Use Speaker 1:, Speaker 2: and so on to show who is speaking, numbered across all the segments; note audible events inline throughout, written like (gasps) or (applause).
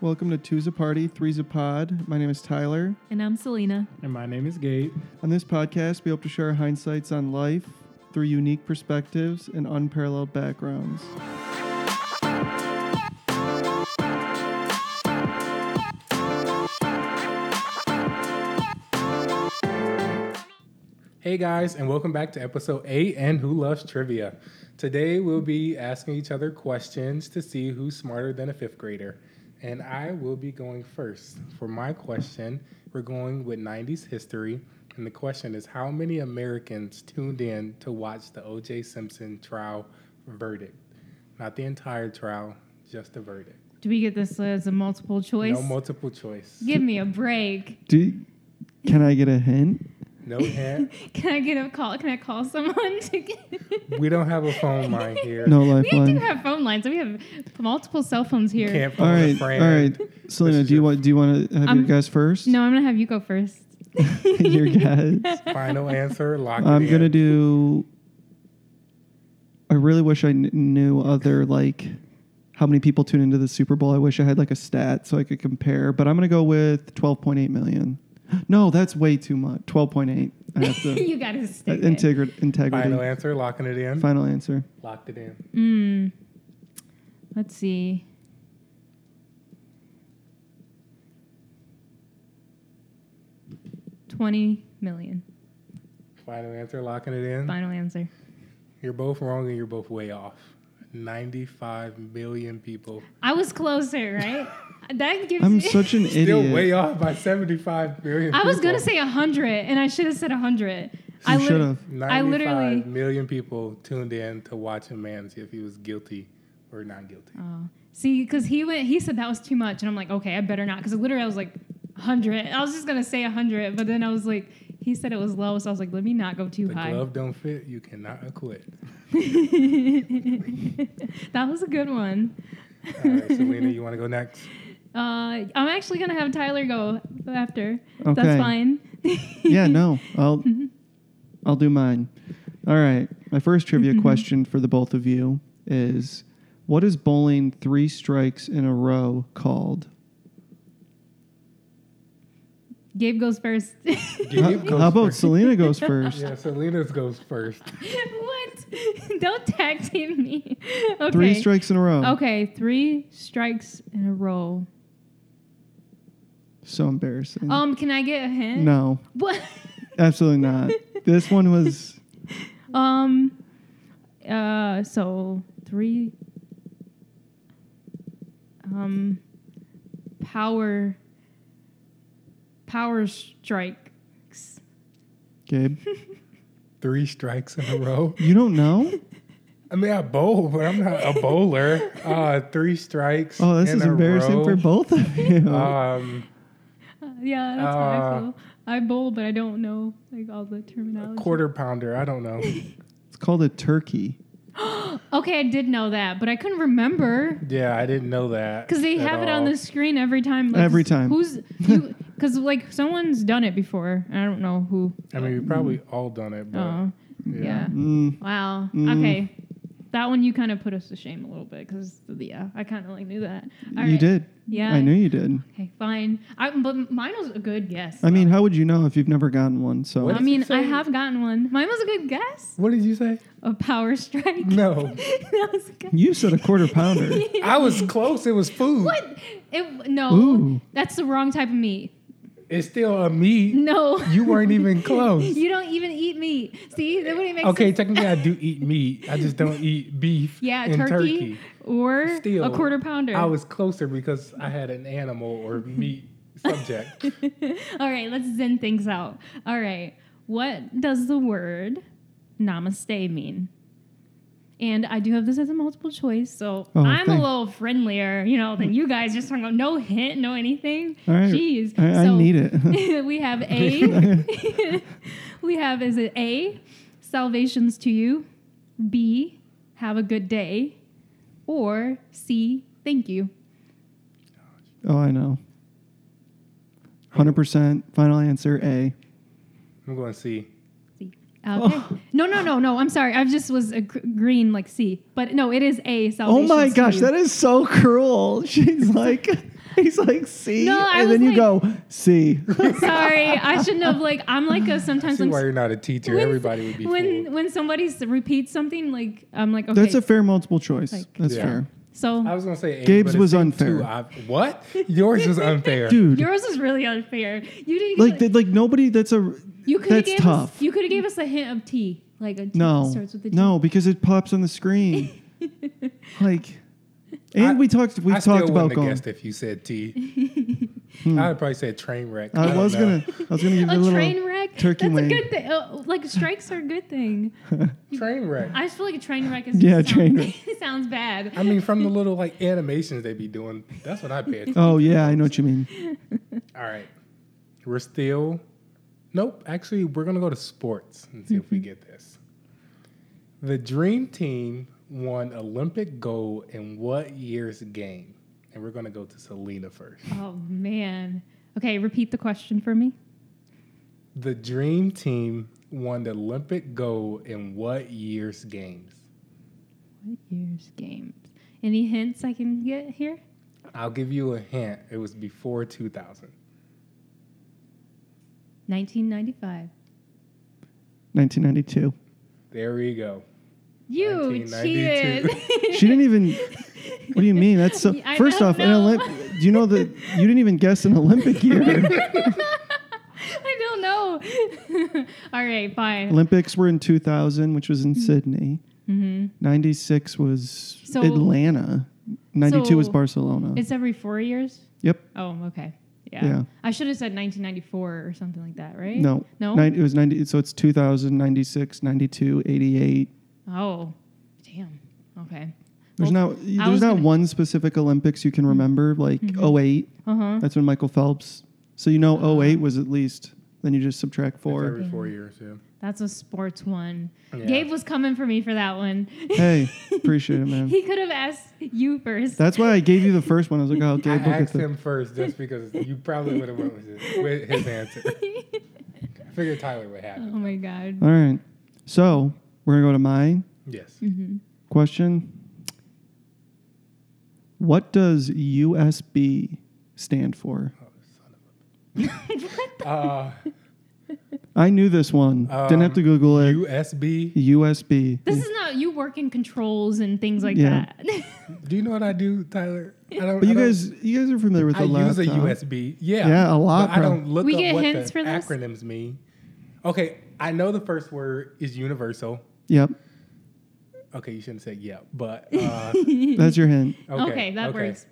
Speaker 1: Welcome to Two's a Party, Three's a Pod. My name is Tyler.
Speaker 2: And I'm Selena.
Speaker 3: And my name is Gabe.
Speaker 1: On this podcast, we hope to share our hindsights on life through unique perspectives and unparalleled backgrounds.
Speaker 3: Hey guys, and welcome back to episode 8 and Who Loves Trivia. Today we'll be asking each other questions to see who's smarter than a fifth grader. And I will be going first. For my question, we're going with 90s history. And the question is How many Americans tuned in to watch the O.J. Simpson trial verdict? Not the entire trial, just the verdict.
Speaker 2: Do we get this as a multiple choice?
Speaker 3: No multiple choice.
Speaker 2: Give me a break.
Speaker 1: Do can I get a hint?
Speaker 3: No hint.
Speaker 2: Can I get a call? Can I call someone to get?
Speaker 3: we don't have a phone line
Speaker 1: (laughs)
Speaker 3: here.
Speaker 1: No
Speaker 2: (laughs) we do
Speaker 1: lifeline.
Speaker 2: have phone lines. We have multiple cell phones here.
Speaker 3: Can't
Speaker 1: All
Speaker 3: phone a
Speaker 1: right, all
Speaker 3: friend.
Speaker 1: right. Selena,
Speaker 3: is
Speaker 1: do you
Speaker 3: your-
Speaker 1: want do you want to have
Speaker 2: Um,
Speaker 1: your guess first?
Speaker 2: No, I'm gonna have you go first.
Speaker 1: (laughs) your
Speaker 2: (laughs)
Speaker 1: guess.
Speaker 3: Final answer. Lock it
Speaker 1: I'm
Speaker 3: in.
Speaker 1: gonna do. I really wish I kn- knew other like how many people tune into the Super Bowl. I wish I had like a stat so I could compare. But I'm gonna go with 12.8 million. (gasps) No, that's way too much. 12.8. I have
Speaker 2: (laughs)
Speaker 1: to
Speaker 2: you gotta
Speaker 1: uh,
Speaker 2: stick. it.
Speaker 1: integri- integrity.
Speaker 3: Final
Speaker 1: Final,
Speaker 3: answer. Locking it in.
Speaker 1: answer.
Speaker 3: Locked it in.
Speaker 2: Mm. Let's see. Twenty million.
Speaker 3: Final answer. Locking it in.
Speaker 2: Final answer.
Speaker 3: You're both wrong and you're both way off. 95 million people.
Speaker 2: I was closer, right? that gives (laughs)
Speaker 1: I'm
Speaker 2: me.
Speaker 1: such an
Speaker 3: Still
Speaker 1: idiot.
Speaker 3: way off by 75 million.
Speaker 2: I was
Speaker 3: people.
Speaker 2: gonna say hundred, and I should have said hundred. I
Speaker 1: you
Speaker 2: lit-
Speaker 1: should have.
Speaker 3: 95
Speaker 2: literally-
Speaker 3: million people tuned in to watch a man see if he was guilty or not guilty.
Speaker 2: Oh, see, because he went, he said that was too much, and I'm like, okay, I better not, because literally I was like, hundred. I was just gonna say hundred, but then I was like, he said it was low, so I was like, let me not go too
Speaker 3: the
Speaker 2: high.
Speaker 3: glove don't fit, you cannot acquit.
Speaker 2: (laughs) that was a good one.
Speaker 3: All right, Selena, you want to go next?
Speaker 2: Uh, I'm actually gonna have Tyler go after.
Speaker 1: Okay.
Speaker 2: That's fine.
Speaker 1: yeah, no. I'll I'll do mine. All right. My first trivia question for the both of you is what is bowling three strikes in a row called?
Speaker 2: (laughs) Gabe goes first. (laughs)
Speaker 3: Gabe
Speaker 1: How,
Speaker 3: goes
Speaker 1: how about
Speaker 3: first.
Speaker 1: Selena goes first?
Speaker 3: Yeah, Selena's goes first.
Speaker 2: what? (laughs) Don't tag team me. Okay.
Speaker 1: Three strikes in a row.
Speaker 3: Um,
Speaker 2: Okay, three strikes in a row.
Speaker 1: So
Speaker 3: Mm.
Speaker 1: embarrassing.
Speaker 2: Um, can I get a hint?
Speaker 1: no,
Speaker 2: (laughs) What?
Speaker 1: absolutely
Speaker 2: (laughs)
Speaker 1: not. this one was
Speaker 2: Um. Uh. So three. Um. Power. Power strikes. (laughs)
Speaker 1: Gabe.
Speaker 3: Three strikes in a row.
Speaker 1: You don't know?
Speaker 3: I mean, I bowl, but I'm not a bowler. Uh, three strikes.
Speaker 1: Oh, this
Speaker 3: in
Speaker 1: is
Speaker 3: a
Speaker 1: embarrassing
Speaker 3: row.
Speaker 1: for both
Speaker 2: (laughs)
Speaker 1: of you.
Speaker 3: Um,
Speaker 2: Uh, yeah, that's how I
Speaker 3: Uh,
Speaker 2: feel. I bowl, but I don't know like all the terminology.
Speaker 3: quarter pounder. I don't know.
Speaker 1: it's called a turkey.
Speaker 2: Okay, I did know that, but I couldn't remember.
Speaker 3: Yeah, I didn't know that.
Speaker 2: Because they
Speaker 3: at
Speaker 2: have it on
Speaker 3: all.
Speaker 2: the screen every time. Like,
Speaker 1: Every time. (laughs)
Speaker 2: Who's you? Because like someone's done it before. and I don't know who.
Speaker 3: I mean, we probably all done it, but
Speaker 2: Oh,
Speaker 3: yeah.
Speaker 2: yeah.
Speaker 1: Mm,
Speaker 2: Wow.
Speaker 1: Mm.
Speaker 2: Okay. That one you kind of put us to shame a little bit because yeah, I kind of like knew that. All
Speaker 1: you
Speaker 2: right.
Speaker 1: did.
Speaker 2: Yeah.
Speaker 1: I knew you did.
Speaker 2: Okay, fine. I, but mine was a good guess.
Speaker 1: I mean, how would you know if you've never gotten one? So
Speaker 3: What?
Speaker 2: I
Speaker 3: did
Speaker 2: mean,
Speaker 3: you
Speaker 2: I
Speaker 3: say?
Speaker 2: have gotten one. Mine was a good guess.
Speaker 3: What did you say?
Speaker 2: A power strike.
Speaker 3: No.
Speaker 2: (laughs) that was good.
Speaker 1: you said a quarter
Speaker 2: (laughs)
Speaker 1: pounder.
Speaker 3: I was close. It was food.
Speaker 2: What? It, no.
Speaker 1: Ooh.
Speaker 2: That's the wrong type of meat.
Speaker 3: It's still a meat.
Speaker 2: No.
Speaker 3: You
Speaker 2: (laughs)
Speaker 3: weren't even close.
Speaker 2: You don't even eat meat. See, that wouldn't make
Speaker 3: Okay,
Speaker 2: sense.
Speaker 3: technically, I do eat meat. I just don't eat beef.
Speaker 2: (laughs) Yeah,
Speaker 3: and
Speaker 2: turkey,
Speaker 3: turkey.
Speaker 2: or
Speaker 3: Still,
Speaker 2: a quarter pounder.
Speaker 3: I was closer because I had an animal or meat
Speaker 2: (laughs)
Speaker 3: subject.
Speaker 2: (laughs) All right, let's zen things out. All right, what does the word namaste mean? And I do have this as a multiple choice, so
Speaker 1: Oh,
Speaker 2: I'm
Speaker 1: thank-
Speaker 2: a little friendlier, you know, than you guys just talking about no hint, no anything.
Speaker 1: All right.
Speaker 2: Jeez.
Speaker 1: I, I
Speaker 2: so
Speaker 1: need it. (laughs)
Speaker 2: (laughs) we have A. we have, is it A, salvations to you, B, have a good day, or C, thank you.
Speaker 1: oh, I know. 100% final answer A.
Speaker 3: I'm going to see.
Speaker 2: Okay.
Speaker 1: Oh.
Speaker 2: No, no, no, no. I'm sorry. I just was a gr- green like C, but no, it is a
Speaker 1: Oh
Speaker 2: salvation.
Speaker 1: my gosh, that is so cruel. (laughs) She's like, He's like, C.
Speaker 2: No, I
Speaker 1: and
Speaker 2: was
Speaker 1: then you
Speaker 2: like-
Speaker 1: go,
Speaker 2: (laughs)
Speaker 1: C.
Speaker 2: Sorry, I shouldn't have. Like, I'm like a
Speaker 3: I
Speaker 2: sometimes
Speaker 3: see
Speaker 2: like
Speaker 3: why you're not a teacher.
Speaker 2: when-
Speaker 3: Everybody would be
Speaker 2: when
Speaker 3: fooled.
Speaker 2: when somebody s- repeats something, like I'm like, okay,
Speaker 1: That's a fair multiple choice.
Speaker 2: Like-
Speaker 1: That's
Speaker 3: Yeah.
Speaker 1: fair.
Speaker 2: so
Speaker 3: I was gonna say A,
Speaker 1: Gabe's
Speaker 3: but it
Speaker 1: was
Speaker 3: seemed
Speaker 1: unfair.
Speaker 3: too ob- what? Yours was unfair.
Speaker 1: Dude,
Speaker 2: yours is really unfair. You didn't
Speaker 1: like,
Speaker 2: get,
Speaker 1: th- like nobody that's a.
Speaker 2: you could have
Speaker 1: that's
Speaker 2: gave
Speaker 1: tough.
Speaker 2: us you could have gave us a hint of T, like a T that
Speaker 1: No,
Speaker 2: starts with a T.
Speaker 1: no, because it pops on the
Speaker 2: (laughs)
Speaker 1: screen. like, and
Speaker 3: I-
Speaker 1: we talked. We
Speaker 3: I
Speaker 1: have
Speaker 3: still
Speaker 1: talked about
Speaker 3: wouldn't have
Speaker 1: going. Hmm.
Speaker 3: guessed if you said T.
Speaker 2: (laughs)
Speaker 3: I would probably said train wreck.
Speaker 1: I,
Speaker 3: don't
Speaker 1: was
Speaker 3: know.
Speaker 1: gonna. I was
Speaker 2: (laughs)
Speaker 1: gonna give you a
Speaker 2: A
Speaker 1: little.
Speaker 2: train wreck.
Speaker 1: turkey
Speaker 2: That's
Speaker 1: wing.
Speaker 2: a good thing. Oh, like strikes are a good thing.
Speaker 3: train wreck.
Speaker 2: I just feel like a train wreck is
Speaker 1: Yeah,
Speaker 2: sounds,
Speaker 1: train wreck.
Speaker 2: (laughs) sounds bad.
Speaker 3: I mean, from the little like animations they be doing, that's what I bet.
Speaker 1: Oh yeah, I know what you mean. Oh.
Speaker 3: All right, we're still. Nope. Actually, we're gonna go to sports and see if
Speaker 1: Mm-hmm.
Speaker 3: we get this. The dream team won Olympic gold in what year's game? And we're gonna go to Selena first.
Speaker 2: oh man. Okay, repeat the question for me.
Speaker 3: The dream team won the Olympic gold in what year's games?
Speaker 2: What year's games? Any hints I can get here?
Speaker 3: I'll give you a hint. It was before 2000.
Speaker 2: 1995.
Speaker 1: 1992.
Speaker 3: There we go.
Speaker 2: You
Speaker 3: 1992.
Speaker 2: cheated.
Speaker 1: She didn't even. What do you mean? That's so.
Speaker 2: (laughs) I
Speaker 1: first
Speaker 2: don't
Speaker 1: off, an
Speaker 2: know.
Speaker 1: Olymp. Do you know that you didn't even guess an Olympic
Speaker 2: (laughs)
Speaker 1: year?
Speaker 2: (laughs) I don't know. (laughs) All right, fine.
Speaker 1: Olympics were in 2000, which was in Sydney. 96 was
Speaker 2: Mm-hmm. So-
Speaker 1: Atlanta. 92 was
Speaker 2: So-
Speaker 1: Barcelona.
Speaker 2: It's every four years.
Speaker 1: Yep.
Speaker 2: Oh, okay. Yeah.
Speaker 1: Yeah.
Speaker 2: I should have said 1994 or something like that, right?
Speaker 1: No.
Speaker 2: No.
Speaker 1: Nin- it was 90. So it's 2000, 96, 92, 88.
Speaker 2: oh, damn. Okay.
Speaker 1: There's
Speaker 2: Well,
Speaker 1: not
Speaker 2: I
Speaker 1: there's
Speaker 2: was
Speaker 1: not
Speaker 2: gonna- Mm-hmm.
Speaker 1: one specific Olympics you can remember like 08.
Speaker 2: Uh huh.
Speaker 1: That's when Michael Phelps. So you
Speaker 2: Uh-huh.
Speaker 1: know 08 was at least. Then you just subtract
Speaker 3: It's
Speaker 1: four.
Speaker 3: every four years, yeah.
Speaker 2: That's a sports one.
Speaker 3: Yeah.
Speaker 2: Gabe was coming for me for that one. (laughs)
Speaker 1: Hey, (laughs) appreciate it, man.
Speaker 2: he could have asked you first.
Speaker 1: That's why I gave you the first one. I was like, oh,
Speaker 2: (laughs)
Speaker 3: I
Speaker 1: Gabe, look at
Speaker 3: asked
Speaker 1: the.
Speaker 3: him first just because you probably would have went with his, with his answer. I figured Tyler would have
Speaker 2: (laughs) oh
Speaker 3: it.
Speaker 2: my god.
Speaker 1: All right. So we're going to go to my
Speaker 3: Yes.
Speaker 2: Mm-hmm.
Speaker 1: question. What does USB stand for?
Speaker 3: Uh,
Speaker 1: I knew this one. Didn't have to
Speaker 3: Um,
Speaker 1: Google it.
Speaker 3: USB.
Speaker 1: USB.
Speaker 2: (laughs) This is not you working controls and things like
Speaker 1: Yeah.
Speaker 2: that. (laughs)
Speaker 3: Do you know what I do, Tyler? I don't.
Speaker 1: But
Speaker 3: I
Speaker 1: you
Speaker 3: don't-
Speaker 1: guys, you guys are familiar with the
Speaker 3: I use
Speaker 1: laptop.
Speaker 3: a USB. Yeah.
Speaker 1: Yeah, a lot,
Speaker 3: But I
Speaker 1: bro.
Speaker 3: don't look
Speaker 2: We
Speaker 3: up
Speaker 2: get
Speaker 3: what
Speaker 2: hints
Speaker 3: the
Speaker 2: for this?
Speaker 3: acronyms mean. Okay, I know the first word is universal.
Speaker 2: (laughs)
Speaker 1: Yep,
Speaker 3: Okay, you shouldn't say yeah, but uh,
Speaker 1: that's your hint.
Speaker 2: okay,
Speaker 3: okay,
Speaker 2: that works.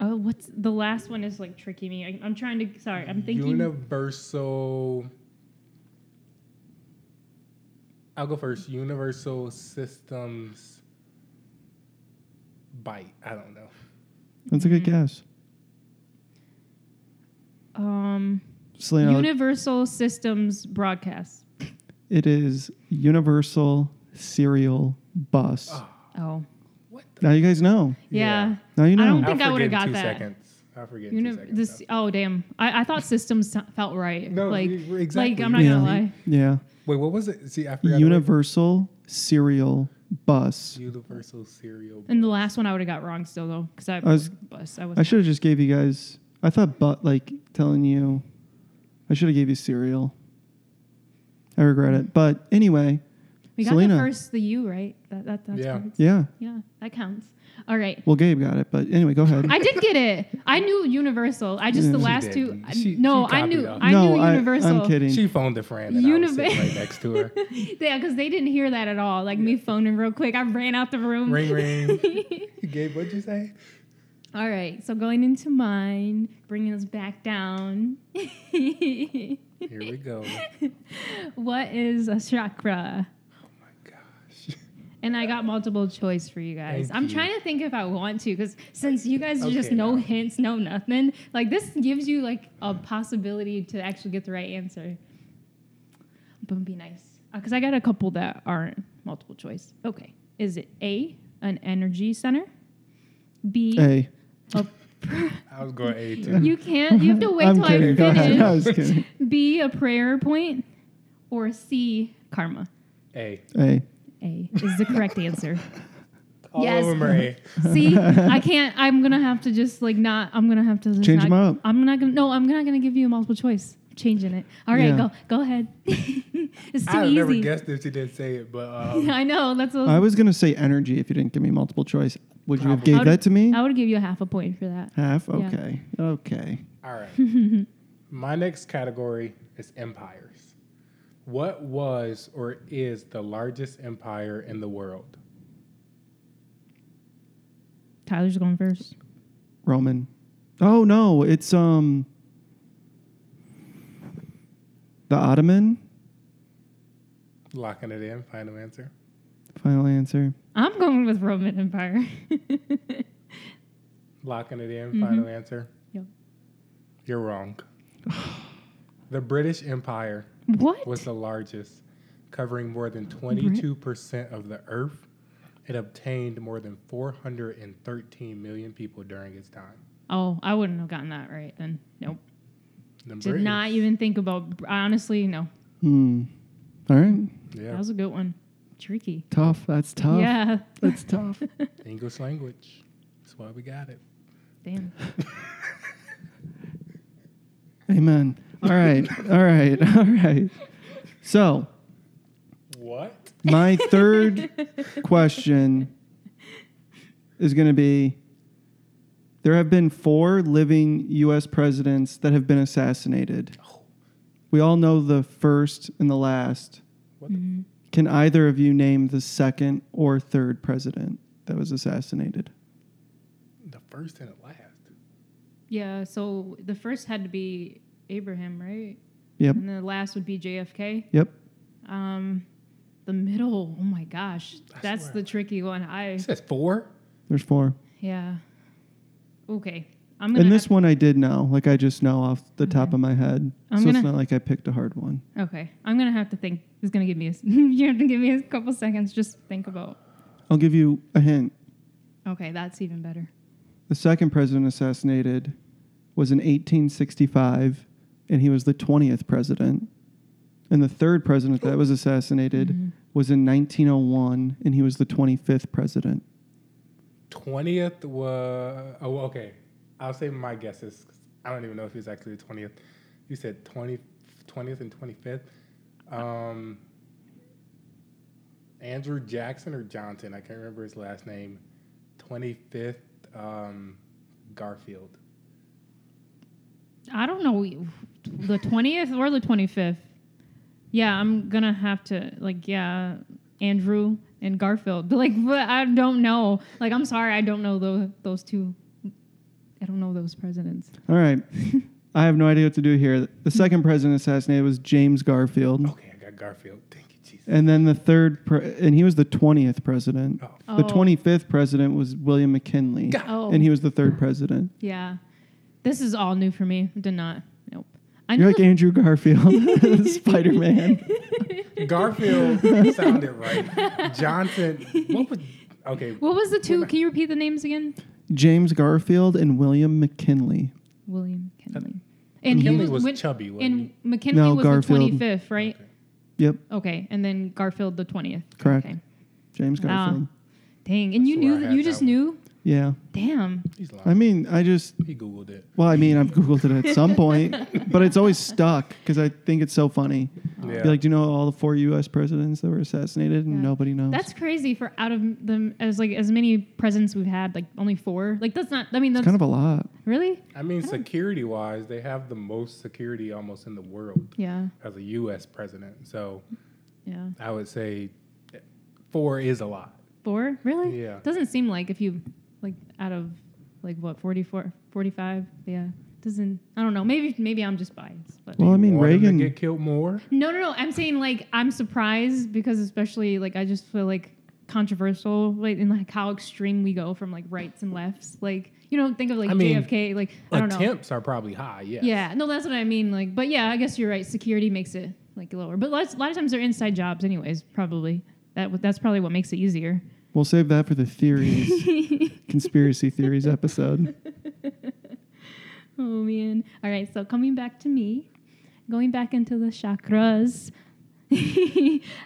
Speaker 2: Oh, what's the last one is like tricky me. I, I'm trying to. Sorry, I'm thinking.
Speaker 3: Universal. I'll go first. Universal systems. Bite. I don't know.
Speaker 1: That's a good
Speaker 2: Mm-hmm.
Speaker 1: guess.
Speaker 2: um,
Speaker 1: Selena,
Speaker 2: Universal Systems Broadcast.
Speaker 1: it is Universal Serial Bus.
Speaker 3: Oh,
Speaker 2: Oh,
Speaker 3: what? The?
Speaker 1: Now you guys know.
Speaker 2: yeah.
Speaker 3: Yeah.
Speaker 1: Now you
Speaker 2: I
Speaker 1: know.
Speaker 2: don't- think
Speaker 3: I'll
Speaker 2: would've
Speaker 3: forget in
Speaker 2: got
Speaker 3: two
Speaker 2: that.
Speaker 3: Seconds. I forget. in
Speaker 2: Uni-
Speaker 3: two seconds,
Speaker 2: this.
Speaker 3: though.
Speaker 2: Oh, damn. I, I thought systems so- felt right.
Speaker 3: No,
Speaker 2: like,
Speaker 3: you- exactly.
Speaker 2: like I'm not
Speaker 1: yeah.
Speaker 2: gonna lie.
Speaker 1: Yeah.
Speaker 3: Wait, what was it? See, I forgot. the word.
Speaker 1: Universal Serial Bus.
Speaker 3: Universal cereal.
Speaker 2: And the last one I would have got wrong still though, because I,
Speaker 1: was-
Speaker 2: was bus. I was.
Speaker 1: I should have just gave you guys. I thought, but like telling you, I should have gave you cereal. I regret it. But anyway,
Speaker 2: we got
Speaker 1: Selena.
Speaker 2: the first the U right. That that that's
Speaker 3: Yeah.
Speaker 2: correct.
Speaker 1: yeah.
Speaker 2: yeah that counts. All right.
Speaker 1: Well, Gabe got it. But anyway, go ahead.
Speaker 2: I did get it. I knew Universal. I just the
Speaker 1: She
Speaker 2: last two.
Speaker 3: didn't. She-
Speaker 2: no,
Speaker 3: she
Speaker 2: I knew.
Speaker 3: copied
Speaker 2: (laughs)
Speaker 3: us.
Speaker 2: I
Speaker 1: no,
Speaker 2: knew Universal.
Speaker 1: I, I'm kidding.
Speaker 3: She phoned a friend and Univ- I
Speaker 2: Univ-
Speaker 3: was sitting right next
Speaker 2: (laughs)
Speaker 3: to her.
Speaker 2: Yeah, because they didn't hear that at all. Like me phoning real quick. I ran out the room.
Speaker 3: ring, ring.
Speaker 2: (laughs)
Speaker 3: Gabe, what'd you say?
Speaker 2: all right. So going into mine, bringing us back down. (laughs)
Speaker 3: Here we go.
Speaker 2: what is a chakra?
Speaker 3: Gosh.
Speaker 2: And I got multiple choice for you guys.
Speaker 3: Thank
Speaker 2: I'm
Speaker 3: you.
Speaker 2: trying to think if I want to, because since you guys are just
Speaker 3: Okay,
Speaker 2: no
Speaker 3: now.
Speaker 2: hints, no nothing, like this gives you like a possibility to actually get the right answer. But be nice, because I got a couple that aren't multiple choice. Okay, is it A, an energy center? B,
Speaker 1: Hey,
Speaker 2: a pr-
Speaker 3: I was going A too.
Speaker 2: you can't. You have to
Speaker 1: (laughs)
Speaker 2: wait
Speaker 1: I'm
Speaker 2: till I
Speaker 1: kidding.
Speaker 2: finish.
Speaker 1: Go ahead. (laughs) I was kidding.
Speaker 2: B, a prayer point, or C, karma.
Speaker 3: A.
Speaker 1: Hey, (laughs)
Speaker 2: A is the correct answer.
Speaker 3: All
Speaker 2: Yes.
Speaker 3: of them are A.
Speaker 2: See, I can't. I'm gonna have to just like not. I'm gonna have to just
Speaker 1: Change
Speaker 2: not-
Speaker 1: 'em up.
Speaker 2: I'm not gonna. No, I'm not gonna give you a multiple choice. I'm changing it. All right,
Speaker 1: Yeah.
Speaker 2: go go ahead. (laughs) it's too
Speaker 3: I would never
Speaker 2: easy. (laughs)
Speaker 3: guessed if she didn't say it, but um,
Speaker 2: I know. That's. What,
Speaker 1: I was gonna say energy if you didn't give me multiple choice. Would you have
Speaker 3: Probably.
Speaker 1: gave that to me?
Speaker 2: I would give you a half a point for that.
Speaker 1: Half?
Speaker 2: Yeah.
Speaker 1: Okay. Okay.
Speaker 3: all right. My next category is empires. What was or is the largest empire in the world?
Speaker 2: Tyler's going first.
Speaker 1: Roman. Oh no, it's um the Ottoman.
Speaker 3: Locking it in, final answer.
Speaker 1: Final answer.
Speaker 2: I'm going with Roman Empire. (laughs)
Speaker 3: Locking it in, final answer.
Speaker 2: Mm-hmm. Yep. (sighs)
Speaker 3: You're wrong. the British Empire
Speaker 2: what?
Speaker 3: was the largest, covering more than 22% of the earth. It obtained more than 413 million people during its time.
Speaker 2: oh, I wouldn't have gotten that right then. Nope.
Speaker 3: The
Speaker 2: Did
Speaker 3: Britons-
Speaker 2: not even think about. Honestly, no.
Speaker 1: Hmm. All right.
Speaker 2: That
Speaker 3: Yeah,
Speaker 2: was a good one. Tricky.
Speaker 1: Tough. That's tough.
Speaker 2: Yeah.
Speaker 1: That's tough.
Speaker 3: English language. That's why we got it.
Speaker 2: (laughs) Damn.
Speaker 1: Amen. All right. All right. All right. So
Speaker 3: What?
Speaker 1: my third question is going to be there have been four living U.S. presidents that have been assassinated. We all know the first and the last.
Speaker 3: What the-
Speaker 1: Can either of you name the second or third president that was assassinated?
Speaker 3: The first and the last.
Speaker 2: Yeah. So the first had to be Abraham, right?
Speaker 1: Yep.
Speaker 2: And the last would be JFK.
Speaker 1: Yep.
Speaker 2: Um, the middle. Oh my gosh,
Speaker 3: I
Speaker 2: that's
Speaker 3: swear.
Speaker 2: the tricky one. I
Speaker 3: It says four.
Speaker 1: There's four.
Speaker 2: yeah. Okay, I'm gonna.
Speaker 1: And this
Speaker 2: have-
Speaker 1: one I did know. Like I just know off the top of my head.
Speaker 2: I'm
Speaker 1: so
Speaker 2: gonna-
Speaker 1: it's not like I picked a hard one.
Speaker 2: okay, I'm gonna have to think. It's gonna give me. A, s- (laughs) you have to give me a couple seconds. Just think about.
Speaker 1: I'll give you a hint.
Speaker 2: Okay, that's even better.
Speaker 1: The second president assassinated was in 1865, and he was the 20th president. And the third president that was assassinated
Speaker 2: Mm-hmm.
Speaker 1: was in 1901, and he was the 25th president.
Speaker 3: 20th was. Oh, okay. I'll say my guesses. 'cause I don't even know if he was actually the 20th. You said 20, 20th and 25th. Um, Andrew Jackson or Johnson. I can't remember his last name. 25th um, Garfield.
Speaker 2: I don't know the 20th or the 25th. Yeah, I'm gonna have to like yeah, Andrew and Garfield. (laughs) Like, but I don't know. Like, I'm sorry, I don't know those those two. I don't know those presidents.
Speaker 1: All
Speaker 2: (laughs)
Speaker 1: right. I have no idea what to do here. The second president assassinated was James Garfield.
Speaker 3: Okay, I got Garfield. Thank you, Jesus.
Speaker 1: And then the third, pre- and he was the 20th president.
Speaker 3: Oh,
Speaker 1: The
Speaker 2: Oh.
Speaker 1: 25th president was William McKinley,
Speaker 3: God.
Speaker 2: Oh,
Speaker 1: and he was the third president.
Speaker 2: yeah. This is all new for me. Did not. Nope. I
Speaker 1: You're
Speaker 2: know.
Speaker 1: like Andrew
Speaker 2: (laughs)
Speaker 1: Garfield, (laughs) Spider Man. (laughs)
Speaker 3: Garfield sounded right. Johnson. What was. Okay,
Speaker 2: what was the two? Can you repeat the names again?
Speaker 1: James Garfield and William McKinley.
Speaker 2: William McKinley. And he
Speaker 3: McKinley was,
Speaker 2: when-
Speaker 3: chubby, wasn't he?
Speaker 2: And McKinley
Speaker 1: No,
Speaker 2: was
Speaker 1: Garfield.
Speaker 2: the 25th, right?
Speaker 1: Yep,
Speaker 2: Okay, and then Garfield the twentieth.
Speaker 1: Correct.
Speaker 2: Okay.
Speaker 1: James
Speaker 2: Wow.
Speaker 1: Garfield.
Speaker 2: Oh. Dang, and you
Speaker 3: That's where I
Speaker 2: knew that
Speaker 3: had
Speaker 2: you
Speaker 3: that
Speaker 2: just
Speaker 3: one.
Speaker 2: knew.
Speaker 1: Yeah.
Speaker 2: Damn.
Speaker 3: He's lying.
Speaker 1: I mean, I just,
Speaker 3: he Googled it.
Speaker 1: well, I mean, I've Googled it at some
Speaker 2: (laughs)
Speaker 1: point, but it's always stuck because I think it's so funny.
Speaker 3: Yeah.
Speaker 1: Be like, do you know all the four U.S. presidents that were assassinated and
Speaker 2: Yeah.
Speaker 1: nobody knows?
Speaker 2: That's crazy for out of them as like as many presidents we've had, like only four. Like that's not I mean that's
Speaker 1: it's kind of a lot.
Speaker 2: really?
Speaker 3: I mean, security wise, they have the most security almost in the world
Speaker 2: Yeah.
Speaker 3: as a U.S. president. So
Speaker 2: Yeah.
Speaker 3: I would say four is a lot.
Speaker 2: Four? Really?
Speaker 3: Yeah.
Speaker 2: Doesn't seem like if you like out of like what, 44, 45? Yeah. Doesn't I don't know. Maybe maybe I'm just biased, but
Speaker 1: Well, I mean,
Speaker 3: Want 'em
Speaker 1: Reagan.
Speaker 3: to get killed more.
Speaker 2: No, no, no. I'm saying like I'm surprised because especially like I just feel like controversial like in like how extreme we go from like rights and lefts. Like you know, think of like
Speaker 3: I mean,
Speaker 2: JFK. Like I don't know.
Speaker 3: Attempts are probably high. Yes.
Speaker 2: Yeah, no, that's what I mean. Like, but yeah, I guess you're right. Security makes it like lower, but lots, a lot of times they're inside jobs, anyways. Probably that that's probably what makes it easier.
Speaker 1: We'll save that for the theories,
Speaker 2: (laughs)
Speaker 1: conspiracy theories episode.
Speaker 2: Oh man. All right, so coming back to me, going back into the (laughs) chakras.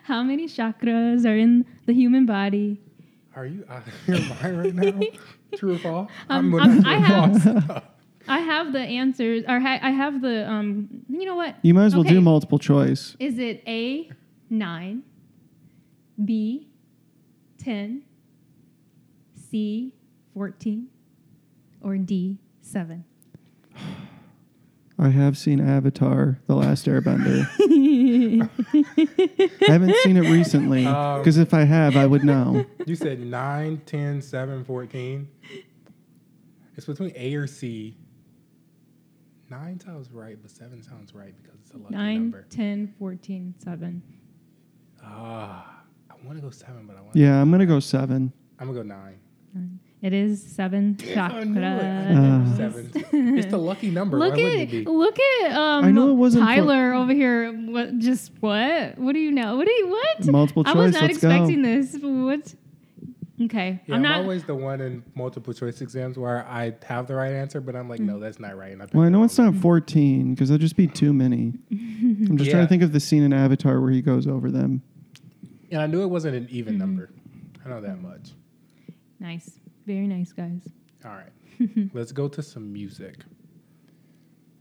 Speaker 2: How many chakras are in the human body?
Speaker 3: Are you out of your mind right now?
Speaker 2: (laughs)
Speaker 3: True or false?
Speaker 2: Um,
Speaker 3: gonna
Speaker 2: um,
Speaker 3: do
Speaker 2: I have-
Speaker 3: false.
Speaker 2: I have the answers, or ha- I have the. Um, you know what?
Speaker 1: You might as well
Speaker 2: Okay.
Speaker 1: do multiple choice.
Speaker 2: Is it A nine, B ten, C fourteen, or D seven?
Speaker 1: I have seen Avatar: The Last Airbender. I haven't seen it
Speaker 3: (laughs)
Speaker 1: recently
Speaker 3: Um,
Speaker 1: because if I have, I would know.
Speaker 3: you said 9, 10, 7, 14. It's between A or C. Nine sounds right, but seven sounds right because it's a lucky
Speaker 2: Nine,
Speaker 3: number.
Speaker 2: ten, fourteen, seven.
Speaker 3: Ah, I want to go seven, but I want.
Speaker 1: Yeah, I'm gonna go seven.
Speaker 3: I'm gonna go nine.
Speaker 2: It is seven
Speaker 3: (laughs) I knew it. I
Speaker 1: Uh.
Speaker 3: knew
Speaker 2: chakras.
Speaker 3: seven. It's the lucky number.
Speaker 2: Look
Speaker 3: Why
Speaker 2: at
Speaker 3: wouldn't it be?
Speaker 2: look at um
Speaker 1: I know it wasn't for-
Speaker 2: Tyler over here. What just what? What do you know? What do you what?
Speaker 1: Multiple
Speaker 2: I was
Speaker 1: choice,
Speaker 2: not
Speaker 1: let's go.
Speaker 2: expecting this. What? Okay, I'm
Speaker 3: Yeah, I'm,
Speaker 2: not.
Speaker 3: always the one in multiple choice exams where I have the right answer, but I'm
Speaker 2: Mm.
Speaker 3: like, no, that's not right. And I pick
Speaker 1: Well, I
Speaker 3: the
Speaker 1: know
Speaker 3: wrong
Speaker 1: it's not 14 because that'd just be too many. I'm just trying
Speaker 3: Yeah.
Speaker 1: to think of the scene in Avatar where he goes over them.
Speaker 3: one. And I knew it wasn't an even
Speaker 2: Mm-hmm.
Speaker 3: number. I know that much.
Speaker 2: nice, very nice guys.
Speaker 3: All right. (laughs) Let's go to some music.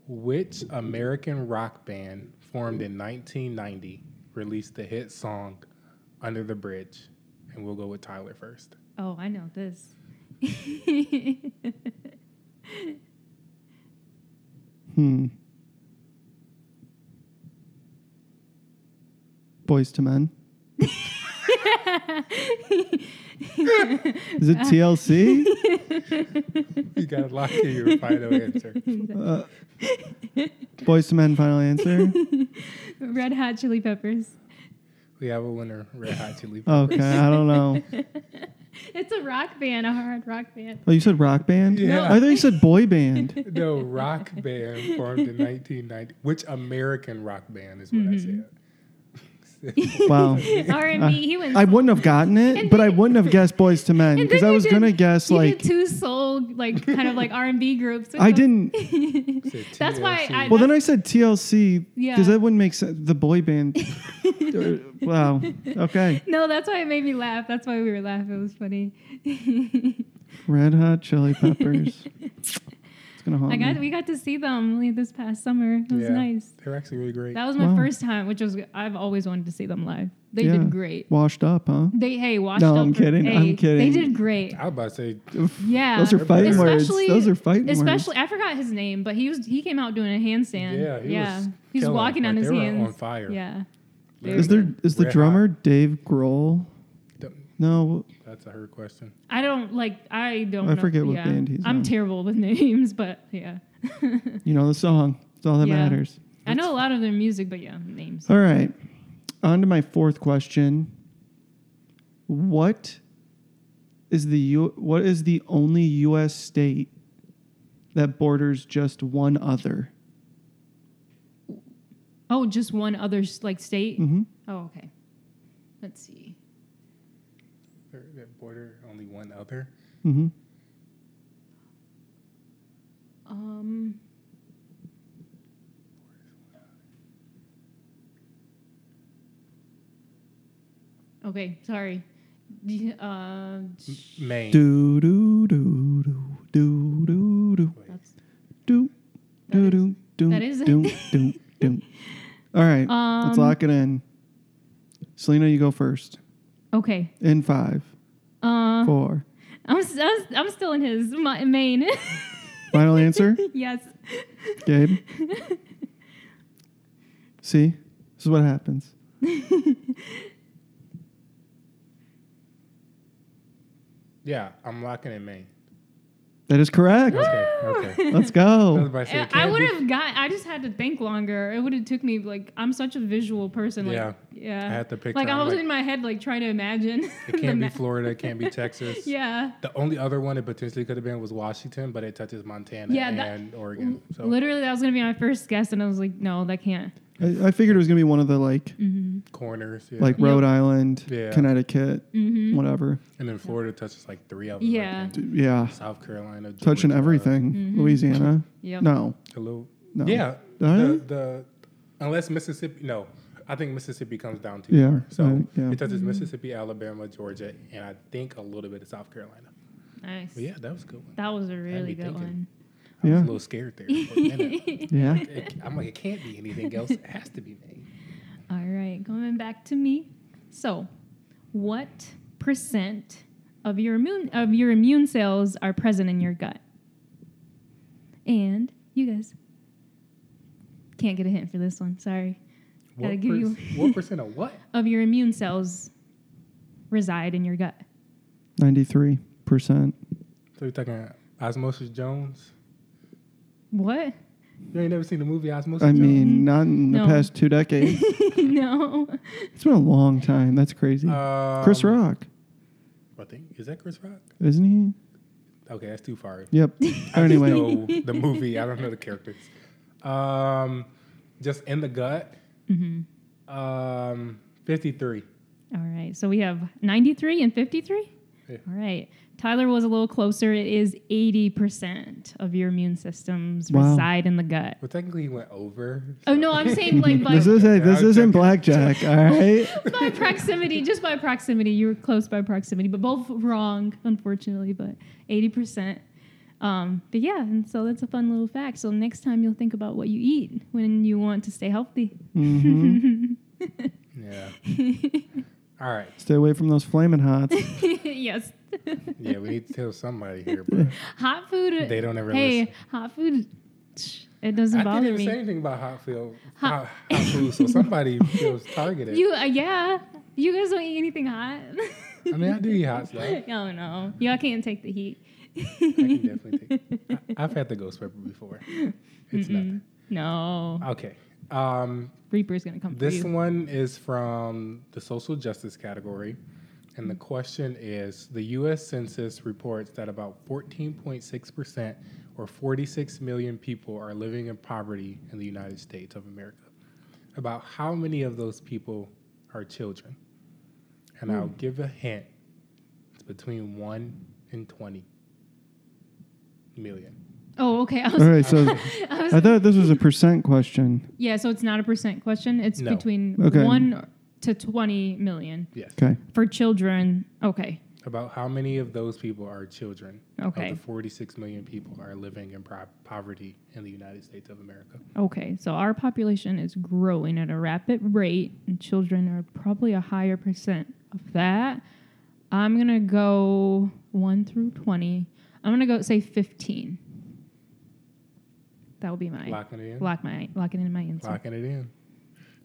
Speaker 3: Which American rock band formed in 1990 released the hit song Under the Bridge? And we'll go with Tyler first.
Speaker 2: Oh, I know this.
Speaker 1: Hmm. Boys to Men. Is it
Speaker 3: (laughs)
Speaker 1: TLC?
Speaker 3: You got to lock in your final answer.
Speaker 1: Uh, Boys to Men. Final
Speaker 3: (laughs)
Speaker 1: answer.
Speaker 2: Red Hot Chili Peppers.
Speaker 3: We have a winner, Red Hot Chili Peppers.
Speaker 1: Okay, Uh, I don't know.
Speaker 2: (laughs) It's a rock band, a hard rock band.
Speaker 1: Oh, you said rock band?
Speaker 3: Yeah.
Speaker 1: I thought you said boy band.
Speaker 3: No rock band formed in 1990. Which American rock band is what
Speaker 2: Mm-hmm.
Speaker 3: I said?
Speaker 1: Wow.
Speaker 2: R and B. He went.
Speaker 1: (laughs) I wouldn't have gotten
Speaker 2: And
Speaker 1: it, but I
Speaker 2: then-
Speaker 1: wouldn't have guessed Boys to Men
Speaker 2: And
Speaker 1: because
Speaker 2: then
Speaker 1: I
Speaker 2: you
Speaker 1: was
Speaker 2: did-
Speaker 1: gonna guess
Speaker 2: you
Speaker 1: like
Speaker 2: did two soul like kind of like R and B groups.
Speaker 1: I
Speaker 2: (laughs)
Speaker 1: didn't.
Speaker 3: Said
Speaker 2: That's why
Speaker 3: TLC.
Speaker 2: I-
Speaker 1: Well, then I said TLC
Speaker 2: Yeah.
Speaker 1: because that wouldn't make sense. The boy
Speaker 2: (laughs)
Speaker 1: band. Uh, wow. Okay.
Speaker 2: No, that's why it made me laugh. That's why we were laughing. It was funny. (laughs)
Speaker 1: Red Hot Chili Peppers. It's gonna haunt
Speaker 2: I got
Speaker 1: me.
Speaker 2: we got to see them like, this past summer. It was
Speaker 3: Yeah.
Speaker 2: nice.
Speaker 3: They're actually really great.
Speaker 2: That was my
Speaker 1: Wow.
Speaker 2: first time, which was I've always wanted to see them live. They
Speaker 1: Yeah.
Speaker 2: did great.
Speaker 1: Washed up, huh?
Speaker 2: They hey washed
Speaker 1: No,
Speaker 2: up.
Speaker 1: I'm
Speaker 2: for-
Speaker 1: kidding.
Speaker 2: hey,
Speaker 1: I'm kidding.
Speaker 2: They did great.
Speaker 3: I was about to say,
Speaker 2: Yeah,
Speaker 1: Those are fighting words.
Speaker 2: Especially-
Speaker 1: Those are fighting
Speaker 2: Especially I forgot his name, but he was he came out doing a handstand.
Speaker 3: yeah, he was.
Speaker 2: He's
Speaker 3: killing.
Speaker 2: walking on
Speaker 3: Like,
Speaker 2: his
Speaker 3: they were
Speaker 2: hands.
Speaker 3: on fire.
Speaker 2: Yeah.
Speaker 3: Is
Speaker 1: words. Is there is the
Speaker 3: Red Hot.
Speaker 1: drummer Dave Grohl? No,
Speaker 3: That's a her question.
Speaker 2: I don't like. I don't.
Speaker 1: I
Speaker 2: know.
Speaker 1: forget what
Speaker 2: yeah.
Speaker 1: band he's
Speaker 2: I'm
Speaker 1: on.
Speaker 2: terrible with (laughs) names, but yeah. (laughs)
Speaker 1: you know the song. It's all that
Speaker 2: Yeah.
Speaker 1: matters.
Speaker 2: I know a lot of their music, but yeah, names.
Speaker 1: All right. On to my fourth question. What is the U- what is the only US state that borders just one other?
Speaker 2: Oh, just one other s- like state.
Speaker 1: Mhm.
Speaker 2: Oh, okay. Let's see.
Speaker 3: There- that border only one other.
Speaker 1: Mhm.
Speaker 2: Um, okay, sorry. D- Uh, sh-
Speaker 3: Maine.
Speaker 1: Do do do do do do do
Speaker 2: that's-
Speaker 1: do do do do
Speaker 2: that is it.
Speaker 1: do do do. All right, let's
Speaker 2: Um,
Speaker 1: lock it in. Selena, you go first.
Speaker 2: okay.
Speaker 1: In five,
Speaker 2: Uh,
Speaker 1: four.
Speaker 2: I'm, s- I'm, s- I'm still in his my, main.
Speaker 1: Final
Speaker 2: (laughs)
Speaker 1: answer,
Speaker 2: yes.
Speaker 1: Gabe. See, this is what happens.
Speaker 3: Yeah, I'm locking in Maine.
Speaker 1: That is correct.
Speaker 3: (gasps) Okay, (laughs) okay.
Speaker 2: (laughs)
Speaker 1: Let's
Speaker 3: I was
Speaker 1: go.
Speaker 3: about to say,
Speaker 2: I-
Speaker 3: it
Speaker 2: I
Speaker 3: can't
Speaker 2: would
Speaker 3: be-
Speaker 2: have got. I just had to think longer. It would have took me like I'm such a visual person. Like,
Speaker 3: Yeah.
Speaker 2: yeah,
Speaker 3: I had to picture,
Speaker 2: Like I
Speaker 3: I'm
Speaker 2: was
Speaker 3: like-
Speaker 2: in my head like trying to imagine.
Speaker 3: It
Speaker 2: (laughs) the
Speaker 3: can't be
Speaker 2: ma-
Speaker 3: Florida. It
Speaker 2: (laughs)
Speaker 3: can't be Texas.
Speaker 2: Yeah.
Speaker 3: The only other one it potentially could have been was Washington, but it touches Montana
Speaker 2: Yeah, that-
Speaker 3: and Oregon. So
Speaker 2: Literally, that was gonna be my first guess, and I was like, no, that can't. Mm-hmm.
Speaker 1: I, I figured it was gonna be one of the like
Speaker 3: corners. Yeah.
Speaker 1: like
Speaker 2: Yep.
Speaker 1: Rhode Island,
Speaker 3: Yeah.
Speaker 1: Connecticut,
Speaker 2: Mm-hmm.
Speaker 1: whatever.
Speaker 3: and then Florida touches like three of them. I
Speaker 2: Yeah.
Speaker 3: think.
Speaker 1: D- Yeah,
Speaker 3: South Carolina.
Speaker 1: touching
Speaker 3: Georgia,
Speaker 1: everything. Louisiana.
Speaker 2: Mm-hmm. Yep.
Speaker 1: No,
Speaker 3: Hello.
Speaker 1: no.
Speaker 3: Yeah.
Speaker 1: All
Speaker 3: The,
Speaker 1: right.
Speaker 3: the unless Mississippi. No, I think Mississippi comes down too.
Speaker 1: Yeah.
Speaker 3: So
Speaker 1: I- yeah.
Speaker 3: it
Speaker 2: Mm-hmm.
Speaker 3: touches Mississippi, Alabama, Georgia, and I think a little bit of South Carolina.
Speaker 2: Nice.
Speaker 3: But yeah, that was a good one.
Speaker 2: That was a really
Speaker 3: me
Speaker 2: good
Speaker 3: thinking.
Speaker 2: one.
Speaker 3: I was
Speaker 1: Yeah.
Speaker 3: a little scared there for a (laughs)
Speaker 2: (laughs)
Speaker 3: minute.
Speaker 1: Yeah.
Speaker 3: It- I'm like, it can't be anything else. It has to be me.
Speaker 2: All right, coming back to me. So, what percent of your immune of your immune cells are present in your gut? And you guys can't get a hint for this one. Sorry. Gotta
Speaker 3: What,
Speaker 2: give you-
Speaker 3: perc- what percent of what?
Speaker 2: Of your immune cells reside in your gut.
Speaker 1: Ninety-three percent.
Speaker 3: (laughs) So you're talking Osmosis Jones?
Speaker 2: What? (laughs)
Speaker 3: You ain't never seen the movie Osmosis
Speaker 1: I
Speaker 3: Jones?
Speaker 1: mean, not in the
Speaker 2: Mm-hmm. No.
Speaker 1: past two
Speaker 2: (laughs)
Speaker 1: decades.
Speaker 2: no.
Speaker 1: it's been a long time. That's crazy. Chris
Speaker 3: Um,
Speaker 1: Rock,
Speaker 3: I think is that Chris Rock?
Speaker 1: isn't he?
Speaker 3: Okay, that's too far.
Speaker 2: (laughs)
Speaker 1: Yep.
Speaker 3: I just
Speaker 1: anyway,
Speaker 3: know the movie. I don't know the characters. Um, just in the gut.
Speaker 2: Mhm.
Speaker 3: Um, fifty-three.
Speaker 2: All right. So we have 93 and 53?
Speaker 3: Yeah.
Speaker 2: All right. Tyler was a little closer. It is 80% of your immune systems
Speaker 1: Wow.
Speaker 2: reside in the gut.
Speaker 3: Well, technically, he went over.
Speaker 2: Oh no,
Speaker 1: (laughs)
Speaker 2: I'm saying like by,
Speaker 1: this is a, this
Speaker 3: I'm
Speaker 1: isn't
Speaker 3: joking.
Speaker 1: blackjack. All right.
Speaker 2: (laughs) by proximity, just by proximity. You were close by proximity, but both wrong, unfortunately. But 80%. Um, but yeah, and so that's a fun little fact. So next time you'll think about what you eat when you want to stay healthy. (laughs)
Speaker 1: hmm
Speaker 3: Yeah. All right.
Speaker 1: Stay away from those flaming
Speaker 2: (laughs)
Speaker 1: hots.
Speaker 2: yes,
Speaker 3: Yeah, we need to tell somebody here, but
Speaker 2: hot food.
Speaker 3: they don't ever
Speaker 2: hey,
Speaker 3: listen.
Speaker 2: hot food. tch, It doesn't
Speaker 3: I didn't
Speaker 2: bother
Speaker 3: even say
Speaker 2: me.
Speaker 3: anything about hot food.
Speaker 2: Hot-
Speaker 3: Hot, hot
Speaker 2: (laughs)
Speaker 3: food. So somebody feels targeted.
Speaker 2: You uh, yeah, you guys don't eat anything hot.
Speaker 3: I mean, I do eat hot stuff. I
Speaker 2: (laughs) Oh no, y'all can't take the heat.
Speaker 3: can definitely take. I, I've had the ghost pepper before. It's nothing.
Speaker 2: (laughs) No,
Speaker 3: Okay. Um,
Speaker 2: Reaper's gonna come for
Speaker 3: This
Speaker 2: you.
Speaker 3: one is from the social justice category. And the question is the US Census reports that about 14.6% or 46 million people are living in poverty in the United States of America. About how many of those people are children? And I'll give a hint it's between 1 and 20 million.
Speaker 2: Oh, okay. I was,
Speaker 1: All right. So
Speaker 2: I was
Speaker 1: I thought this was a percent question.
Speaker 2: (laughs) Yeah, so it's not a percent question. It's
Speaker 3: No.
Speaker 2: between
Speaker 1: Okay.
Speaker 2: one to twenty million
Speaker 3: Yes.
Speaker 1: Okay.
Speaker 2: for children. Okay,
Speaker 3: About how many of those people are children?
Speaker 2: okay,
Speaker 3: of the 46 million people are living in pro- poverty in the United States of America.
Speaker 2: okay. So our population is growing at a rapid rate, and children are probably a higher percent of that. I'm gonna go one through twenty. I'm gonna go say fifteen. That will be my lock,
Speaker 3: Locking it in.
Speaker 2: my lock it in my answer.
Speaker 3: Locking it in.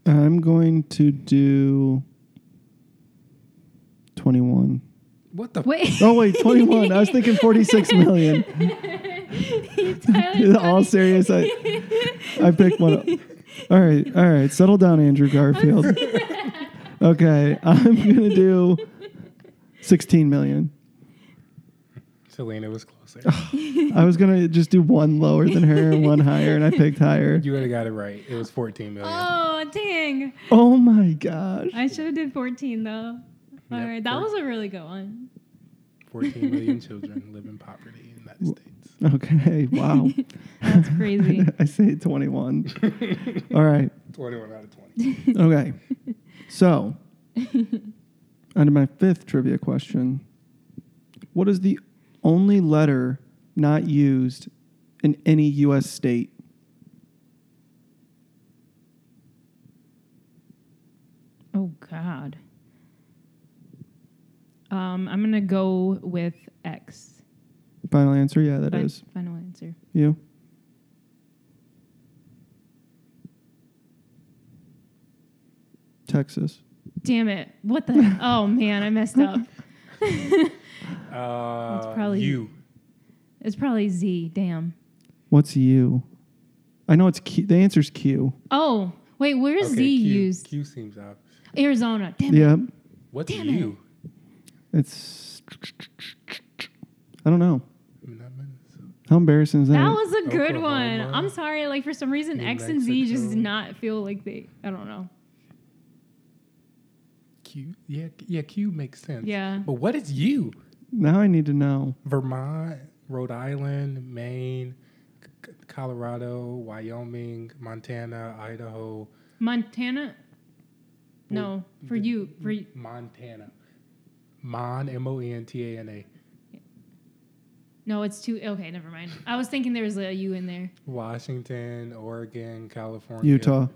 Speaker 1: I'm going to do 21.
Speaker 3: What the?
Speaker 2: (laughs)
Speaker 3: F-
Speaker 2: Wait,
Speaker 1: Oh, wait, 21. I was thinking 46 million. In
Speaker 2: (laughs) Tyler,
Speaker 1: all serious, I, I picked one up. All right, all right. Settle down, Andrew Garfield. Okay, I'm going to do 16 million.
Speaker 3: Selena was closer.
Speaker 1: I was going to just do one lower than her and one higher, and I picked higher.
Speaker 3: you would have got it right. It was 14 million.
Speaker 2: oh (laughs) dang.
Speaker 1: Oh, my gosh.
Speaker 2: I should have did 14 though. All right,
Speaker 3: Yep,
Speaker 2: that
Speaker 3: four-
Speaker 2: was a really good one.
Speaker 3: 14 million children live in poverty in the United States.
Speaker 1: Okay, wow.
Speaker 2: That's
Speaker 3: (laughs)
Speaker 2: crazy.
Speaker 1: (laughs) I say 21. All right.
Speaker 3: 21 out of 20.
Speaker 1: Okay. So, under my fifth trivia question, what is the only letter not used in any U.S. state?
Speaker 2: oh God. Um, I'm gonna go with X.
Speaker 1: Final answer? Yeah, that is
Speaker 2: Fin- Final answer.
Speaker 1: you. Texas.
Speaker 2: Damn it! What the? oh man, I messed up. (laughs) (laughs)
Speaker 3: Uh,
Speaker 2: It's probably-
Speaker 3: you.
Speaker 2: It's probably Z. Damn.
Speaker 1: What's you? I know it's Q. The answer's Q.
Speaker 2: Oh wait, where's
Speaker 3: Okay,
Speaker 2: Z
Speaker 3: Q,
Speaker 2: used?
Speaker 3: Q seems obvious.
Speaker 2: Arizona. Damn it.
Speaker 1: Yep.
Speaker 3: What's
Speaker 2: Damn it.
Speaker 3: you?
Speaker 1: It's. I don't know.
Speaker 3: I mean, not Minnesota.
Speaker 1: How embarrassing is that?
Speaker 2: That was a good one.
Speaker 3: Oklahoma.
Speaker 2: I'm sorry. Like for some reason,
Speaker 3: New
Speaker 2: X and Z just did
Speaker 3: Mexico.
Speaker 2: not feel like they. I don't know.
Speaker 3: Q. Yeah, yeah. Q makes sense.
Speaker 2: Yeah.
Speaker 3: But what is you?
Speaker 1: now I need to know.
Speaker 3: Vermont, Rhode Island, Maine, C- Colorado, Wyoming, Montana, Idaho,
Speaker 2: Montana. No, for you, for you.
Speaker 3: Montana. Mon M O E N T A N A.
Speaker 2: No, it's too. Okay, never mind. I was thinking there was a U in there.
Speaker 3: Washington, Oregon, California,
Speaker 1: Utah.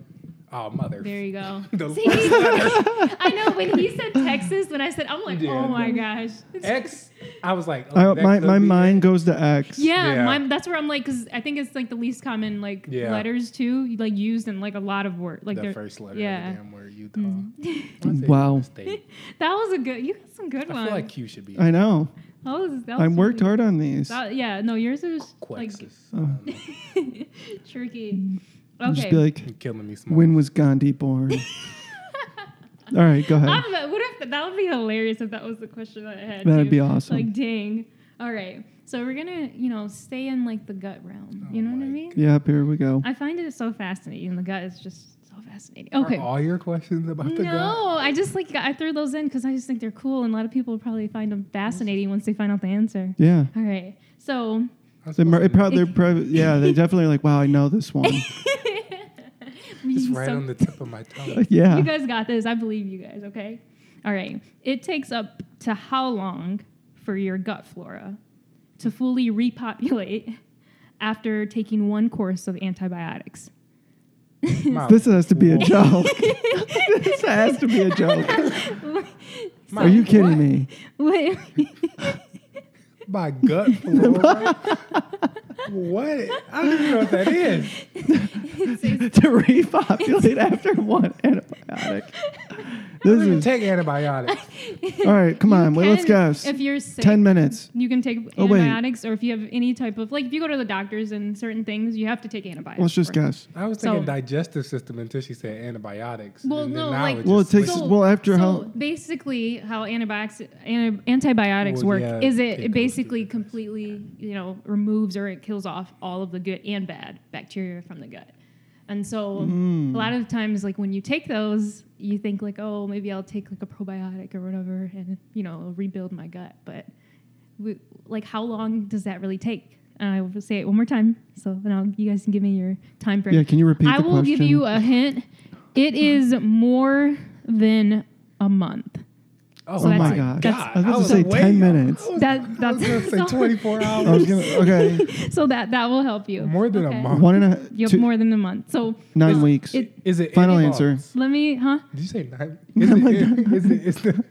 Speaker 3: Oh, mother.
Speaker 2: There you go.
Speaker 3: (laughs) The
Speaker 2: See,
Speaker 3: first
Speaker 2: I know when he said Texas, when I said, I'm like,
Speaker 3: Yeah.
Speaker 2: oh my gosh.
Speaker 3: X. I was like,
Speaker 1: I,
Speaker 3: oh, that
Speaker 1: Uh, my
Speaker 3: could
Speaker 1: my
Speaker 3: be
Speaker 1: mind
Speaker 3: it.
Speaker 1: goes to X.
Speaker 2: Yeah,
Speaker 3: Yeah.
Speaker 2: mine- that's where I'm like, because I think it's like the least common like
Speaker 3: Yeah.
Speaker 2: letters too, like used in like a lot of work. Like
Speaker 3: the
Speaker 2: they're-
Speaker 3: first letter
Speaker 2: yeah. Mm-hmm.
Speaker 3: of the damn word Utah. (laughs) I said
Speaker 1: Wow.
Speaker 3: state.
Speaker 2: that was a good. You got some good
Speaker 3: I
Speaker 2: ones.
Speaker 3: feel like Q should be
Speaker 1: I know.
Speaker 2: that was, that was
Speaker 1: I worked
Speaker 2: really-
Speaker 1: hard on these.
Speaker 2: that- yeah, no, yours is like
Speaker 3: Quexus. Um,
Speaker 1: uh,
Speaker 2: tricky.
Speaker 1: I'll Just
Speaker 2: Okay.
Speaker 1: be
Speaker 2: (laughs)
Speaker 1: like,
Speaker 3: (laughs) You're killing me smart.
Speaker 1: when was Gandhi born? All right, go ahead.
Speaker 2: I'm- what if that would be hilarious if that was the question that I had.
Speaker 1: That'd
Speaker 2: too.
Speaker 1: be awesome.
Speaker 2: Like, dang. All right, so we're gonna, you know, stay in like the gut realm. you
Speaker 3: Oh
Speaker 2: know what I
Speaker 3: my
Speaker 2: mean?
Speaker 1: yep, here we go.
Speaker 2: I find it so fascinating. The gut is just so fascinating.
Speaker 3: Are
Speaker 2: Okay.
Speaker 3: all your questions about the gut?
Speaker 2: No, I just like I threw those in because I just think they're cool, and a lot of people probably find them fascinating once they find out the answer.
Speaker 1: Yeah.
Speaker 2: All right, so (laughs)
Speaker 3: I'm
Speaker 1: They,
Speaker 3: supposed
Speaker 1: mer-
Speaker 3: to
Speaker 1: it prob- they're
Speaker 2: It-
Speaker 1: prob- yeah, they definitely are like, wow, I know this
Speaker 2: (laughs)
Speaker 1: one.
Speaker 3: It's
Speaker 2: you-
Speaker 3: right
Speaker 2: so-
Speaker 3: on the tip of my
Speaker 1: (laughs)
Speaker 3: tongue.
Speaker 1: yeah.
Speaker 2: you guys got this. I believe you guys. Okay. All right. It takes up to how long for your gut flora to fully repopulate after taking one course of antibiotics? (laughs)
Speaker 3: Mom,
Speaker 1: This has to be a
Speaker 3: Whoa.
Speaker 1: joke. this has to be a joke.
Speaker 2: (laughs)
Speaker 3: Mom,
Speaker 1: Are you kidding
Speaker 3: what?
Speaker 1: me?
Speaker 2: Wait. (laughs)
Speaker 3: My gut
Speaker 1: (laughs)
Speaker 3: flora? what? I don't even know what that is.
Speaker 2: It's- it's-
Speaker 1: to repopulate after one antibiotic. This
Speaker 3: You
Speaker 1: is
Speaker 3: take antibiotics.
Speaker 1: all right. Come on, wait, let's
Speaker 2: Ken,
Speaker 1: guess.
Speaker 2: If you're sick,
Speaker 1: Ten minutes.
Speaker 2: you can take
Speaker 1: Oh, wait.
Speaker 2: antibiotics, or if you have any type of like, if you go to the doctors and certain things, you have to take antibiotics.
Speaker 1: Let's just
Speaker 2: for it.
Speaker 1: guess.
Speaker 3: I was thinking
Speaker 2: So-
Speaker 3: digestive system until she said antibiotics.
Speaker 2: Well,
Speaker 3: and then
Speaker 2: no,
Speaker 3: now
Speaker 2: like-
Speaker 3: it
Speaker 1: Well, it
Speaker 3: just
Speaker 1: takes
Speaker 3: switched.
Speaker 1: well after
Speaker 2: so
Speaker 1: how
Speaker 2: basically how antibiotics anti- antibiotics work
Speaker 3: Well, yeah,
Speaker 2: is
Speaker 3: it
Speaker 2: it,
Speaker 3: goes
Speaker 2: it basically
Speaker 3: through the-
Speaker 2: completely you know removes or it kills off all of the good and bad bacteria from the gut and so
Speaker 1: Mm.
Speaker 2: a lot of times like when you take those you think like oh maybe i'll take like a probiotic or whatever and you know it'll rebuild my gut but we, like how long does that really take and i will say it one more time so then I'll, you guys can give me your time frame
Speaker 1: yeah. Can you repeat
Speaker 2: I
Speaker 1: the
Speaker 2: will
Speaker 1: question?
Speaker 2: give you a hint. It is more than a month.
Speaker 3: Oh,
Speaker 2: so
Speaker 1: my
Speaker 2: that's-
Speaker 1: gosh!
Speaker 2: that's-
Speaker 1: I was
Speaker 3: I
Speaker 1: gonna
Speaker 3: was
Speaker 1: say
Speaker 3: way
Speaker 1: ten
Speaker 3: off.
Speaker 1: minutes.
Speaker 2: That
Speaker 3: I was
Speaker 2: that's
Speaker 3: going to
Speaker 2: (laughs)
Speaker 3: say
Speaker 2: so-
Speaker 3: 24
Speaker 1: I was
Speaker 3: hours. (laughs)
Speaker 1: gonna okay.
Speaker 2: So that that will help you.
Speaker 3: More than
Speaker 2: Okay.
Speaker 3: a month.
Speaker 1: One and a half,
Speaker 2: You have
Speaker 1: two,
Speaker 2: more than a month. So
Speaker 1: nine
Speaker 2: Well,
Speaker 1: weeks.
Speaker 2: it-
Speaker 3: Is it
Speaker 1: Final
Speaker 3: any
Speaker 1: answer. Oh
Speaker 3: months?
Speaker 2: let me, huh?
Speaker 3: Did you say nine?
Speaker 1: (laughs)
Speaker 3: Is it, is it, is the,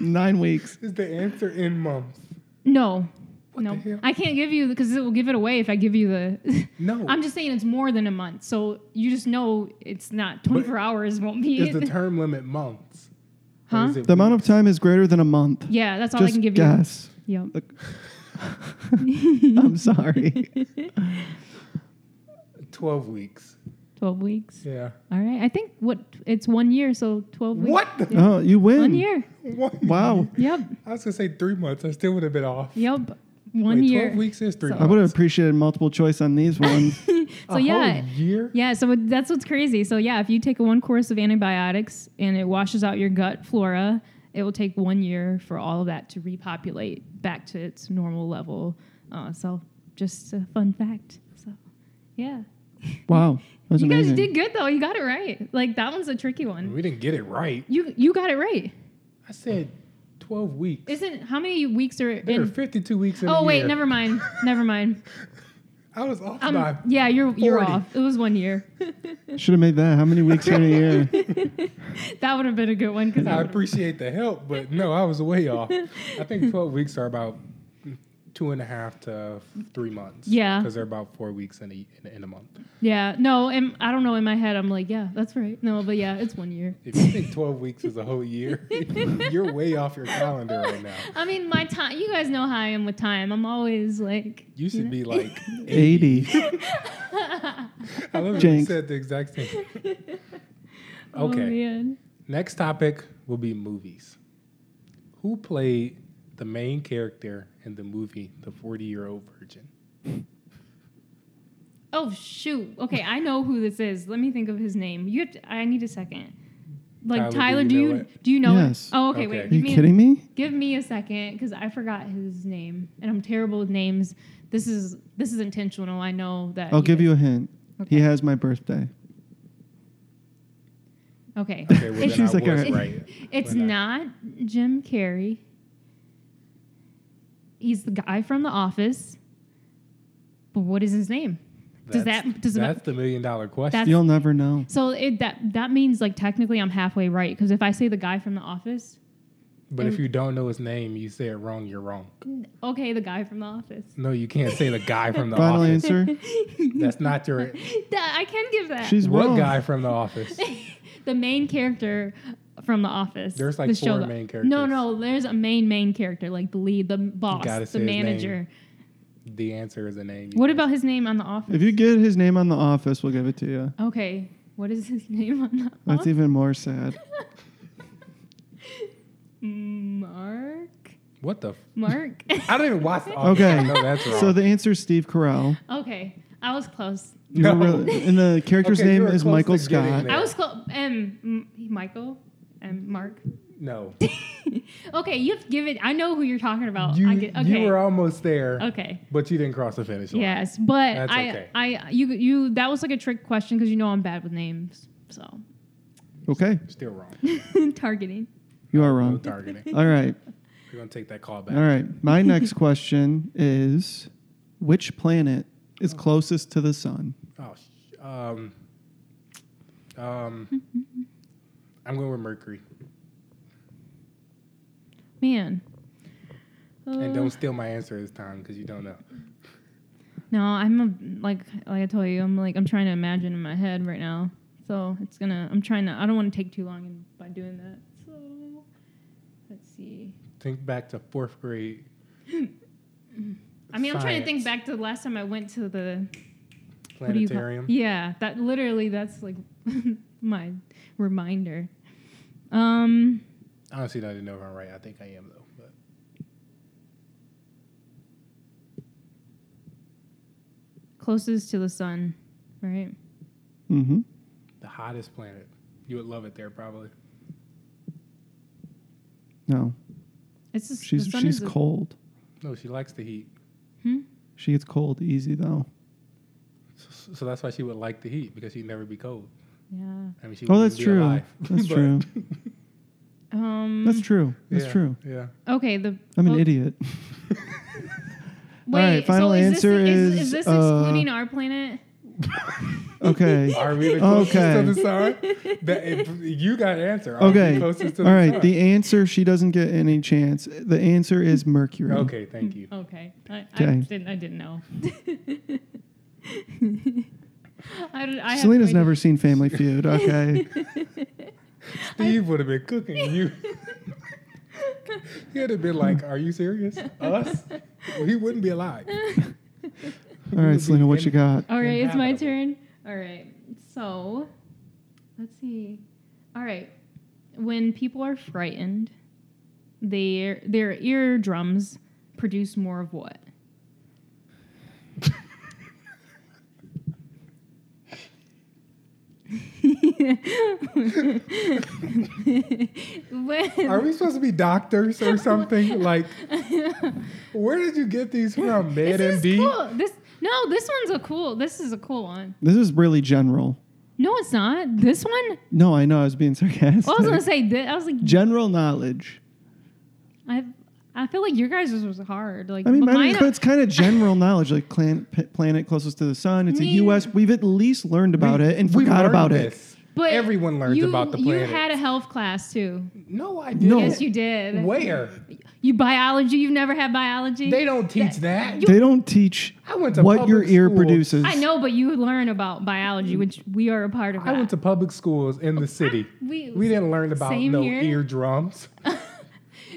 Speaker 1: nine weeks.
Speaker 3: is the answer in months?
Speaker 2: No.
Speaker 3: What
Speaker 2: no,
Speaker 3: the hell?
Speaker 2: I can't give you because it will give it away if I give you
Speaker 3: (laughs)
Speaker 2: the.
Speaker 3: No.
Speaker 2: I'm just saying it's more than a month, so you just know it's not 24 hours. Won't be.
Speaker 3: Is the
Speaker 2: it.
Speaker 3: term limit months? Or
Speaker 2: Huh?
Speaker 3: is it
Speaker 1: The amount of time is greater than a month.
Speaker 2: (laughs) yeah, that's all I
Speaker 1: Just
Speaker 2: can give (laughs)
Speaker 1: guess.
Speaker 2: you. Yep.
Speaker 1: I'm
Speaker 2: (laughs)
Speaker 1: sorry.
Speaker 3: 12 weeks?
Speaker 2: 12 weeks.
Speaker 3: Yeah.
Speaker 2: All right. I think what it's one year, so 12 weeks.
Speaker 3: What the?
Speaker 1: Oh, you win.
Speaker 2: One year.
Speaker 3: (laughs) One-
Speaker 1: Wow.
Speaker 2: Yep.
Speaker 3: I was going to say three months. I still would have been off.
Speaker 2: Yep. One
Speaker 3: Wait,
Speaker 2: year.
Speaker 3: 12 weeks is three
Speaker 2: So-
Speaker 1: I
Speaker 3: months.
Speaker 1: would have appreciated multiple choice on
Speaker 2: (laughs)
Speaker 1: these ones.
Speaker 2: So
Speaker 3: a
Speaker 2: yeah.
Speaker 3: Whole year?
Speaker 2: Yeah, so it- that's what's crazy. So yeah, if you take one course of antibiotics and it washes out your gut flora, it will take one year for all of that to repopulate back to its normal level. Uh, so just a fun fact. So yeah,
Speaker 1: Wow, that was
Speaker 2: you
Speaker 1: amazing.
Speaker 2: guys did good though. You got it right. Like that one's a tricky one.
Speaker 3: We didn't get it right.
Speaker 2: You you got it right.
Speaker 3: I said 12 weeks.
Speaker 2: Isn't how many weeks are
Speaker 3: There are
Speaker 2: in?
Speaker 3: 52 weeks in a
Speaker 2: Oh wait,
Speaker 3: year.
Speaker 2: never mind, never mind.
Speaker 3: I was off
Speaker 2: Um,
Speaker 3: by
Speaker 2: yeah, you're you're
Speaker 3: 40.
Speaker 2: off. It was one year. (laughs)
Speaker 1: Should have made that. How many weeks in a year?
Speaker 2: that would have been a good one because
Speaker 3: I appreciate the help, but no, I was way off.
Speaker 2: (laughs)
Speaker 3: I think 12 weeks are about two and a half to three months.
Speaker 2: Yeah.
Speaker 3: Because they're about four weeks in a, in a, in a month.
Speaker 2: Yeah, no, and I don't know. In my head, I'm like, yeah, that's right. No, but yeah, it's one year.
Speaker 3: If you think 12 weeks is a whole year, (laughs) you're way off your calendar right now.
Speaker 2: (laughs) I mean, my time. You guys know how I am with time. I'm always like, (laughs)
Speaker 3: You should be (laughs) like 80.
Speaker 1: Eighty.
Speaker 3: I love that you
Speaker 1: Jinx.
Speaker 3: said the exact same.
Speaker 2: oh,
Speaker 3: Okay.
Speaker 2: man.
Speaker 3: Next topic will be movies. Who played the main character in the movie The 40 Year Old
Speaker 2: (laughs)
Speaker 3: Virgin?
Speaker 2: Oh shoot. Okay, I know who this is. Let me think of his name. You have to, I need a second. Like
Speaker 3: Tyler,
Speaker 2: Tyler,
Speaker 3: do you
Speaker 2: do
Speaker 3: know
Speaker 2: you
Speaker 3: it?
Speaker 2: do you know
Speaker 1: Yes.
Speaker 2: it? Oh, okay.
Speaker 3: Okay.
Speaker 2: Wait.
Speaker 1: Are
Speaker 2: Give
Speaker 1: you
Speaker 2: me
Speaker 1: kidding me?
Speaker 2: give me a second because I forgot his name, and I'm terrible with names. This is this is intentional. I know that.
Speaker 1: I'll give
Speaker 2: guys-
Speaker 1: you a hint.
Speaker 2: Okay.
Speaker 1: He has my birthday.
Speaker 2: Okay.
Speaker 3: Okay,
Speaker 2: It's-
Speaker 3: well, then I
Speaker 1: She's like,
Speaker 3: was
Speaker 1: "Alright."
Speaker 3: right.
Speaker 2: It's
Speaker 3: But, uh,
Speaker 2: not Jim Carrey. He's the guy from The Office. But what is his name? (laughs) Does
Speaker 3: That's-
Speaker 2: that does
Speaker 3: that's
Speaker 2: that,
Speaker 3: the million dollar question.
Speaker 2: That's-
Speaker 1: You'll never know.
Speaker 2: so it, that that means like technically I'm halfway right because if I say the guy from The Office,
Speaker 3: But if you don't know his name, you say it wrong, you're wrong.
Speaker 2: okay, the guy from The Office. (laughs)
Speaker 3: No, you can't say the guy from the
Speaker 1: Final
Speaker 3: office.
Speaker 1: answer.
Speaker 3: That's not
Speaker 2: (laughs)
Speaker 3: your.
Speaker 2: That- I can give that
Speaker 1: She's
Speaker 3: What
Speaker 1: wrong.
Speaker 3: guy from the office?
Speaker 2: the main character from The Office.
Speaker 3: There's, like,
Speaker 2: the
Speaker 3: four
Speaker 2: that-
Speaker 3: main
Speaker 2: No,
Speaker 3: characters.
Speaker 2: no, there's a main main character like the lead, the boss,
Speaker 3: gotta
Speaker 2: the
Speaker 3: say his name.
Speaker 2: manager.
Speaker 3: The answer is a name.
Speaker 2: What about his name on The Office?
Speaker 1: If you get his name on the office, we'll give it to you.
Speaker 2: Okay, what is his (laughs) name on the
Speaker 1: That's
Speaker 2: office?
Speaker 1: even more sad.
Speaker 2: Mark?
Speaker 3: What the? F-
Speaker 2: Mark?
Speaker 3: (laughs) I don't even watch the office.
Speaker 1: Okay.
Speaker 3: I know that's wrong.
Speaker 1: So the answer is Steve Carell.
Speaker 2: (laughs) okay, I was close.
Speaker 1: You were
Speaker 3: No.
Speaker 1: really- and the character's
Speaker 3: Okay, you
Speaker 1: name
Speaker 3: were
Speaker 1: is
Speaker 3: close
Speaker 1: Michael
Speaker 3: to getting
Speaker 1: Scott.
Speaker 3: there.
Speaker 2: I was close. M. M- Michael? M. Mark? (laughs)
Speaker 3: no.
Speaker 2: Okay, you have to give it. I know who you're talking about.
Speaker 3: You,
Speaker 2: I get, okay.
Speaker 3: you were almost there,
Speaker 2: okay.
Speaker 3: but you didn't cross the finish line.
Speaker 2: Yes, but
Speaker 3: That's
Speaker 2: I,
Speaker 3: okay.
Speaker 2: I, you, you. That was like a trick question because you know I'm bad with names, so (laughs)
Speaker 1: Okay,
Speaker 3: Still wrong.
Speaker 2: targeting.
Speaker 1: you are
Speaker 3: No
Speaker 1: wrong.
Speaker 3: targeting.
Speaker 1: All right,
Speaker 3: We're going to take that call
Speaker 1: all
Speaker 3: back.
Speaker 1: right.
Speaker 3: (laughs)
Speaker 1: My next question is, which planet is closest to the sun?
Speaker 3: Oh, sh- um,
Speaker 1: (laughs)
Speaker 3: um, I'm going with Mercury.
Speaker 2: Man.
Speaker 3: And
Speaker 2: Uh,
Speaker 3: don't steal my answer this time because you don't know.
Speaker 2: No, I'm a, like like I told you, I'm like I'm trying to imagine in my head right now. So it's gonna. I'm trying to. I don't want to take too long in, by doing that. So let's see.
Speaker 3: Think back to fourth grade.
Speaker 2: I mean, I'm trying to think
Speaker 3: Science.
Speaker 2: back to the last time I went to the what do you call-
Speaker 3: Planetarium.
Speaker 2: yeah, that literally. That's like (laughs) my reminder. Um.
Speaker 3: Honestly, I don't even know if I'm right. I think I am though. But
Speaker 2: closest to the sun, right?
Speaker 1: Mm-hmm.
Speaker 3: the hottest planet. You would love it there probably.
Speaker 1: No,
Speaker 2: It's just,
Speaker 1: she's
Speaker 2: the sun
Speaker 1: she's
Speaker 2: is a-
Speaker 1: cold.
Speaker 3: No, she likes the heat.
Speaker 1: She gets cold easy though.
Speaker 3: So, so that's why she would like the heat because she'd never be cold.
Speaker 2: yeah.
Speaker 3: I mean, she
Speaker 1: Oh,
Speaker 3: wouldn't
Speaker 1: that's
Speaker 3: be
Speaker 1: true.
Speaker 3: alive.
Speaker 1: (laughs)
Speaker 3: (laughs)
Speaker 1: That's
Speaker 3: But-
Speaker 1: true.
Speaker 2: Um.
Speaker 1: That's true. That's
Speaker 3: Yeah,
Speaker 1: true. (laughs)
Speaker 3: Yeah.
Speaker 2: Okay. The
Speaker 1: I'm an
Speaker 2: oh,
Speaker 3: (laughs)
Speaker 1: idiot.
Speaker 2: Wait.
Speaker 1: All right, final
Speaker 2: so is
Speaker 1: answer
Speaker 2: this, is,
Speaker 1: is,
Speaker 2: is this
Speaker 1: uh,
Speaker 2: excluding our planet?
Speaker 3: (laughs)
Speaker 1: Okay.
Speaker 3: Are we the closest
Speaker 1: Okay.
Speaker 3: to the sun? That, if you got to answer. Are We
Speaker 1: Okay.
Speaker 3: closest to
Speaker 1: All
Speaker 3: the
Speaker 1: right.
Speaker 3: sun?
Speaker 1: The answer she doesn't get any chance. The answer is Mercury.
Speaker 3: okay, thank you.
Speaker 2: Okay. I, I
Speaker 1: Okay.
Speaker 2: didn't I didn't
Speaker 1: (laughs)
Speaker 2: know. I, don't- I have
Speaker 1: Selena's
Speaker 2: no idea.
Speaker 1: never seen Family Feud.
Speaker 2: (laughs)
Speaker 1: Okay.
Speaker 3: Steve would have been cooking you. He'd have been like, "Are you serious? Us?
Speaker 2: (laughs)
Speaker 1: (laughs)
Speaker 3: He wouldn't be alive."
Speaker 1: All right, Selena, what you got?
Speaker 2: All right, it's my
Speaker 3: Inhabitable.
Speaker 2: turn. All right. So, let's see. All right. When people are frightened, their their eardrums produce more of what? (laughs) When- (laughs)
Speaker 3: Are we supposed to be doctors or something? Like, where did you get these from? Med
Speaker 2: this
Speaker 3: MD?
Speaker 2: is cool. This no, this one's a cool. This is a cool one.
Speaker 1: This is really general.
Speaker 2: No, it's not. This one.
Speaker 1: No, I know I was being sarcastic.
Speaker 2: I was gonna say. This, I was
Speaker 1: (laughs)
Speaker 2: like,
Speaker 1: general knowledge.
Speaker 2: I I feel like your guys was hard. Like,
Speaker 1: I mean,
Speaker 2: but
Speaker 1: mine is-
Speaker 2: mine-
Speaker 1: but it's kind of general knowledge, like plan, p- planet closest to the sun. It's a
Speaker 2: Me-
Speaker 1: U.S. We've at least learned about it and
Speaker 3: We
Speaker 1: forgot
Speaker 3: learned
Speaker 1: about it.
Speaker 3: this.
Speaker 2: but
Speaker 3: everyone learns
Speaker 2: you-
Speaker 3: about the
Speaker 2: You
Speaker 3: planet.
Speaker 2: had a health class too.
Speaker 3: No, I didn't.
Speaker 1: No.
Speaker 2: Yes, you did.
Speaker 3: Where?
Speaker 2: You biology? You've never had biology?
Speaker 3: They don't teach that.
Speaker 1: They don't teach
Speaker 3: I went to
Speaker 1: what
Speaker 3: public
Speaker 1: your ear
Speaker 3: school.
Speaker 1: produces.
Speaker 2: I know, but you learn about biology, which we are a part of.
Speaker 3: I
Speaker 2: that.
Speaker 3: went to public schools in the city.
Speaker 2: we,
Speaker 3: We didn't learn about
Speaker 2: Same
Speaker 3: no
Speaker 2: here.
Speaker 3: eardrums.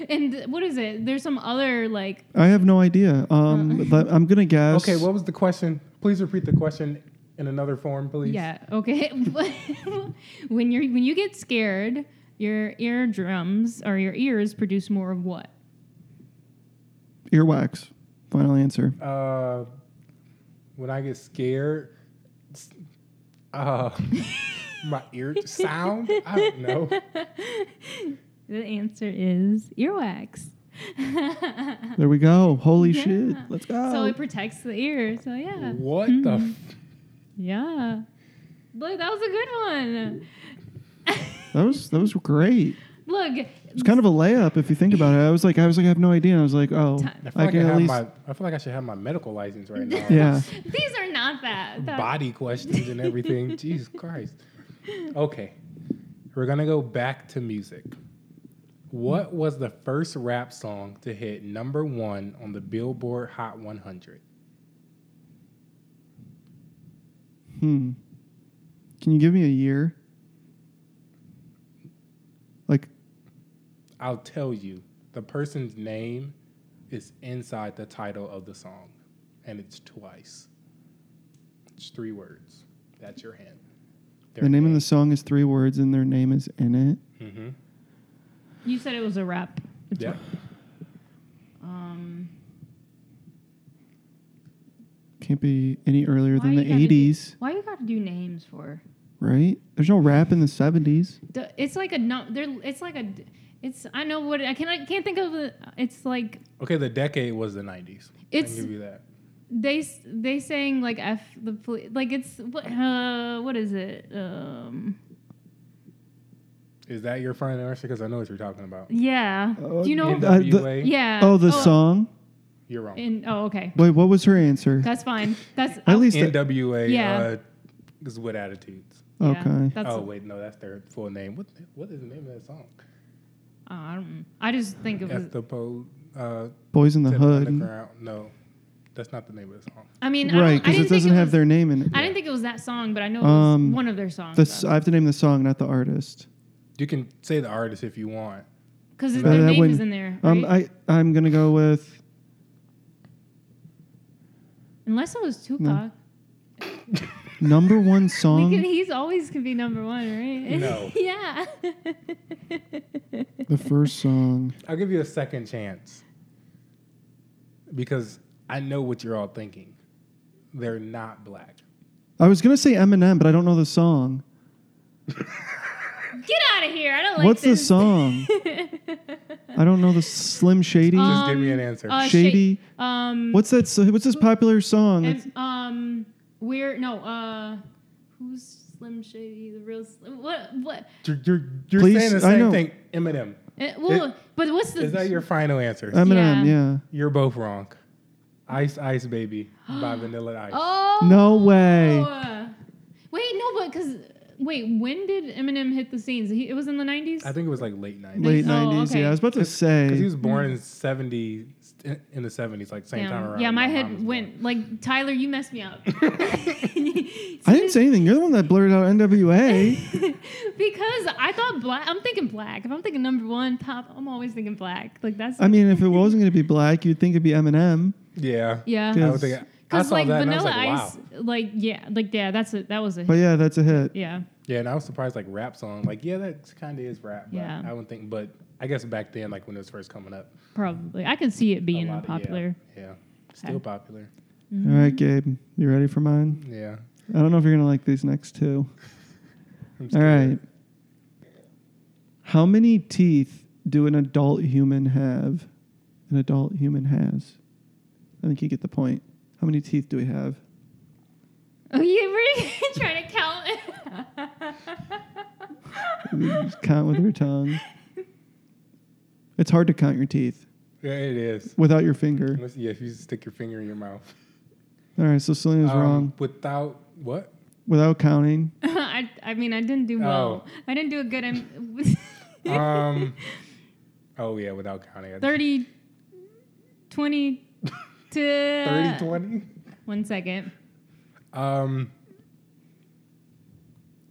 Speaker 2: And what is it? There's some other like
Speaker 1: I have no idea.
Speaker 2: Uh-uh.
Speaker 1: Um, but I'm gonna guess.
Speaker 3: Okay, what was the question? Please repeat the question in another form, please.
Speaker 2: yeah okay. (laughs) when you're when you get scared, your eardrums or your ears produce more of what?
Speaker 1: Earwax. Final answer.
Speaker 3: Uh, when I get scared, s-
Speaker 1: (laughs)
Speaker 3: uh, my ear sound. I don't know.
Speaker 2: The answer is earwax. (laughs)
Speaker 1: There we go. Holy
Speaker 2: Yeah.
Speaker 1: shit. Let's go.
Speaker 2: So it protects the ear. So yeah.
Speaker 3: What the?
Speaker 1: Hmm.
Speaker 3: F-
Speaker 2: Yeah. Look, that was a good one.
Speaker 1: That was that was great.
Speaker 2: Look,
Speaker 1: It's kind of a layup if you think about it. I was like, I was like, I have no idea. And I was like, oh,
Speaker 2: Time.
Speaker 3: I feel,
Speaker 1: I
Speaker 3: like I,
Speaker 1: can at
Speaker 3: have
Speaker 1: least,
Speaker 3: my, I feel like I should have my medical license right now.
Speaker 1: (laughs) yeah.
Speaker 2: these are not that. that-
Speaker 3: Body questions
Speaker 1: (laughs)
Speaker 3: and everything. Jesus Christ. Okay. We're going to go back to music. What was the first rap song to hit number one on the Billboard Hot 100?
Speaker 1: Hmm. Can you give me a year? Like,
Speaker 3: I'll tell you, the person's name is inside the title of the song, and it's twice. It's three words. That's your hint.
Speaker 1: the name of the song is three words and their name is in it.
Speaker 3: Mm-hmm.
Speaker 2: You said it was a rap.
Speaker 3: Yeah.
Speaker 2: Um,
Speaker 1: Can't be any earlier
Speaker 2: why
Speaker 1: than the
Speaker 2: you gotta do-
Speaker 1: 80s,
Speaker 2: why you got to do names for?
Speaker 1: right? There's no rap in the 70s.
Speaker 2: The- It's like a no. There. It's like a. It's. I know what. I can. I can't think of. The, it's like
Speaker 3: Okay, the decade was the 90s. I
Speaker 2: It's-
Speaker 3: can give you that.
Speaker 2: they. s- They saying like f the police. Like it's what. Uh, what is it? Um.
Speaker 3: Is that your final answer? Because I know what you're talking about.
Speaker 2: Yeah.
Speaker 1: Oh,
Speaker 2: do you know?
Speaker 1: yeah. Uh, the-
Speaker 3: NWA?
Speaker 2: yeah.
Speaker 1: oh, the song?
Speaker 3: You're wrong.
Speaker 2: In, oh, okay.
Speaker 1: Wait, what was her answer?
Speaker 2: That's fine. That's
Speaker 1: At least, the-
Speaker 3: NWA
Speaker 2: Yeah.
Speaker 3: uh, is with attitudes.
Speaker 2: yeah,
Speaker 1: okay.
Speaker 2: That's,
Speaker 3: oh
Speaker 2: oh,
Speaker 3: wait, no, that's their full name. What what is the name of that song?
Speaker 2: oh, I don't. I just think it was.
Speaker 3: That's the po- uh,
Speaker 1: Boys in the
Speaker 3: Tip
Speaker 1: Hood.
Speaker 3: Underground. No, that's not the name of the song.
Speaker 2: I mean, I
Speaker 1: Right,
Speaker 2: don't- I
Speaker 1: because
Speaker 2: didn't
Speaker 1: it
Speaker 2: think
Speaker 1: doesn't have
Speaker 2: was-
Speaker 1: their name in it.
Speaker 2: I didn't think it was that song, but I know it was
Speaker 1: Um,
Speaker 2: one of their songs.
Speaker 1: The s- I have to name the song, not the artist.
Speaker 3: You can say the artist if you want.
Speaker 2: Because
Speaker 1: Uh,
Speaker 2: their
Speaker 1: that
Speaker 2: name is
Speaker 1: wouldn't-
Speaker 2: in there.
Speaker 1: Um,
Speaker 2: right?
Speaker 1: I, I'm going to go with.
Speaker 2: Unless it was Tupac.
Speaker 1: Number one
Speaker 2: (laughs) We
Speaker 1: song,
Speaker 2: can, he's always can be number one, right?
Speaker 3: No.
Speaker 1: (laughs)
Speaker 2: (laughs) yeah.
Speaker 1: the first song.
Speaker 3: I'll give you a second chance because I know what you're all thinking. They're not black.
Speaker 1: I was gonna say Eminem, but I don't know the song.
Speaker 2: Get out of here. I don't like
Speaker 1: What's the
Speaker 2: this.
Speaker 1: song? I don't know the Slim Shady.
Speaker 3: Just
Speaker 2: Um,
Speaker 3: give me an answer.
Speaker 2: uh,
Speaker 1: Shady.
Speaker 2: (laughs) Um,
Speaker 1: what's that? so- What's this popular song? It's-
Speaker 2: and, um, we're, no, uh, who's Slim Shady? The real Slim? What? What?
Speaker 3: you're you're, you're
Speaker 1: please,
Speaker 3: saying the
Speaker 1: I
Speaker 3: same
Speaker 1: know.
Speaker 3: thing. Eminem.
Speaker 2: Uh, well, but what's the.
Speaker 3: Is that your final answer?
Speaker 1: Eminem. Yeah.
Speaker 3: You're both wrong. Ice Ice Baby
Speaker 2: (gasps)
Speaker 3: by Vanilla Ice.
Speaker 2: oh.
Speaker 1: No way.
Speaker 2: uh, Wait, no, but because. Wait, when did Eminem hit the scenes? He, it was in the 90s?
Speaker 3: I think it was like late 90s.
Speaker 1: Late
Speaker 2: Oh,
Speaker 1: nineties.
Speaker 2: okay.
Speaker 1: Yeah, I was about to
Speaker 3: Because he
Speaker 1: say.
Speaker 3: was born in 70, in the 70s, like same
Speaker 2: Damn.
Speaker 3: time around.
Speaker 2: Yeah, my,
Speaker 3: mom was
Speaker 2: head
Speaker 3: born.
Speaker 2: went like Tyler. You messed me
Speaker 3: (laughs)
Speaker 2: up. (laughs)
Speaker 1: I didn't say anything. You're the one that blurted out NWA.
Speaker 2: (laughs) because I thought black. I'm thinking black. If I'm thinking number one pop, I'm always thinking black. Like that's
Speaker 1: I mean, if it wasn't gonna be black, you'd think it'd be Eminem.
Speaker 3: Yeah.
Speaker 2: yeah.
Speaker 3: I
Speaker 1: Yeah.
Speaker 3: would think I
Speaker 2: Because
Speaker 3: saw
Speaker 2: like
Speaker 3: that and I
Speaker 2: Vanilla
Speaker 3: was like, wow.
Speaker 2: Ice, like yeah, like yeah, that's a that was a
Speaker 1: But yeah, that's a hit.
Speaker 2: yeah.
Speaker 3: Yeah, and I was surprised, like rap song, like yeah, that kind of is rap. But
Speaker 2: Yeah.
Speaker 3: I wouldn't think, but I guess back then, like when it was first coming up,
Speaker 2: Probably I can see it
Speaker 3: a
Speaker 2: being
Speaker 3: lot of- yeah,
Speaker 2: popular. (laughs)
Speaker 3: Yeah, still popular.
Speaker 2: Mm-hmm.
Speaker 1: All right, Gabe, you ready for mine?
Speaker 3: Yeah.
Speaker 1: I don't know if you're gonna like these next two.
Speaker 3: I'm
Speaker 1: All
Speaker 3: scared.
Speaker 1: right. How many teeth do an adult human have? An adult human has. I think you get the point. How many teeth do we have?
Speaker 2: Oh yeah, we're (laughs) trying to count. (laughs)
Speaker 1: We just count with your tongue. It's hard to count your teeth
Speaker 3: Yeah, it is.
Speaker 1: without your finger.
Speaker 3: Unless, yeah, if you stick your finger in your mouth.
Speaker 1: All right, so Selena's
Speaker 3: Um,
Speaker 1: wrong.
Speaker 3: Without
Speaker 2: (laughs)
Speaker 3: what?
Speaker 1: Without counting,
Speaker 2: I I mean I didn't do well. I didn't do a good. (laughs) Im-
Speaker 3: Oh. Um. oh yeah, without counting.
Speaker 2: 30,
Speaker 3: (laughs)
Speaker 2: 20 to
Speaker 3: 30, 20?
Speaker 2: One second.
Speaker 3: Um.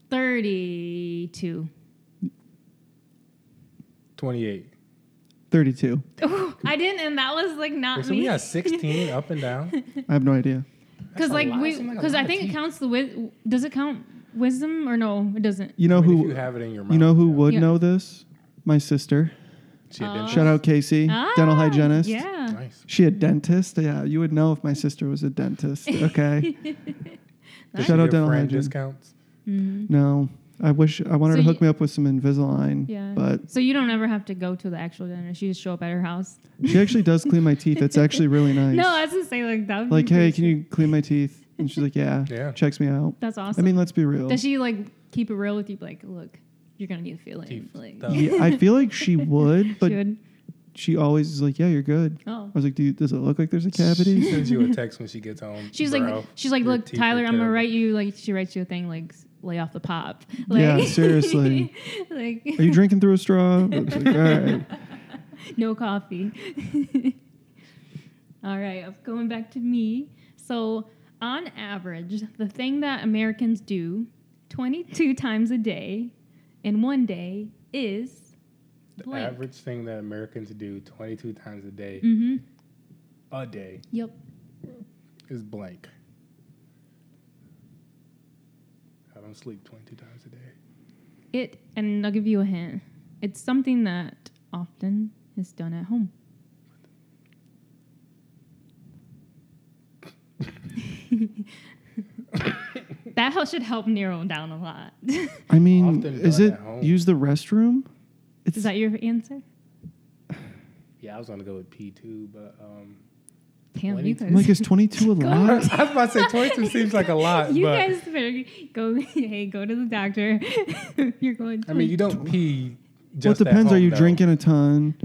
Speaker 2: 32.
Speaker 3: 28.
Speaker 1: 32.
Speaker 2: Ooh, (laughs) I didn't, and that was like not
Speaker 3: Wait, so
Speaker 2: me. (laughs)
Speaker 3: we got 16 up and down.
Speaker 1: I have no idea.
Speaker 2: Because
Speaker 3: a
Speaker 2: like
Speaker 3: lot.
Speaker 2: we,
Speaker 3: Seemed like a
Speaker 2: because
Speaker 3: lot
Speaker 2: I
Speaker 3: of
Speaker 2: think it
Speaker 3: teeth.
Speaker 2: counts the wis. Does it count wisdom or no? It doesn't.
Speaker 1: You know
Speaker 3: I mean,
Speaker 1: who
Speaker 3: if you have it in your mouth.
Speaker 1: you know who would
Speaker 2: Yeah.
Speaker 1: know this? My sister.
Speaker 3: She had
Speaker 2: Uh,
Speaker 3: dentures.
Speaker 1: Shout out Casey, dental
Speaker 2: Ah,
Speaker 1: hygienist.
Speaker 2: Yeah.
Speaker 3: Nice.
Speaker 1: She a dentist? Yeah, you would know if my sister was a dentist.
Speaker 2: (laughs)
Speaker 1: Okay.
Speaker 3: Does she
Speaker 1: Shout out
Speaker 3: give
Speaker 1: dental
Speaker 3: friend
Speaker 1: hygiene.
Speaker 3: discounts.
Speaker 2: Mhm.
Speaker 1: No, I wish I wanted
Speaker 2: So
Speaker 1: her to hook
Speaker 2: you-
Speaker 1: me up with some Invisalign.
Speaker 2: Yeah.
Speaker 1: But
Speaker 2: so you don't ever have to go to the actual dentist. You just show up at her house.
Speaker 1: she actually does clean my teeth. It's actually really nice.
Speaker 2: (laughs) No, I was gonna say like that. Would
Speaker 1: like,
Speaker 2: be
Speaker 1: hey,
Speaker 2: pretty
Speaker 1: can
Speaker 2: sweet.
Speaker 1: you clean my teeth? And she's like, yeah.
Speaker 3: Yeah.
Speaker 1: Checks me out.
Speaker 2: That's
Speaker 1: I
Speaker 2: awesome.
Speaker 1: mean, let's be real.
Speaker 2: does she like keep it real with you? Like, look, you're gonna need to feel it.
Speaker 3: Teeth
Speaker 2: Like,
Speaker 3: stuff.
Speaker 1: Yeah, I feel like
Speaker 2: (laughs)
Speaker 1: she would, but
Speaker 2: Should.
Speaker 1: she always is like, "Yeah, you're good."
Speaker 2: Oh.
Speaker 1: I was like, "Dude, does it look like there's a
Speaker 2: (laughs)
Speaker 3: She
Speaker 1: cavity?"
Speaker 3: sends you a text when she gets home.
Speaker 2: She's
Speaker 3: "Bro,
Speaker 2: like, she's like,
Speaker 3: your
Speaker 2: look,
Speaker 3: teeth are
Speaker 2: Tyler, I'm gonna
Speaker 3: terrible."
Speaker 2: write you like she writes you a thing like s- lay off the pop. Like, (laughs)
Speaker 1: Yeah, seriously.
Speaker 2: like
Speaker 1: Are you drinking through a straw? I was like, All right.
Speaker 2: no coffee. (laughs) All right, of- going back to me. So, on average, the thing that Americans do 22 times a day in one day is
Speaker 3: The
Speaker 2: blank.
Speaker 3: average thing that Americans do 22 times a day,
Speaker 2: Mm-hmm.
Speaker 3: a day,
Speaker 2: Yep.
Speaker 3: is blank. I don't sleep 22 times a day.
Speaker 2: It, and I'll give you a hint. It's something that often is done at home. that hel- should help narrow down a lot. (laughs)
Speaker 3: (laughs)
Speaker 1: I mean,
Speaker 3: Often
Speaker 1: is
Speaker 3: done
Speaker 1: it
Speaker 3: at home.
Speaker 1: use the restroom? It's
Speaker 2: Is that your answer?
Speaker 3: Yeah, I was gonna go with P2, but um, (laughs)
Speaker 2: Damn,
Speaker 3: Why
Speaker 2: you
Speaker 3: didn't you-
Speaker 2: guys.
Speaker 1: I'm like, is 22 a
Speaker 2: (laughs) Go.
Speaker 1: lot?
Speaker 3: I was about to say 22 seems like a lot,
Speaker 2: you
Speaker 3: (laughs) but
Speaker 2: guys better go. Hey, go to the doctor. (laughs) You're going.
Speaker 3: I mean, you don't pee.
Speaker 1: Well, it
Speaker 3: Just at
Speaker 1: depends. Are
Speaker 3: home,
Speaker 1: you
Speaker 3: though.
Speaker 1: drinking a ton?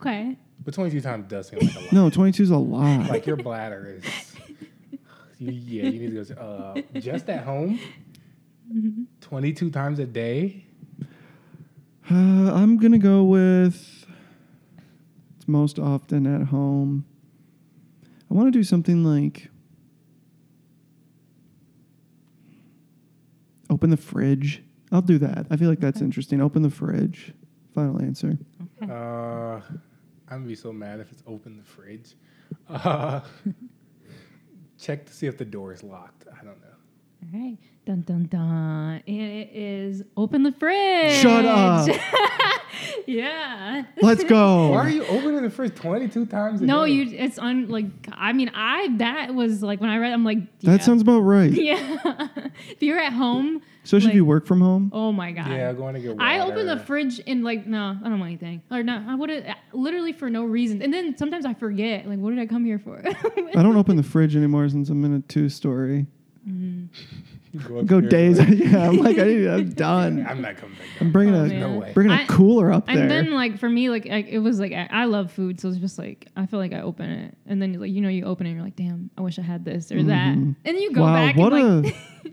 Speaker 2: okay.
Speaker 3: But 22 times does seem like a lot.
Speaker 1: No, 22 is a lot.
Speaker 3: like your bladder is. (sighs) You, yeah, you need to go. to- Uh, just at home,
Speaker 2: Mm-hmm.
Speaker 3: 22 times a day.
Speaker 1: Uh, I'm gonna go with it's most often at home. I want to do something like open the fridge. I'll do that. I feel like that's interesting. Open the fridge. Final answer.
Speaker 2: Okay.
Speaker 3: Uh, I'm gonna be so mad if it's open the fridge. Uh, (laughs) check to see if the door is locked. I don't know.
Speaker 2: All right. Dun dun dun. And it is open the fridge.
Speaker 1: Shut up.
Speaker 2: (laughs) yeah.
Speaker 1: Let's go.
Speaker 3: Why are you opening the fridge 22 times a
Speaker 2: No,
Speaker 3: day?
Speaker 2: you. It's on. Like, I mean, I that was like when I read. I'm like, yeah.
Speaker 1: That sounds about right.
Speaker 2: (laughs) Yeah. (laughs) if you're at home,
Speaker 1: Especially if
Speaker 2: Like-
Speaker 1: you work from home.
Speaker 2: oh my god.
Speaker 3: Yeah, going to get water.
Speaker 2: I open the fridge and like no, I don't want anything. Or no, I would have literally for no reason. And then sometimes I forget. Like, what did I come here for? (laughs)
Speaker 1: I don't open the fridge anymore since I'm in a two story.
Speaker 3: Go,
Speaker 1: (laughs)
Speaker 3: up
Speaker 1: Go
Speaker 3: here,
Speaker 1: days.
Speaker 3: like,
Speaker 1: yeah, I'm like, I,
Speaker 3: (laughs)
Speaker 1: I'm done.
Speaker 3: I'm not coming back down.
Speaker 1: I'm bringing
Speaker 2: Oh,
Speaker 1: a
Speaker 2: man.
Speaker 3: No way.
Speaker 1: bringing a
Speaker 2: I-
Speaker 1: cooler up there.
Speaker 2: and then like for me, like I, it was like I, I love food, so it's just like I feel like I open it, and then like you know you open it, and you're like, damn, I wish I had this or that,
Speaker 1: Mhm.
Speaker 2: and then you go
Speaker 1: wow,
Speaker 2: back
Speaker 1: what
Speaker 2: and (laughs) like
Speaker 1: a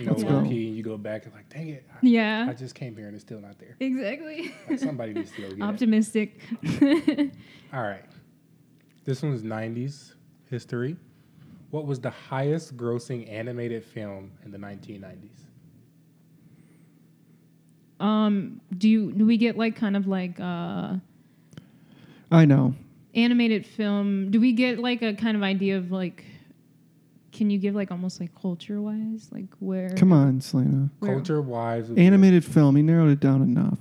Speaker 3: You know,
Speaker 1: Let's
Speaker 3: when you
Speaker 1: go.
Speaker 3: pee, you go back and like, dang it, I, I
Speaker 2: yeah,
Speaker 3: just came here and it's still not there.
Speaker 2: exactly.
Speaker 3: (laughs) Like, somebody needs to go get it. (laughs)
Speaker 2: Optimistic.
Speaker 3: All right. This one's 90s history. What was the highest grossing animated film in the 1990s?
Speaker 2: um, do you do we get like kind of like uh
Speaker 1: I know.
Speaker 2: animated film? Do we get like a kind of idea of like? Can you give like almost like culture wise, like where?
Speaker 1: Come on, Selena.
Speaker 2: where-
Speaker 3: Culture wise,
Speaker 1: Animated film. He narrowed it down enough.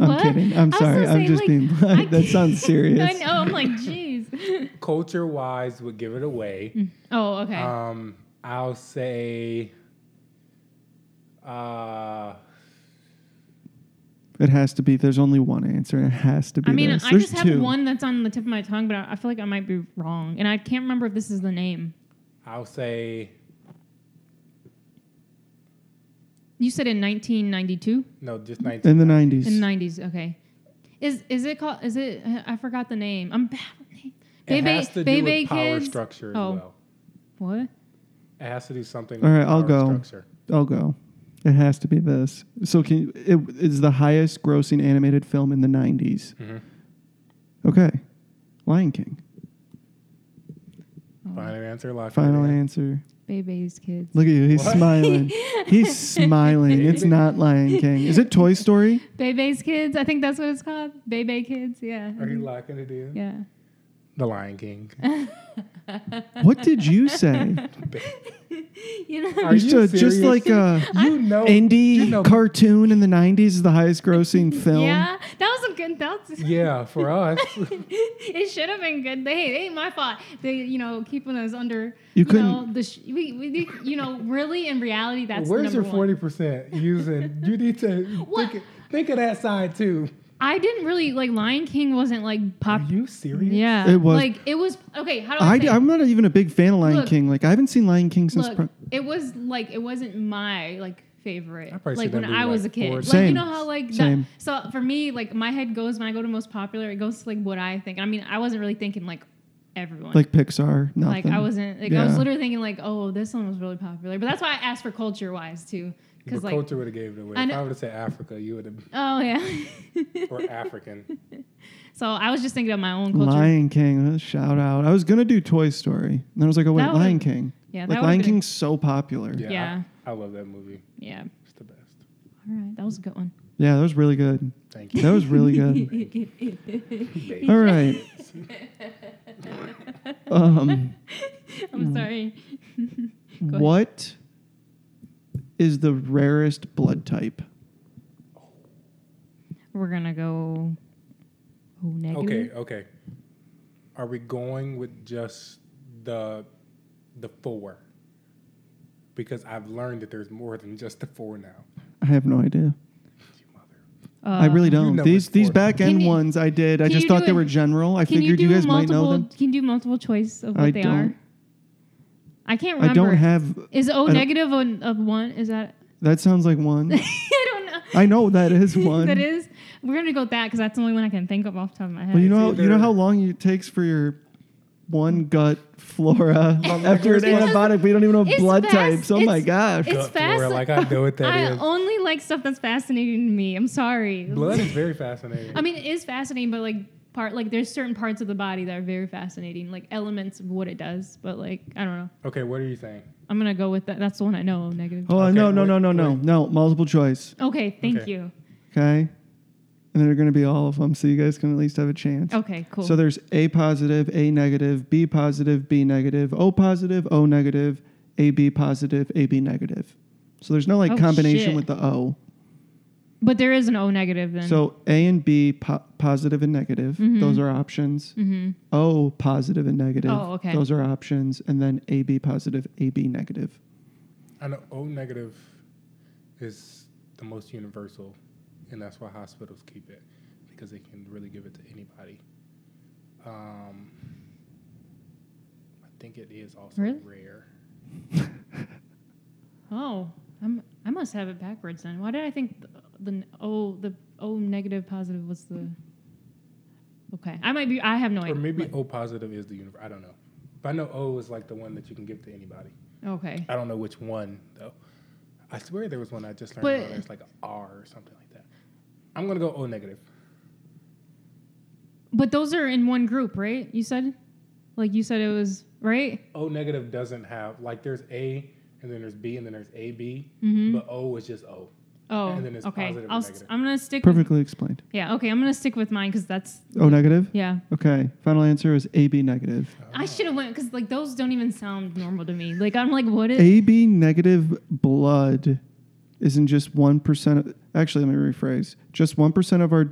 Speaker 1: I'm
Speaker 2: What?
Speaker 1: kidding.
Speaker 2: I
Speaker 1: I'm
Speaker 2: was gonna
Speaker 1: sorry. I'm
Speaker 2: say,
Speaker 1: just
Speaker 2: like,
Speaker 1: being.
Speaker 2: (laughs)
Speaker 1: (laughs)
Speaker 2: I
Speaker 1: that sounds serious.
Speaker 2: I know. I'm like, jeez. (laughs)
Speaker 3: culture wise would give it away.
Speaker 2: oh, okay.
Speaker 3: Um, I'll say uh,
Speaker 1: It has to be. There's only one answer. and It has to be.
Speaker 2: I mean,
Speaker 1: this.
Speaker 2: I
Speaker 1: There's
Speaker 2: just have
Speaker 1: two.
Speaker 2: one that's on the tip of my tongue, but I, I feel like I might be wrong, and I can't remember if this is the name.
Speaker 3: I'll say
Speaker 2: You said in 1992,
Speaker 3: no, just 19.
Speaker 1: in the 90s.
Speaker 2: in the 90s. Okay, is is it called? Is it? I forgot the name. I'm bad with names.
Speaker 3: it
Speaker 2: Bebe-
Speaker 3: has to do
Speaker 2: Bebe
Speaker 3: with power
Speaker 2: Kids?
Speaker 3: structure as
Speaker 2: Oh.
Speaker 3: well.
Speaker 2: What?
Speaker 3: It has to do something.
Speaker 1: All
Speaker 3: with
Speaker 1: right, I'll
Speaker 3: power
Speaker 1: go.
Speaker 3: Structure.
Speaker 1: I'll go. It has to be this. So can you- it is the highest grossing animated film in the 90s.
Speaker 3: Mhm.
Speaker 2: Mm-hmm.
Speaker 1: Okay. Lion King.
Speaker 2: Oh,
Speaker 3: Final answer. Lock it
Speaker 1: Final
Speaker 3: in.
Speaker 1: answer.
Speaker 2: Bebe's kids.
Speaker 1: Look at you. He's
Speaker 3: What?
Speaker 1: smiling.
Speaker 2: (laughs)
Speaker 1: He's smiling. It's not Lion King. Is it Toy Story?
Speaker 2: Bebe's kids. I think that's what it's called. Bebe kids. Yeah.
Speaker 3: Are you locking it in? (laughs)
Speaker 2: yeah.
Speaker 3: The
Speaker 2: (laughs)
Speaker 3: Lion King.
Speaker 1: What did you say?
Speaker 2: You Oh, know.
Speaker 3: Are
Speaker 1: just
Speaker 3: you
Speaker 1: a- just
Speaker 3: serious?
Speaker 1: like a
Speaker 3: You know,
Speaker 1: indie
Speaker 3: you know-
Speaker 1: cartoon in the 90s is the highest
Speaker 2: (laughs)
Speaker 1: grossing film.
Speaker 2: (laughs) Yeah, that was a good. That was, (laughs)
Speaker 3: Yeah, for us.
Speaker 2: it should have been good. They, it ain't my fault. They, you know, keeping us under.
Speaker 1: You
Speaker 2: You, know,
Speaker 1: couldn't-
Speaker 2: the sh- we, we, you know, really in reality, that's
Speaker 3: (laughs) Where's
Speaker 2: the
Speaker 3: your
Speaker 2: number one.
Speaker 3: forty percent using? You need to
Speaker 2: (laughs) What?
Speaker 3: think, of- think of that side too.
Speaker 2: I didn't really like Lion King wasn't like
Speaker 3: Are
Speaker 2: pop.
Speaker 3: you serious?
Speaker 2: Yeah,
Speaker 1: It was-
Speaker 2: like it was okay. How do I?
Speaker 1: I,
Speaker 2: say it?
Speaker 1: am not even a big fan of Lion
Speaker 2: Look.
Speaker 1: King. Like I haven't seen Lion King since.
Speaker 2: Look,
Speaker 1: pro-
Speaker 2: it was like it wasn't my like favorite.
Speaker 3: I probably
Speaker 2: Like
Speaker 3: said
Speaker 2: when
Speaker 3: that'd be
Speaker 2: I was a
Speaker 3: like
Speaker 2: kid.
Speaker 3: four or
Speaker 2: Like you
Speaker 1: Same.
Speaker 2: know how like that,
Speaker 1: Same.
Speaker 2: so for me like my head goes when I go to most popular. It goes to like what I think. I mean I wasn't really thinking like everyone.
Speaker 1: Like Pixar, nothing.
Speaker 2: Like I wasn't like I was
Speaker 1: Yeah.
Speaker 2: literally thinking like oh this one was really popular. But that's why I asked for culture wise too
Speaker 3: But
Speaker 2: because like
Speaker 3: culture would have gave it away.
Speaker 2: I
Speaker 3: If
Speaker 2: know-
Speaker 3: I would have said Africa, you would have
Speaker 2: oh yeah. (laughs)
Speaker 3: or African.
Speaker 2: so I was just thinking of my own culture.
Speaker 1: Lion King, uh, shout out. I was gonna do Toy Story, and then I was like, oh wait,
Speaker 2: That would've-
Speaker 1: Lion King.
Speaker 2: Yeah, that
Speaker 1: like
Speaker 2: would've
Speaker 1: Lion
Speaker 2: been-
Speaker 1: King's so popular.
Speaker 3: Yeah, I-
Speaker 2: Yeah.
Speaker 3: I, love that movie.
Speaker 2: Yeah.
Speaker 3: It's the best.
Speaker 2: All right, that was a good one. (laughs)
Speaker 1: yeah, that was really good.
Speaker 3: Thank you.
Speaker 1: That was really good. (laughs)
Speaker 3: babe.
Speaker 1: All right. Um,
Speaker 2: I'm sorry. ahead.
Speaker 1: what is the rarest blood type?
Speaker 2: We're gonna go. Oh, negative.
Speaker 3: Okay, okay. Are we going with just the the four? Because I've learned that there's more than just the four now.
Speaker 1: I have no idea.
Speaker 3: You mother.
Speaker 2: Uh,
Speaker 1: I really don't.
Speaker 3: numbered
Speaker 1: These these
Speaker 3: four.
Speaker 1: back
Speaker 2: Can
Speaker 1: end
Speaker 2: you-
Speaker 1: ones I did. I
Speaker 2: can
Speaker 1: just
Speaker 2: you
Speaker 1: thought
Speaker 2: do
Speaker 1: they
Speaker 2: it-
Speaker 1: were general. I
Speaker 2: Can
Speaker 1: figured
Speaker 2: do
Speaker 1: you, guys might
Speaker 2: multiple?
Speaker 1: know them.
Speaker 2: Can you do multiple choice of what
Speaker 1: I
Speaker 2: they are?
Speaker 1: don't.
Speaker 2: I can't
Speaker 1: I
Speaker 2: remember.
Speaker 1: don't have.
Speaker 2: Is O
Speaker 1: I don't-
Speaker 2: negative on of one? Is that? (laughs)
Speaker 1: That sounds like one.
Speaker 2: I don't know.
Speaker 1: I know that is one.
Speaker 2: (laughs) that is. We're gonna go with that because that's the only one I can think of off the top of my head.
Speaker 1: Well, you know, you know
Speaker 3: either-
Speaker 1: how long it takes for your one gut
Speaker 3: (laughs)
Speaker 1: flora after an
Speaker 3: Because
Speaker 1: antibiotic. We don't even know
Speaker 2: it's
Speaker 1: blood
Speaker 2: fast,
Speaker 1: types. Oh my
Speaker 2: it's-
Speaker 1: gosh!
Speaker 2: it's
Speaker 3: Gut flora,
Speaker 2: fast-
Speaker 3: Like I know what that
Speaker 2: (laughs) I
Speaker 3: is.
Speaker 2: only like stuff that's fascinating to me. I'm sorry.
Speaker 3: Blood is very
Speaker 2: (laughs)
Speaker 3: fascinating.
Speaker 2: I mean, it is fascinating, but like part like there's certain parts of the body that are very fascinating, like elements of what it does. But like I don't know.
Speaker 3: okay, what are you saying?
Speaker 2: I'm gonna go with that. That's the one I know. Negative.
Speaker 1: Oh
Speaker 3: okay,
Speaker 1: no, no,
Speaker 3: wait,
Speaker 1: no, no, no,
Speaker 3: wait.
Speaker 1: no! Multiple choice.
Speaker 2: Okay. Thank
Speaker 3: Okay.
Speaker 2: you.
Speaker 1: Okay, and they're going to be all of them, so you guys can at least have a chance.
Speaker 2: Okay. Cool.
Speaker 1: So there's A positive, A negative, B positive, B negative, O positive, O negative, AB positive, AB negative. So there's no like
Speaker 2: Oh,
Speaker 1: combination
Speaker 2: shit.
Speaker 1: with the O.
Speaker 2: but there is an O negative then. Mm-hmm.
Speaker 1: So A and B po- positive and negative, those are options.
Speaker 2: Mhm.
Speaker 1: O positive and negative,
Speaker 2: Oh, okay.
Speaker 1: those are options, and then AB positive, AB negative.
Speaker 3: I know O negative is the most universal, and that's why hospitals keep it because they can really give it to anybody. Um, I think it is also
Speaker 2: Really?
Speaker 3: rare.
Speaker 2: oh, I'm I must have it backwards then. Why did I think the, the O the O negative positive was the Okay. I might be I have no
Speaker 3: or
Speaker 2: idea.
Speaker 3: maybe O positive is the universe. I don't know. But I know O is like the one that you can give to anybody.
Speaker 2: Okay.
Speaker 3: I don't know which one though. I swear there was one I just learned
Speaker 2: But-
Speaker 3: about. It's like a R or something like that. I'm gonna go O negative.
Speaker 2: But those are in one group, right? You said like you said it was right?
Speaker 3: O negative doesn't have like there's A and then there's B and then there's AB,
Speaker 2: Mhm.
Speaker 3: but O is just O.
Speaker 2: Oh.
Speaker 3: And then it's
Speaker 2: okay.
Speaker 3: positive and
Speaker 2: I'll s-
Speaker 3: negative.
Speaker 2: I'm going to stick with
Speaker 1: Perfectly explained.
Speaker 2: Yeah, okay. I'm going to stick with mine cuz that's
Speaker 1: O negative?
Speaker 2: yeah.
Speaker 1: Okay. Final answer is AB negative.
Speaker 2: I
Speaker 3: Oh.
Speaker 2: should have went cuz like those don't even sound normal to me. Like I'm like what is
Speaker 1: AB negative blood isn't just 1% of, actually let me rephrase. Just 1% of our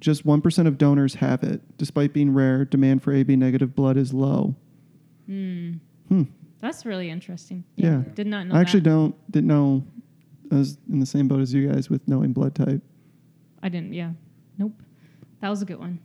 Speaker 1: just 1% of donors have it. Despite being rare, demand for AB negative blood is low.
Speaker 2: That's really interesting.
Speaker 1: Yeah.
Speaker 2: Did not know
Speaker 1: I actually
Speaker 2: that.
Speaker 1: don't didn't know I was in the same boat as you guys with knowing blood type.
Speaker 2: I didn't. Yeah. Nope. That was a good one.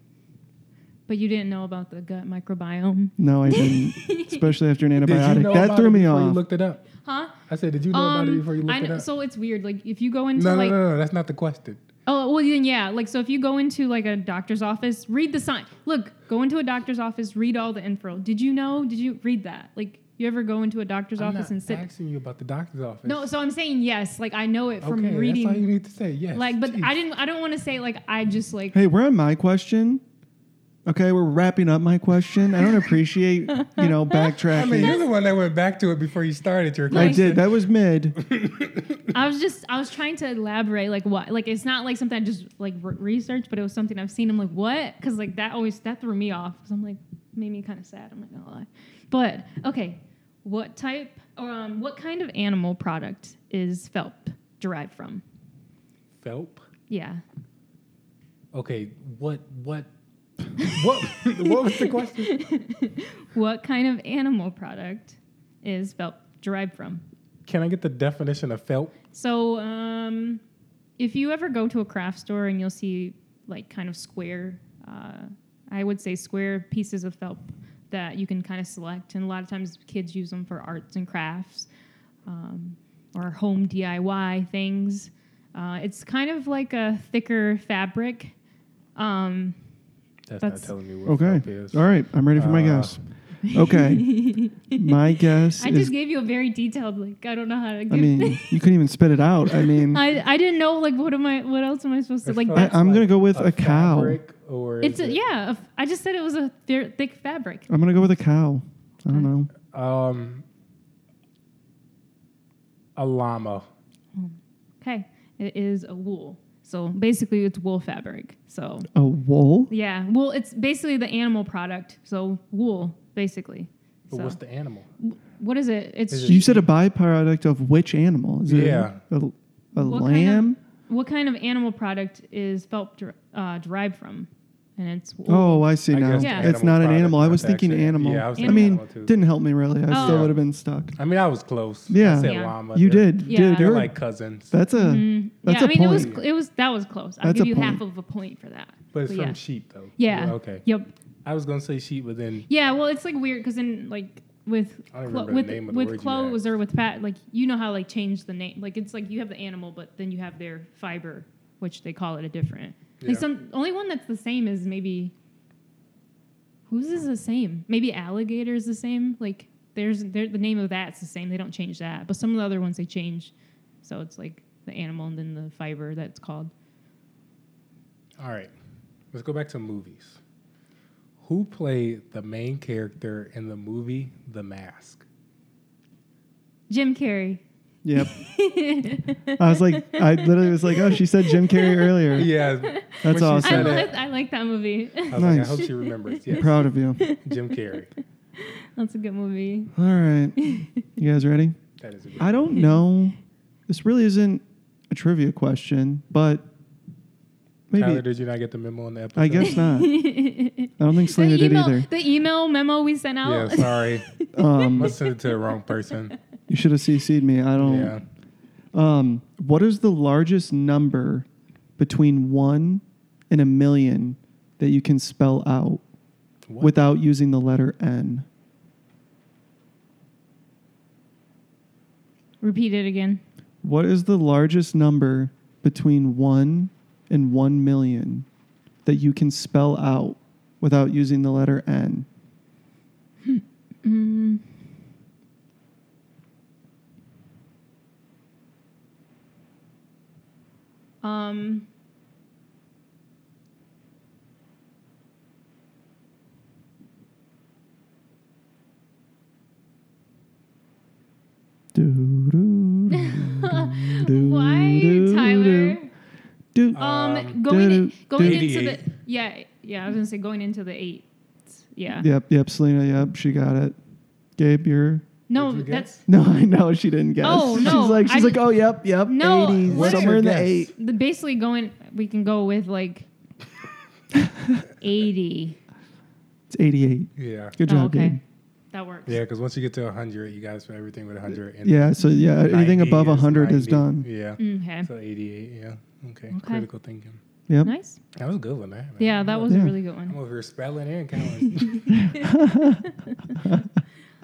Speaker 2: But you didn't know about the gut microbiome,
Speaker 1: No, I didn't.
Speaker 3: (laughs)
Speaker 1: Especially after an antibiotic. that
Speaker 3: about
Speaker 1: threw
Speaker 3: it
Speaker 1: me
Speaker 3: before You
Speaker 1: off.
Speaker 3: looked it up.
Speaker 2: huh? Um,
Speaker 3: I said, did you know about it before you looked
Speaker 2: I
Speaker 3: it
Speaker 2: know,
Speaker 3: up?
Speaker 2: so it's weird. Like if you go into
Speaker 3: no, no,
Speaker 2: like
Speaker 3: no, no, that's not the question.
Speaker 2: oh well then yeah like so if you go into like a doctor's office, read the sign. Look, go into a doctor's office, read all the info. Did you know? Did you read that? Like you ever go into a doctor's
Speaker 3: I'm
Speaker 2: office
Speaker 3: not
Speaker 2: and sit?
Speaker 3: asking you about the doctor's office.
Speaker 2: No, so I'm saying yes. Like I know it
Speaker 3: okay,
Speaker 2: from
Speaker 3: that's all you
Speaker 2: reading.
Speaker 3: need to say. Yes.
Speaker 2: Like, but I
Speaker 3: Jeez.
Speaker 2: didn't. I don't want to say like I just like.
Speaker 1: Hey, we're on my question. Okay, we're wrapping up my question. I
Speaker 3: (laughs)
Speaker 1: don't appreciate, you know, backtracking.
Speaker 3: I mean, you're the one that went back to it before you started
Speaker 1: I
Speaker 3: your question.
Speaker 1: did. That was mid.
Speaker 2: I was just I was trying to elaborate like what like it's not like something I just like re- researched, but it was something I've seen. I'm like what because like that always that threw me off because I'm like made me kind of sad. I'm not gonna lie, but okay, what type or um, what kind of animal product is Felp derived from?
Speaker 3: Felp.
Speaker 2: Yeah,
Speaker 3: Okay, what (laughs) what what what was the question?
Speaker 2: what kind of animal product is Felp derived from?
Speaker 3: (laughs) Can I get the definition of felt?
Speaker 2: So, um, if you ever go to a craft store and you'll see like kind of square, uh, I would say square pieces of felt that you can kind of select, and a lot of times kids use them for arts and crafts. Um, or home DIY things. Uh, it's kind of like a thicker fabric. Um,
Speaker 3: That's,
Speaker 2: That's-
Speaker 3: not telling me what
Speaker 1: Okay.
Speaker 3: flop is.
Speaker 1: All right. I'm ready for my
Speaker 3: Uh,
Speaker 1: guess. Okay.
Speaker 3: (laughs)
Speaker 1: my guess
Speaker 2: I
Speaker 1: is.
Speaker 2: just gave you a very detailed like I don't know how to give.
Speaker 1: I mean, you couldn't even spit it out. I mean,
Speaker 2: (laughs) I, I didn't know like what am I what else am I supposed to
Speaker 3: It's
Speaker 2: like?
Speaker 3: not-
Speaker 1: I, I'm gonna go with
Speaker 3: A
Speaker 1: a cow.
Speaker 3: fabric Or
Speaker 2: It's a,
Speaker 3: is it-
Speaker 2: yeah. a f- I just said it was a thi- thick fabric.
Speaker 1: I'm gonna go with a cow. I don't know.
Speaker 3: Um, a llama.
Speaker 2: Okay, it is a wool. So basically, it's wool fabric. So
Speaker 1: A wool.
Speaker 2: yeah, well, it's basically the animal product. So wool, basically.
Speaker 3: But
Speaker 2: So
Speaker 3: what's the animal?
Speaker 2: what is it? It's
Speaker 3: Is it-
Speaker 1: You said a byproduct of which animal? Is it
Speaker 3: Yeah.
Speaker 1: A, a, a
Speaker 2: What kind of-
Speaker 1: lamb?
Speaker 2: what kind of animal product is felt der- uh, derived from? And it's wool.
Speaker 1: Oh, I see
Speaker 3: I
Speaker 1: now.
Speaker 3: guess
Speaker 2: Yeah.
Speaker 1: It's
Speaker 3: animal
Speaker 1: not an
Speaker 3: product,
Speaker 1: animal. I
Speaker 3: not
Speaker 1: was thinking
Speaker 3: actually-
Speaker 1: animal.
Speaker 3: Yeah, I was
Speaker 1: I
Speaker 2: thinking
Speaker 1: mean,
Speaker 3: animal too.
Speaker 1: didn't help me really. I
Speaker 2: Oh.
Speaker 1: still would have been stuck.
Speaker 3: I mean, I was close.
Speaker 1: Yeah.
Speaker 3: I said
Speaker 2: Yeah.
Speaker 3: llama.
Speaker 1: You
Speaker 3: They're-
Speaker 1: did,
Speaker 2: Yeah.
Speaker 1: dude.
Speaker 3: They're
Speaker 1: you're-
Speaker 3: like cousins,
Speaker 1: that's a
Speaker 2: Mm,
Speaker 1: that's
Speaker 2: yeah,
Speaker 1: a
Speaker 2: I mean, it was
Speaker 1: point.
Speaker 2: it was that was close. I'll
Speaker 1: That's
Speaker 2: give
Speaker 1: a
Speaker 2: you half
Speaker 1: point.
Speaker 2: of a point for that.
Speaker 3: but it's
Speaker 2: yeah.
Speaker 3: from sheep though.
Speaker 2: Yeah.
Speaker 3: Okay.
Speaker 2: Yep.
Speaker 3: I was gonna say sheep, but then
Speaker 2: Yeah, well, it's like weird because in like with
Speaker 3: I don't
Speaker 2: clo-
Speaker 3: remember the
Speaker 2: with
Speaker 3: name of the word
Speaker 2: with
Speaker 3: you
Speaker 2: clothes
Speaker 3: had.
Speaker 2: or with pat, like you know how like change the name, like it's like you have the animal, but then you have their fiber, which they call it a different.
Speaker 3: Yeah.
Speaker 2: Like some only one that's the same is maybe whose is the same? Maybe alligator is the same. Like there's there the name of that's the same. They don't change that, but some of the other ones they change. So it's like the animal and then the fiber that's called.
Speaker 3: all right, let's go back to movies. Who played the main character in the movie The Mask?
Speaker 2: Jim Carrey. (laughs)
Speaker 1: yep. I was like, I literally was like, oh, she said Jim Carrey earlier.
Speaker 3: Yeah, (laughs) when she
Speaker 1: awesome.
Speaker 2: I,
Speaker 3: said
Speaker 2: li-
Speaker 3: it,
Speaker 2: I like that movie. (laughs)
Speaker 3: I was like, I
Speaker 1: Nice.
Speaker 3: hope she remembers.
Speaker 1: I'm
Speaker 3: Yes,
Speaker 1: proud of you.
Speaker 3: Jim Carrey.
Speaker 2: that's a good movie.
Speaker 1: All right, you guys ready?
Speaker 3: That is a good
Speaker 1: I don't know. This really isn't a trivia question, but maybe
Speaker 3: Tyler, did you not get the memo on the episode?
Speaker 1: I guess
Speaker 3: (laughs)
Speaker 1: not. I don't think Selena
Speaker 2: the
Speaker 1: did
Speaker 2: email, (laughs)
Speaker 1: either.
Speaker 2: The email memo we sent
Speaker 3: (laughs) Yeah,
Speaker 2: out.
Speaker 3: sorry.
Speaker 1: (laughs) Um,
Speaker 3: Must send it to the wrong person.
Speaker 1: you should have cc'd me. I don't.
Speaker 3: Yeah.
Speaker 1: Um, what is the largest number between one and a million that you can spell out
Speaker 3: What?
Speaker 1: without using the letter N?
Speaker 2: (laughs) Repeat it again.
Speaker 1: What is the largest number between one and one million that you can spell out without using the letter N?
Speaker 2: Mm. Um.
Speaker 1: Do, do,
Speaker 2: (laughs)
Speaker 1: do,
Speaker 2: Why,
Speaker 1: do, do,
Speaker 2: Tyler?
Speaker 1: do.
Speaker 3: Uh,
Speaker 2: Um,
Speaker 3: Um,
Speaker 2: going in,
Speaker 1: do-
Speaker 2: going
Speaker 3: do-
Speaker 2: into the
Speaker 3: 88.
Speaker 2: yeah yeah I was gonna say going into the eight yeah,
Speaker 1: Yep, yep, Selena, yep, she got it. Gabe, you're. (laughs)
Speaker 2: no
Speaker 3: Did you
Speaker 2: that's
Speaker 1: No, I know she didn't guess.
Speaker 2: Oh, no,
Speaker 1: She's like, she's
Speaker 2: I
Speaker 1: like,
Speaker 2: did-
Speaker 1: oh, yep, yep,
Speaker 2: No,
Speaker 1: 80s,
Speaker 2: what's
Speaker 1: somewhere
Speaker 3: your
Speaker 1: in the
Speaker 3: guess?
Speaker 1: eight.
Speaker 2: the basically going we can go with like eighty
Speaker 1: It's 88.
Speaker 3: Yeah.
Speaker 1: Good
Speaker 2: Oh,
Speaker 1: job,
Speaker 2: okay
Speaker 1: Gabe.
Speaker 2: that works
Speaker 3: Yeah, because once you get to 100, you guys for everything with 100. And
Speaker 1: Yeah, so yeah, anything
Speaker 3: 90
Speaker 1: above 100 is
Speaker 3: 90.
Speaker 1: done.
Speaker 3: Yeah.
Speaker 2: Mm, okay
Speaker 3: So 88, yeah. Okay.
Speaker 2: Okay.
Speaker 3: Critical thinking.
Speaker 1: Yep.
Speaker 2: nice
Speaker 3: That was a good one, man.
Speaker 2: yeah that was
Speaker 1: Yeah.
Speaker 2: a really good one
Speaker 3: I'm over here spelling
Speaker 2: (laughs)
Speaker 3: and counting.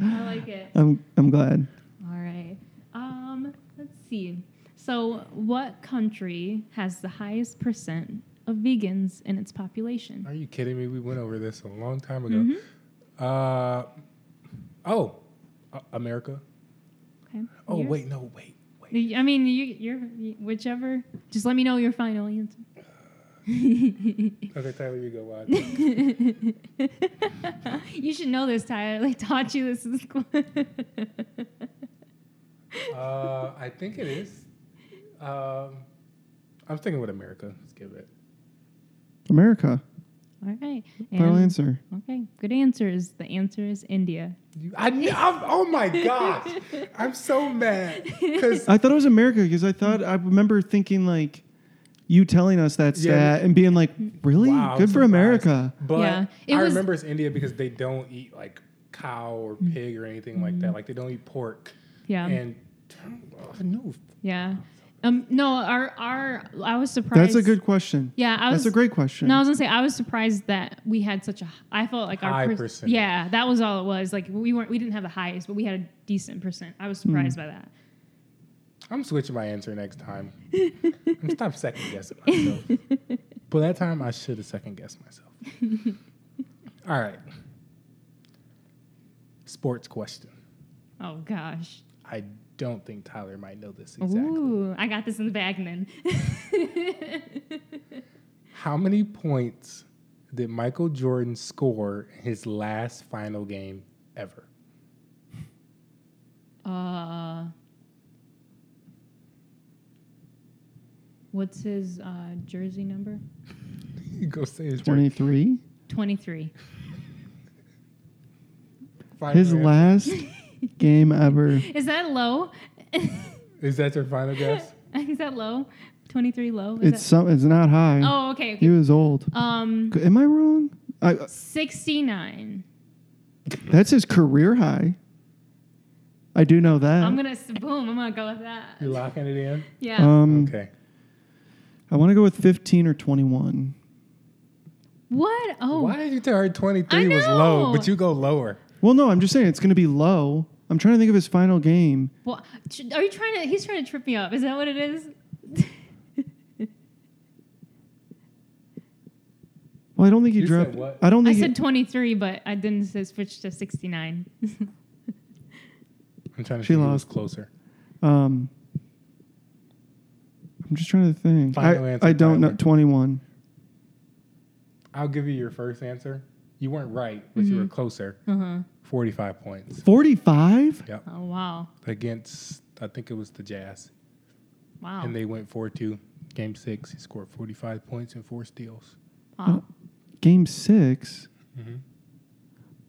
Speaker 2: I like it.
Speaker 1: I'm, I'm glad.
Speaker 2: All right. Um, let's see. So, what country has the highest percent of vegans in its population?
Speaker 3: Are you kidding me? We went over this a long time ago.
Speaker 2: Mm-hmm.
Speaker 3: Uh, oh, uh, America.
Speaker 2: Okay.
Speaker 3: Oh,
Speaker 2: Yours?
Speaker 3: wait, no, wait, wait.
Speaker 2: The- I mean, you, you're whichever. Just let me know your final answer. (laughs)
Speaker 3: Okay, Tyler, you go watch.
Speaker 2: (laughs) you should know this, Tyler. They taught you this in school. (laughs)
Speaker 3: Uh, I think it is. Um, I'm sticking with America. Let's give it.
Speaker 1: America.
Speaker 2: All right.
Speaker 1: Final
Speaker 2: And-
Speaker 1: answer.
Speaker 2: Okay. Good answers. The answer is India.
Speaker 3: You- I, (laughs) kn- I'm, oh my gosh. I'm so mad. Because
Speaker 1: I thought it was America because I thought I remember thinking like you telling us that
Speaker 3: Yeah,
Speaker 1: stat and being like, really
Speaker 3: Wow,
Speaker 1: good for
Speaker 3: surprised.
Speaker 1: America.
Speaker 3: (laughs) But
Speaker 2: Yeah, it
Speaker 3: I
Speaker 2: was-
Speaker 3: remember it's India because they don't eat like cow or pig or anything like that. Like they don't eat pork.
Speaker 2: Mm. Mm-hmm. Yeah.
Speaker 3: And oh, no.
Speaker 2: yeah. Um, no, our, our, I was surprised.
Speaker 1: That's a good question.
Speaker 2: Yeah, I was
Speaker 1: That's a great question.
Speaker 2: No, I was gonna say I was surprised that we had such a. h- I felt like our
Speaker 3: High
Speaker 2: per-
Speaker 3: percentage.
Speaker 2: Yeah, that was
Speaker 3: Hmm.
Speaker 2: all it was. Like we weren't, we didn't have the highest, but we had a decent percent. I was surprised by that.
Speaker 3: I'm switching my answer
Speaker 2: (laughs)
Speaker 3: next time. and stop second guessing myself. but that time I should have second guessed myself.
Speaker 2: (laughs)
Speaker 3: All right. Sports question.
Speaker 2: Oh gosh.
Speaker 3: I don't think Tyler might know this exactly.
Speaker 2: Ooh, I got this in the bag then.
Speaker 3: How many points did Michael Jordan score in his last final game ever? (laughs)
Speaker 2: uh, what's his uh, jersey number?
Speaker 3: You go say his
Speaker 1: Twenty three.
Speaker 2: Twenty-three.
Speaker 3: final
Speaker 1: His
Speaker 2: (laughs)
Speaker 3: guess.
Speaker 1: last game ever.
Speaker 2: Is that low? (laughs)
Speaker 3: Is that your final guess? (laughs)
Speaker 2: Is that low? Twenty-three low? Is
Speaker 1: It's some. It's not high.
Speaker 2: that, oh, okay.
Speaker 1: He
Speaker 2: okay.
Speaker 1: was old.
Speaker 2: Um,
Speaker 1: Am I wrong? I,
Speaker 2: sixty-nine.
Speaker 1: that's his career high. I do know that.
Speaker 2: I'm gonna s- boom. I'm gonna go with that.
Speaker 3: You're locking it in?
Speaker 2: Yeah.
Speaker 1: um,
Speaker 3: Okay.
Speaker 1: I want to go with 15 or 21.
Speaker 2: what? Oh,
Speaker 3: Why did you tell her
Speaker 2: I
Speaker 3: 23 was low,
Speaker 2: know.
Speaker 3: but you go lower?
Speaker 1: Well, no, I'm just saying it's going to be low. I'm trying to think of his final game.
Speaker 2: Well, ch- are you trying to? He's trying to trip me up. Is that what it is?
Speaker 1: Well, I don't think he
Speaker 3: You
Speaker 1: dropped.
Speaker 3: said what?
Speaker 1: I don't
Speaker 2: I
Speaker 1: think.
Speaker 2: said 23, but I didn't say switch to 69.
Speaker 3: I'm trying to
Speaker 1: She
Speaker 3: see who was
Speaker 1: lost.
Speaker 3: closer.
Speaker 1: he, um, I'm just trying to think.
Speaker 3: Final
Speaker 1: I,
Speaker 3: answer,
Speaker 1: I don't know.
Speaker 3: Tyler.
Speaker 1: 21.
Speaker 3: I'll give you your first answer. You weren't right, but
Speaker 1: Mm-hmm.
Speaker 3: you were closer.
Speaker 2: uh huh.
Speaker 3: 45 points
Speaker 1: 45?
Speaker 2: Oh wow,
Speaker 3: against, I think it was the Jazz.
Speaker 2: wow.
Speaker 1: Oh.
Speaker 3: And they went 4 2. Game six, he scored 45 points and four steals.
Speaker 2: wow.
Speaker 1: Game six.
Speaker 3: Mhm.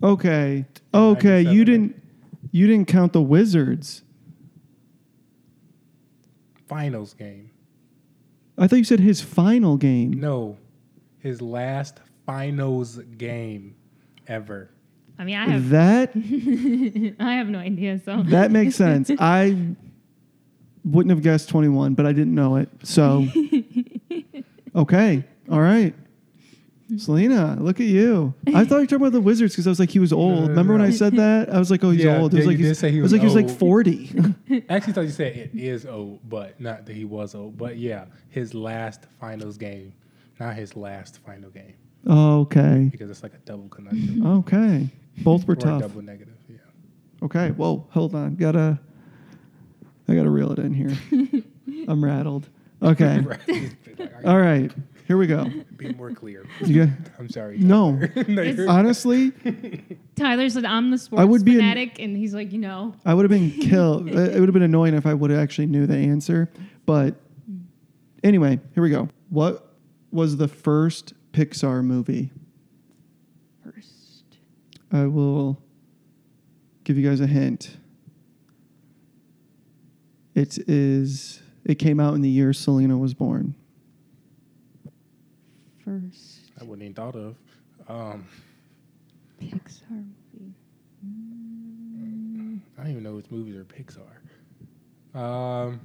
Speaker 1: Okay. Okay. You
Speaker 3: 97.
Speaker 1: didn't. You didn't count the Wizards.
Speaker 3: Finals game.
Speaker 1: I thought you said his final game.
Speaker 3: No, his last finals game ever.
Speaker 2: I mean, I have
Speaker 1: That
Speaker 2: (laughs) I have no idea. So
Speaker 1: that makes sense. I wouldn't have guessed 21, but I didn't know it. So okay, all right. Selena, look at you. I thought you were talking about the Wizards because I was like, he was old.
Speaker 3: no,
Speaker 1: Remember when
Speaker 3: no.
Speaker 1: I said that? I was like, oh, he's
Speaker 3: Yeah,
Speaker 1: old. It
Speaker 3: yeah,
Speaker 1: was like
Speaker 3: you
Speaker 1: he's-
Speaker 3: did say he
Speaker 1: I
Speaker 3: was
Speaker 1: like, he was
Speaker 3: old.
Speaker 1: like 40.
Speaker 3: (laughs) Actually, I thought you said it is old, but not that he was old. But yeah, his last finals game, not his last final game,
Speaker 1: okay.
Speaker 3: because it's like a double conundrum
Speaker 1: Okay. Both were
Speaker 3: or a
Speaker 1: tough.
Speaker 3: double negative. Yeah.
Speaker 1: Okay. Whoa, hold on. Gotta, I gotta reel it in here. I'm rattled. Okay.
Speaker 3: (laughs) Right. Like, I
Speaker 1: All right. Here we go.
Speaker 3: can be more clear.
Speaker 1: You got-
Speaker 3: I'm sorry.
Speaker 1: No.
Speaker 3: Tyler. (laughs) No, you're-
Speaker 1: Honestly,
Speaker 2: Tyler said I'm the sports
Speaker 1: I would be an-
Speaker 2: fanatic, and he's like, you know,
Speaker 1: I would have been killed. Uh, it would have been annoying if I would have actually knew the answer. But anyway, here we go. What was the first Pixar movie?
Speaker 2: first.
Speaker 1: I will give you guys a hint. It is. It came out in the year Selena was born.
Speaker 2: First
Speaker 3: I wouldn't even thought of. Um,
Speaker 2: Pixar movie.
Speaker 3: I don't even know which movies are Pixar. Um,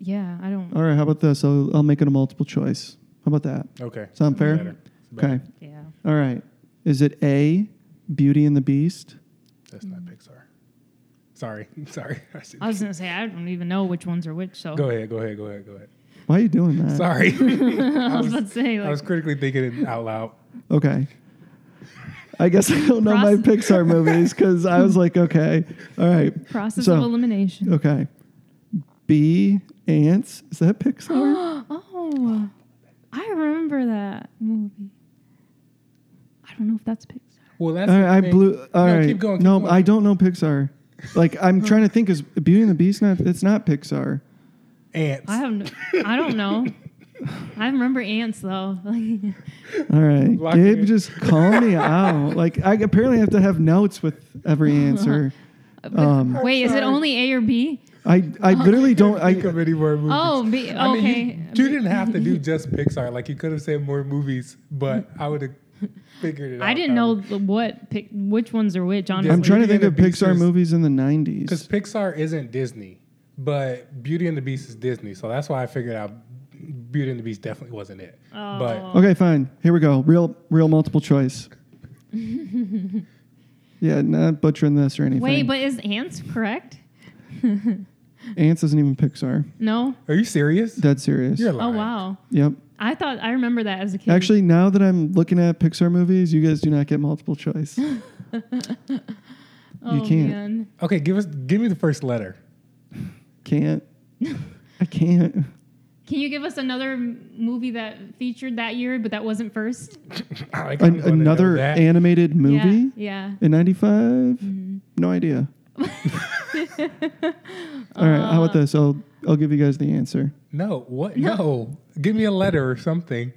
Speaker 2: Yeah, I don't.
Speaker 1: All right. How about this? I'll, I'll make it a multiple choice. How about that?
Speaker 3: okay.
Speaker 1: Sound fair?
Speaker 3: Better. It's better.
Speaker 1: Okay.
Speaker 2: Yeah.
Speaker 1: All right. Is it A, Beauty and the Beast?
Speaker 3: That's not Pixar. Sorry. (laughs) Sorry. I should-
Speaker 2: I was gonna say I don't even know which ones are which. So
Speaker 3: go ahead. Go ahead. Go ahead. Go ahead.
Speaker 1: Why are you doing that?
Speaker 3: Sorry.
Speaker 2: (laughs) I was
Speaker 3: was-
Speaker 2: about to say
Speaker 3: I
Speaker 2: like
Speaker 3: was critically thinking it out loud.
Speaker 1: Okay. I guess I don't know my
Speaker 2: Process-
Speaker 1: Pixar movies because I was like, okay, all right,
Speaker 2: process
Speaker 1: So-
Speaker 2: of elimination.
Speaker 1: okay. B ants is that Pixar?
Speaker 2: (gasps) oh, I remember that movie. I don't know if that's Pixar.
Speaker 3: Well, that's
Speaker 1: all
Speaker 3: the
Speaker 1: right, I
Speaker 3: thing.
Speaker 1: blew. All
Speaker 3: No,
Speaker 1: right,
Speaker 3: keep going, keep
Speaker 1: no,
Speaker 3: going.
Speaker 1: I don't know Pixar. Like I'm trying to think, is Beauty and the Beast not? It's not Pixar.
Speaker 3: ants.
Speaker 2: I have. No, I don't know. (laughs) I remember
Speaker 1: (laughs)
Speaker 2: ants though. Like,
Speaker 1: All right,
Speaker 3: Lock it
Speaker 1: Gabe,
Speaker 3: in.
Speaker 1: just call me
Speaker 3: (laughs)
Speaker 1: out. Like I apparently have to have notes with every answer. Um,
Speaker 2: wait, is it
Speaker 3: sorry.
Speaker 2: only A or B?
Speaker 1: I I literally don't.
Speaker 3: think
Speaker 1: I
Speaker 3: of any more movies.
Speaker 2: Oh, B. Okay.
Speaker 3: I mean, you, you didn't have to do just Pixar. Like you could have said more movies,
Speaker 2: (laughs)
Speaker 3: but I would have figured it out.
Speaker 2: I didn't know the- what pick, which ones are which. Honestly,
Speaker 1: I'm trying to
Speaker 3: Beauty and
Speaker 1: think of
Speaker 3: the Beast
Speaker 1: Pixar
Speaker 3: is-
Speaker 1: movies in the '90s.
Speaker 3: because Pixar isn't Disney, but Beauty and the Beast is Disney. So that's why I figured out Beauty and the Beast definitely wasn't it. But
Speaker 2: Oh.
Speaker 1: Okay, fine. Here we go. Real, real multiple
Speaker 3: (laughs)
Speaker 1: choice. yeah, not butchering this or anything.
Speaker 2: wait, but is ants correct?
Speaker 1: Ants isn't even Pixar.
Speaker 2: No?
Speaker 3: Are you serious?
Speaker 1: Dead serious.
Speaker 3: You're
Speaker 2: Oh
Speaker 3: lying.
Speaker 2: wow.
Speaker 1: Yep.
Speaker 2: I thought I remember that as a kid.
Speaker 1: Actually, now that I'm looking at Pixar movies, you guys do not get multiple
Speaker 2: (laughs)
Speaker 1: choice.
Speaker 2: oh,
Speaker 1: you can't.
Speaker 2: Man.
Speaker 3: Okay, give us give me the first letter. (clears throat)
Speaker 2: (laughs)
Speaker 1: Can't. I can't.
Speaker 2: Can you give us another m- movie that featured that year, but that wasn't first?
Speaker 3: I
Speaker 1: An-
Speaker 3: kinda wanna know
Speaker 1: another
Speaker 3: that.
Speaker 1: animated movie
Speaker 2: Yeah.
Speaker 1: in 95?
Speaker 2: Mm-hmm.
Speaker 1: No
Speaker 2: (laughs)
Speaker 1: idea. All right, how
Speaker 2: Uh,
Speaker 1: about this? I'll I'll give you guys the answer.
Speaker 3: No, what? No, give me a letter or something.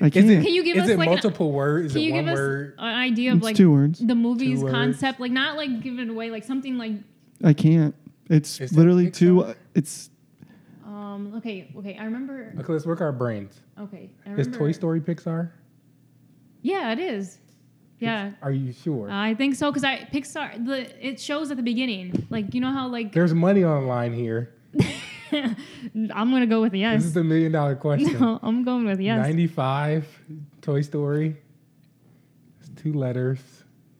Speaker 1: I
Speaker 3: Is
Speaker 1: can't.
Speaker 3: it?
Speaker 2: Can you give
Speaker 3: is
Speaker 2: us,
Speaker 3: it
Speaker 2: like, a-
Speaker 3: multiple words? Is
Speaker 2: Can
Speaker 3: it
Speaker 2: you
Speaker 3: one
Speaker 2: give us
Speaker 3: word?
Speaker 2: an idea of
Speaker 1: it's
Speaker 2: like
Speaker 1: two words.
Speaker 2: the movie's
Speaker 3: Two words.
Speaker 2: concept? Like not like giving away like something like
Speaker 1: I can't. It's
Speaker 3: Is that
Speaker 1: literally two.
Speaker 3: Pixar?
Speaker 1: It's
Speaker 2: um okay, okay, I remember
Speaker 3: Okay, let's work our brains.
Speaker 2: okay. I
Speaker 3: Is
Speaker 2: remember,
Speaker 3: Toy Story Pixar?
Speaker 2: Yeah, it is. Yeah.
Speaker 3: Are you sure?
Speaker 2: I think so because I Pixar the it shows at the beginning like you know how like (laughs)
Speaker 3: There's money on the line here.
Speaker 2: I'm gonna go with
Speaker 3: This
Speaker 2: yes. (laughs)
Speaker 3: is the million dollar question.
Speaker 2: No, I'm going with yes.
Speaker 3: 95 Toy Story. It's two letters.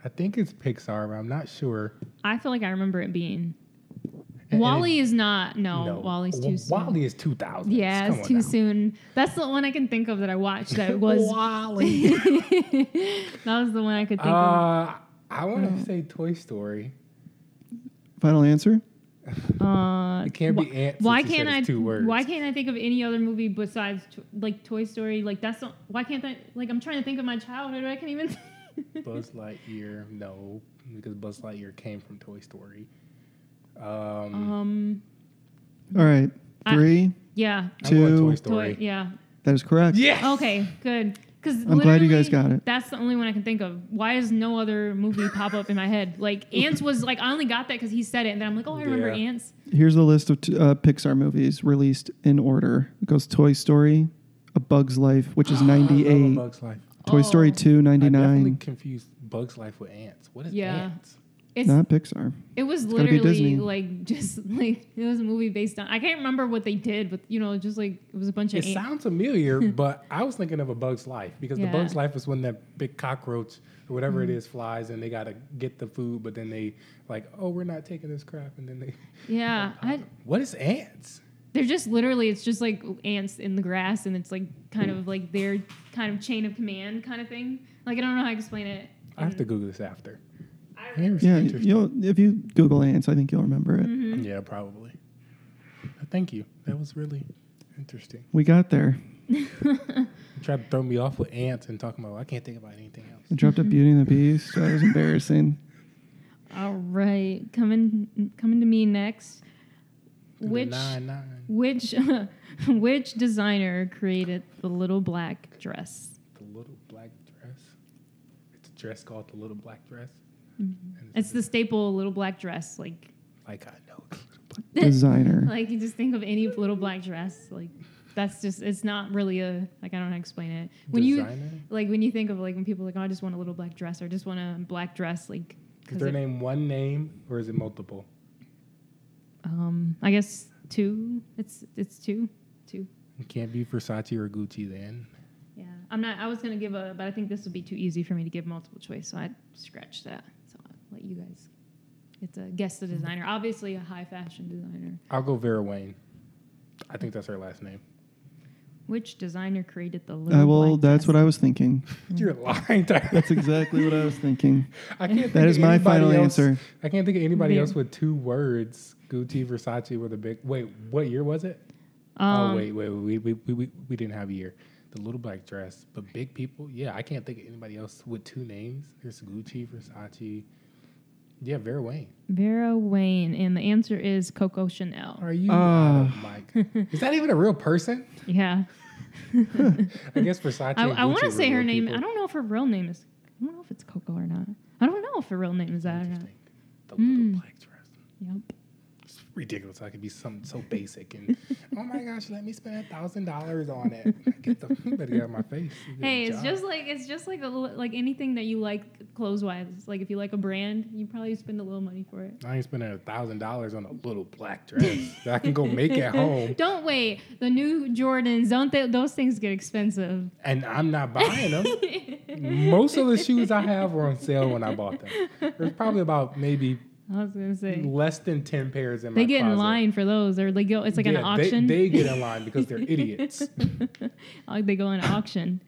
Speaker 3: I think it's Pixar, but I'm not sure.
Speaker 2: I feel like I remember it being
Speaker 3: And-
Speaker 2: Wally is not no,
Speaker 3: No.
Speaker 2: Wally's
Speaker 3: W-
Speaker 2: too soon.
Speaker 3: Wally is 2000.
Speaker 2: yeah, it's too soon. That's the one I can think of that I watched
Speaker 3: (laughs)
Speaker 2: that was
Speaker 3: Wally.
Speaker 2: (laughs) that was the one I could think
Speaker 3: uh, I want
Speaker 2: Mm.
Speaker 3: to say Toy Story.
Speaker 1: final answer.
Speaker 2: of. Uh,
Speaker 3: It can't
Speaker 2: wh-
Speaker 3: be ants.
Speaker 2: Why
Speaker 3: since you said
Speaker 2: can't I?
Speaker 3: it's Two words.
Speaker 2: Why can't I think of any other movie besides t- like Toy Story? Like that's the, why can't I? Like I'm trying to think of my childhood. I can't even. (laughs)
Speaker 3: Buzz Lightyear? No, because Buzz Lightyear came from Toy Story. Um,
Speaker 2: um.
Speaker 1: All right,
Speaker 2: I-
Speaker 1: three.
Speaker 2: Yeah.
Speaker 3: I want
Speaker 1: Two.
Speaker 3: Toy
Speaker 2: Toy.
Speaker 3: Story.
Speaker 2: Yeah.
Speaker 1: that is correct.
Speaker 3: Yes.
Speaker 2: Okay. Good. Because
Speaker 1: I'm glad you guys got it.
Speaker 2: That's the only one I can think of. Why does no other movie pop up in my head? Like ants was like I only got that because he said it, and then I'm like, oh, I remember
Speaker 3: Yeah.
Speaker 2: ants.
Speaker 1: Here's the list of t- uh, Pixar movies released in order. It goes Toy Story, A Bug's Life, which is
Speaker 3: (gasps) I love
Speaker 1: 98,
Speaker 3: Bugs Life.
Speaker 1: Toy Story
Speaker 2: Oh.
Speaker 1: 2,
Speaker 3: I definitely
Speaker 1: 99.
Speaker 3: confused Bugs Life with ants. What is
Speaker 2: Yeah.
Speaker 3: ants?
Speaker 2: It's
Speaker 1: Not Pixar.
Speaker 2: it was
Speaker 1: gotta be Disney.
Speaker 2: literally like (laughs) just like it was a movie based on I can't remember what they did, but you know, just like it was a bunch
Speaker 3: It
Speaker 2: of ants.
Speaker 3: sounds familiar,
Speaker 2: (laughs)
Speaker 3: but I was thinking of a Bug's Life because the
Speaker 2: Yeah. Mm-hmm.
Speaker 3: Bug's Life is when that big cockroach or whatever it is flies and they gotta get the food, but then they like, oh, we're not taking this crap, and then they, (laughs)
Speaker 2: Yeah, I,
Speaker 3: what is ants?
Speaker 2: they're just literally it's just like ants in the grass, and it's like kind of like their kind of chain of command kind of thing. Like I don't know how to explain it.
Speaker 3: I have to
Speaker 2: Mm.
Speaker 3: Google this after.
Speaker 2: I-
Speaker 3: Here's
Speaker 1: Yeah,
Speaker 3: interesting.
Speaker 1: you'll, if you Google ants, I think you'll remember it.
Speaker 2: Mm-hmm.
Speaker 3: Yeah, probably. But Thank you. That was really interesting.
Speaker 1: We got there.
Speaker 3: You tried to throw me off with ants and talking about I can't think about anything else.
Speaker 1: I dropped a
Speaker 2: (laughs)
Speaker 1: Beauty and the Beast. That was embarrassing.
Speaker 2: All right, coming coming to me next.
Speaker 3: And the
Speaker 2: Which
Speaker 3: nine nine,
Speaker 2: which (laughs) which designer created the little black dress?
Speaker 3: the little black dress. It's a dress called the little black dress. And
Speaker 2: Mm-hmm. It's the staple little black dress. Like
Speaker 3: like I know. it's a little black-
Speaker 1: Designer.
Speaker 2: (laughs) like you just think of any little black dress. Like that's just it's not really a like I don't know how to explain it. When
Speaker 3: Designer?
Speaker 2: you like when you think of like when people are like oh, I just want a little black dress or I just want a black dress like
Speaker 3: Is
Speaker 2: because
Speaker 3: their name one name or is it multiple?
Speaker 2: um I guess two it's it's two two
Speaker 3: It can't be Versace or Gucci then.
Speaker 2: Yeah, I'm not. I was gonna give a, but I think this would be too easy for me to give multiple choice, so I scratched that. So I'll let you guys. It's a guess the designer, obviously a high fashion designer.
Speaker 3: I'll go Vera Wayne. I think that's her last name.
Speaker 2: Which designer created the little?
Speaker 1: I will.
Speaker 2: black
Speaker 1: Uh, That's
Speaker 2: dress?
Speaker 1: what I was thinking.
Speaker 2: Mm-hmm.
Speaker 3: You're lying, Tyler.
Speaker 1: That's exactly what I was
Speaker 2: (laughs)
Speaker 1: thinking.
Speaker 3: I can't think
Speaker 1: That is
Speaker 3: of
Speaker 1: my
Speaker 3: anybody
Speaker 1: final
Speaker 3: else-
Speaker 1: answer.
Speaker 3: I can't think of anybody
Speaker 2: There.
Speaker 3: else with two words. Gucci, Versace were the big. Wait, what year was it?
Speaker 2: Um,
Speaker 3: oh wait, wait, we we, we we we didn't have a year. The little black dress, but big people. Yeah, I can't think of anybody else with two names. There's Gucci, Versace. Yeah, Vera Wayne.
Speaker 2: Vera Wayne, and the answer is Coco Chanel.
Speaker 3: Are you?
Speaker 1: Ah.
Speaker 3: Mike? (laughs) Is that even a real person?
Speaker 2: Yeah,
Speaker 3: I guess Versace.
Speaker 2: (laughs) I, I want to say her name. I
Speaker 3: don't.
Speaker 2: don't know if her real name is. I don't know if it's Coco or not. I don't know if her real name is that or not.
Speaker 3: Interesting. The little
Speaker 2: Mm.
Speaker 3: black dress.
Speaker 2: Yep.
Speaker 3: It's ridiculous. I could be
Speaker 1: (laughs)
Speaker 3: something so basic and oh my gosh, let me spend a thousand dollars on
Speaker 1: (laughs)
Speaker 3: it. Get the you better get out of my face. You did a
Speaker 2: Hey, it's
Speaker 3: job.
Speaker 2: just like it's just like a little, like anything that you like clothes wise. Like if you like a brand, you probably spend a little money for it.
Speaker 3: I ain't spending a thousand dollars on a little black dress
Speaker 1: (laughs)
Speaker 3: that I can go
Speaker 2: (laughs)
Speaker 3: make at home,
Speaker 2: Don't wait. The new Jordans, don't they, those things get (laughs) expensive?
Speaker 3: and I'm not buying them. Most of the shoes I have were on sale when I bought them. There's probably about maybe
Speaker 2: I was gonna say
Speaker 3: Less than ten pairs in my
Speaker 2: they get in
Speaker 3: closet.
Speaker 2: line for those, or they go. It's like an
Speaker 3: Yeah, they-
Speaker 2: auction. (laughs)
Speaker 3: They, get in line because they're idiots.
Speaker 2: like they go in
Speaker 3: (laughs)
Speaker 2: auction.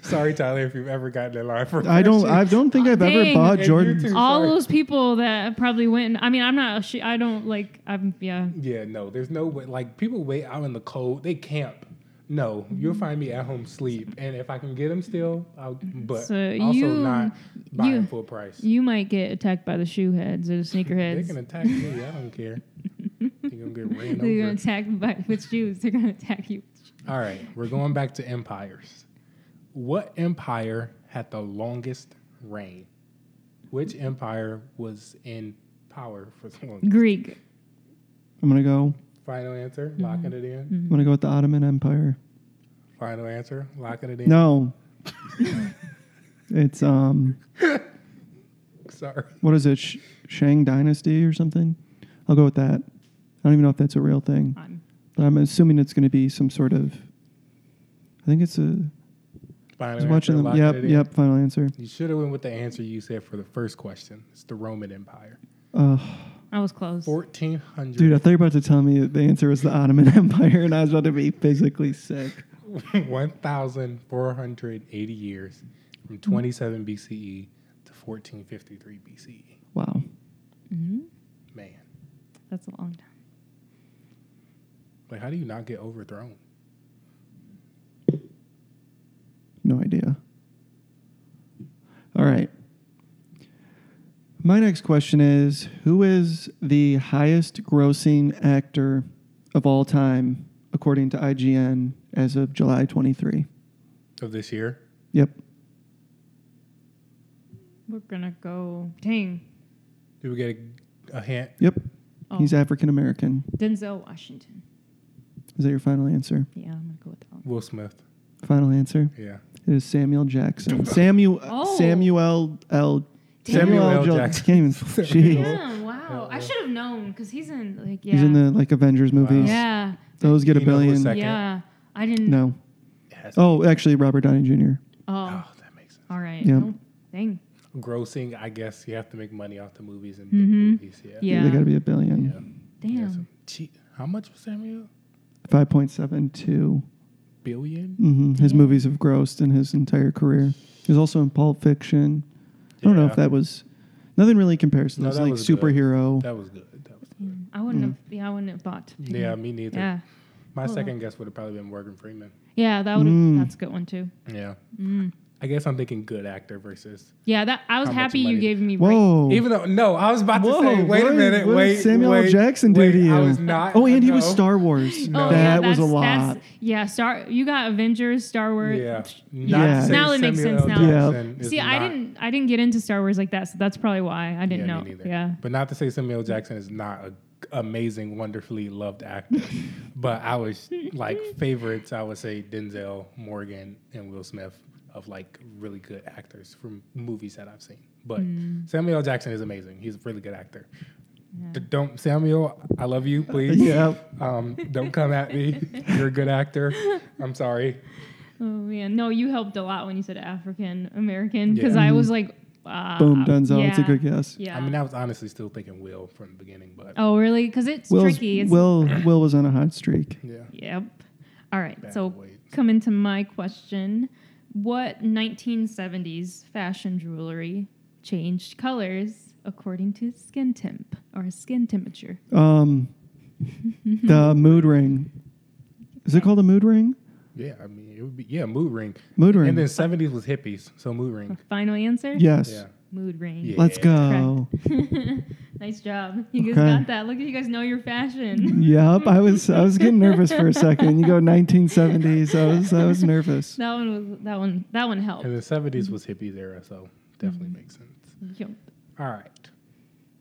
Speaker 3: Sorry, Tyler, if you've ever gotten in line for.
Speaker 1: I
Speaker 3: (laughs)
Speaker 1: don't.
Speaker 3: fashion.
Speaker 1: I don't think
Speaker 2: Oh,
Speaker 1: I've ever
Speaker 2: dang.
Speaker 1: bought
Speaker 2: And
Speaker 3: you
Speaker 1: Jordan.
Speaker 3: too.
Speaker 2: All
Speaker 3: sorry.
Speaker 2: those people that probably went. I mean, I'm not. sh- I don't like. I'm yeah.
Speaker 3: Yeah, no, there's no way. Like people wait out in the cold. They camp. No, you'll find me at home sleep, and if I can get them still, I'll. But
Speaker 2: So
Speaker 3: also
Speaker 2: you-
Speaker 3: not buying
Speaker 2: you-
Speaker 3: full price.
Speaker 2: You might get attacked by the shoe heads or the sneaker
Speaker 3: They
Speaker 2: heads.
Speaker 3: can attack me. I don't care. They're gonna get
Speaker 2: (laughs)
Speaker 3: ran
Speaker 2: They're gonna
Speaker 3: over.
Speaker 2: attack by, with shoes. They're gonna attack you. with shoes.
Speaker 3: All right, we're going back to empires. What empire had the longest reign? Which empire was in power for
Speaker 2: (laughs)
Speaker 3: the longest?
Speaker 2: Greek.
Speaker 1: I'm gonna go.
Speaker 3: Final answer, locking it in.
Speaker 1: I'm gonna go with the Ottoman Empire.
Speaker 3: Final answer, locking it in.
Speaker 1: No. it's um.
Speaker 3: Sorry.
Speaker 1: What is it? Sh- Shang Dynasty or something? I'll go with that. I don't even know if that's a real thing,
Speaker 2: I'm
Speaker 1: but I'm assuming it's gonna be some sort of. I think it's a. I
Speaker 3: Final
Speaker 1: was
Speaker 3: answer,
Speaker 1: watching them.
Speaker 3: locking
Speaker 1: Yep.
Speaker 3: it in.
Speaker 1: Yep. Final answer.
Speaker 3: You should have went with the answer you said for the first question. It's the Roman Empire.
Speaker 1: Ugh.
Speaker 2: I was close.
Speaker 3: 1400.
Speaker 1: Dude, I thought you were about to tell me that the answer was the Ottoman (laughs) Empire, and I was about to be physically sick.
Speaker 3: 1480 years from 27 BCE E to 1453 BCE.
Speaker 1: Wow.
Speaker 2: hmm
Speaker 3: E. Man,
Speaker 2: That's a long time.
Speaker 3: like how do you not get overthrown?
Speaker 1: No idea. All right. My next question is Who is the highest grossing actor of all time, according to IGN, as of July 23?
Speaker 3: Of this year,
Speaker 1: Yep.
Speaker 2: We're gonna go. Dang.
Speaker 3: do we get a, a hint?
Speaker 1: Yep.
Speaker 2: Oh,
Speaker 1: He's African American.
Speaker 2: Denzel Washington.
Speaker 1: Is that your final answer?
Speaker 2: Yeah, I'm gonna go with that one.
Speaker 3: Will Smith.
Speaker 1: Final answer?
Speaker 3: Yeah.
Speaker 1: It is Samuel
Speaker 3: (laughs)
Speaker 1: Jackson. Samuel
Speaker 2: Oh.
Speaker 1: Samuel L.
Speaker 3: Samuel L.
Speaker 1: Jo-
Speaker 3: Jackson.
Speaker 1: Can't
Speaker 3: (laughs)
Speaker 1: even. Jeez.
Speaker 2: Damn, Oh, wow. I should have known because he's in like yeah.
Speaker 1: He's in the like Avengers movies.
Speaker 2: yeah.
Speaker 1: Those get a
Speaker 3: You know who's
Speaker 1: billion.
Speaker 3: second?
Speaker 2: Yeah. I didn't
Speaker 1: No.
Speaker 3: It has to
Speaker 1: Oh, actually, Robert Downey Jr.
Speaker 3: be-
Speaker 2: Oh,
Speaker 3: oh, that makes sense.
Speaker 2: all right.
Speaker 1: Yeah.
Speaker 2: Oh, dang.
Speaker 3: Grossing, I guess you have to make money off the movies and
Speaker 2: Mhm.
Speaker 3: big movies. Yeah.
Speaker 1: They got to
Speaker 2: Yeah.
Speaker 1: be a billion.
Speaker 3: Yeah. There's
Speaker 2: Damn.
Speaker 3: some cheap. How much was Samuel?
Speaker 1: 5.72.
Speaker 3: Billion?
Speaker 1: hmm His
Speaker 2: Yeah.
Speaker 1: movies have grossed in his entire career. He's also in Pulp Fiction. I don't know
Speaker 3: Yeah.
Speaker 1: if that was. Nothing really compares to
Speaker 3: No,
Speaker 1: this,
Speaker 3: that
Speaker 1: like
Speaker 3: was good.
Speaker 1: superhero.
Speaker 3: That was good. That was good.
Speaker 2: I wouldn't
Speaker 1: Mm.
Speaker 2: have. Yeah, I wouldn't have bought.
Speaker 3: Yeah, me neither.
Speaker 2: Yeah.
Speaker 3: My
Speaker 2: Hold on.
Speaker 3: second guess would have probably been Morgan Freeman.
Speaker 2: Yeah. That would. have
Speaker 1: Mm.
Speaker 2: That's a good one too.
Speaker 3: Yeah.
Speaker 2: Mm.
Speaker 3: I guess I'm thinking good actor versus.
Speaker 2: Yeah. That I was
Speaker 3: How much
Speaker 2: happy you
Speaker 3: money-
Speaker 2: gave me. right-
Speaker 1: Whoa.
Speaker 3: Even though no, I was about to
Speaker 1: Whoa,
Speaker 3: say. Wait
Speaker 1: what did-
Speaker 3: a minute.
Speaker 1: what did
Speaker 3: wait.
Speaker 1: Samuel L.
Speaker 3: wait,
Speaker 1: Jackson do
Speaker 3: wait,
Speaker 1: to you?
Speaker 3: I was not.
Speaker 1: oh, and he was
Speaker 3: no.
Speaker 1: Star Wars.
Speaker 3: No.
Speaker 2: Oh,
Speaker 1: that
Speaker 2: yeah,
Speaker 1: was a
Speaker 2: that's-
Speaker 1: lot.
Speaker 2: that's- yeah, Star. You got Avengers, Star Wars.
Speaker 3: Yeah. Not
Speaker 1: Yeah.
Speaker 3: to say
Speaker 2: Now it makes
Speaker 3: Samuel
Speaker 2: sense now.
Speaker 3: L.
Speaker 1: Yeah.
Speaker 3: Jackson is
Speaker 2: See, I
Speaker 3: not-
Speaker 2: didn't. I didn't get into Star Wars like that, so that's probably why I didn't
Speaker 3: yeah,
Speaker 2: know.
Speaker 3: Me neither.
Speaker 2: yeah.
Speaker 3: But not to say Samuel L. Jackson is not an amazing, wonderfully
Speaker 2: (laughs)
Speaker 3: loved actor. but I was like favorites. I would say Denzel, Morgan, and Will Smith of like really good actors from movies that I've seen. But
Speaker 2: Mm.
Speaker 3: Samuel L. Jackson is amazing. He's a really good actor. D- Don't Samuel, I love you. Please,
Speaker 1: (laughs) Yeah.
Speaker 3: Um, don't come at
Speaker 2: (laughs)
Speaker 3: me. You're a good actor. I'm sorry.
Speaker 2: Oh man, no, you helped a lot when you said African American because
Speaker 3: Yeah.
Speaker 2: I was like, uh,
Speaker 1: Mm-hmm. Boom, Denzel. It's a good guess.
Speaker 2: Yeah.
Speaker 3: I mean, I was honestly still thinking Will from the beginning, but
Speaker 2: oh really? Because it's
Speaker 1: Will's-
Speaker 2: tricky. It's,
Speaker 1: Will
Speaker 2: (laughs)
Speaker 1: Will was on a hot streak.
Speaker 3: yeah.
Speaker 2: Yep. All right.
Speaker 3: Bad
Speaker 2: so
Speaker 3: boy.
Speaker 2: coming to my question, what 1970s fashion jewelry changed colors according to skin temp or skin temperature? (laughs)
Speaker 1: Um, the mood ring. Is it called a mood ring?
Speaker 3: Yeah, I mean, it would be yeah, mood ring.
Speaker 1: Mood ring.
Speaker 3: And then seventies was hippies, so mood ring.
Speaker 2: Final answer?
Speaker 1: yes.
Speaker 3: Yeah,
Speaker 2: Mood ring.
Speaker 3: Yeah.
Speaker 1: Let's go.
Speaker 2: nice job. (laughs) You guys
Speaker 1: Okay.
Speaker 2: got that. Look at you guys know
Speaker 1: (laughs)
Speaker 2: your fashion.
Speaker 1: yep. I was I was getting nervous for a second. You go 1970s. I was I was nervous.
Speaker 2: That one was that one that one helped.
Speaker 3: and the seventies was hippies era, so
Speaker 1: Mm-hmm.
Speaker 3: definitely makes sense.
Speaker 2: Yep.
Speaker 3: All right,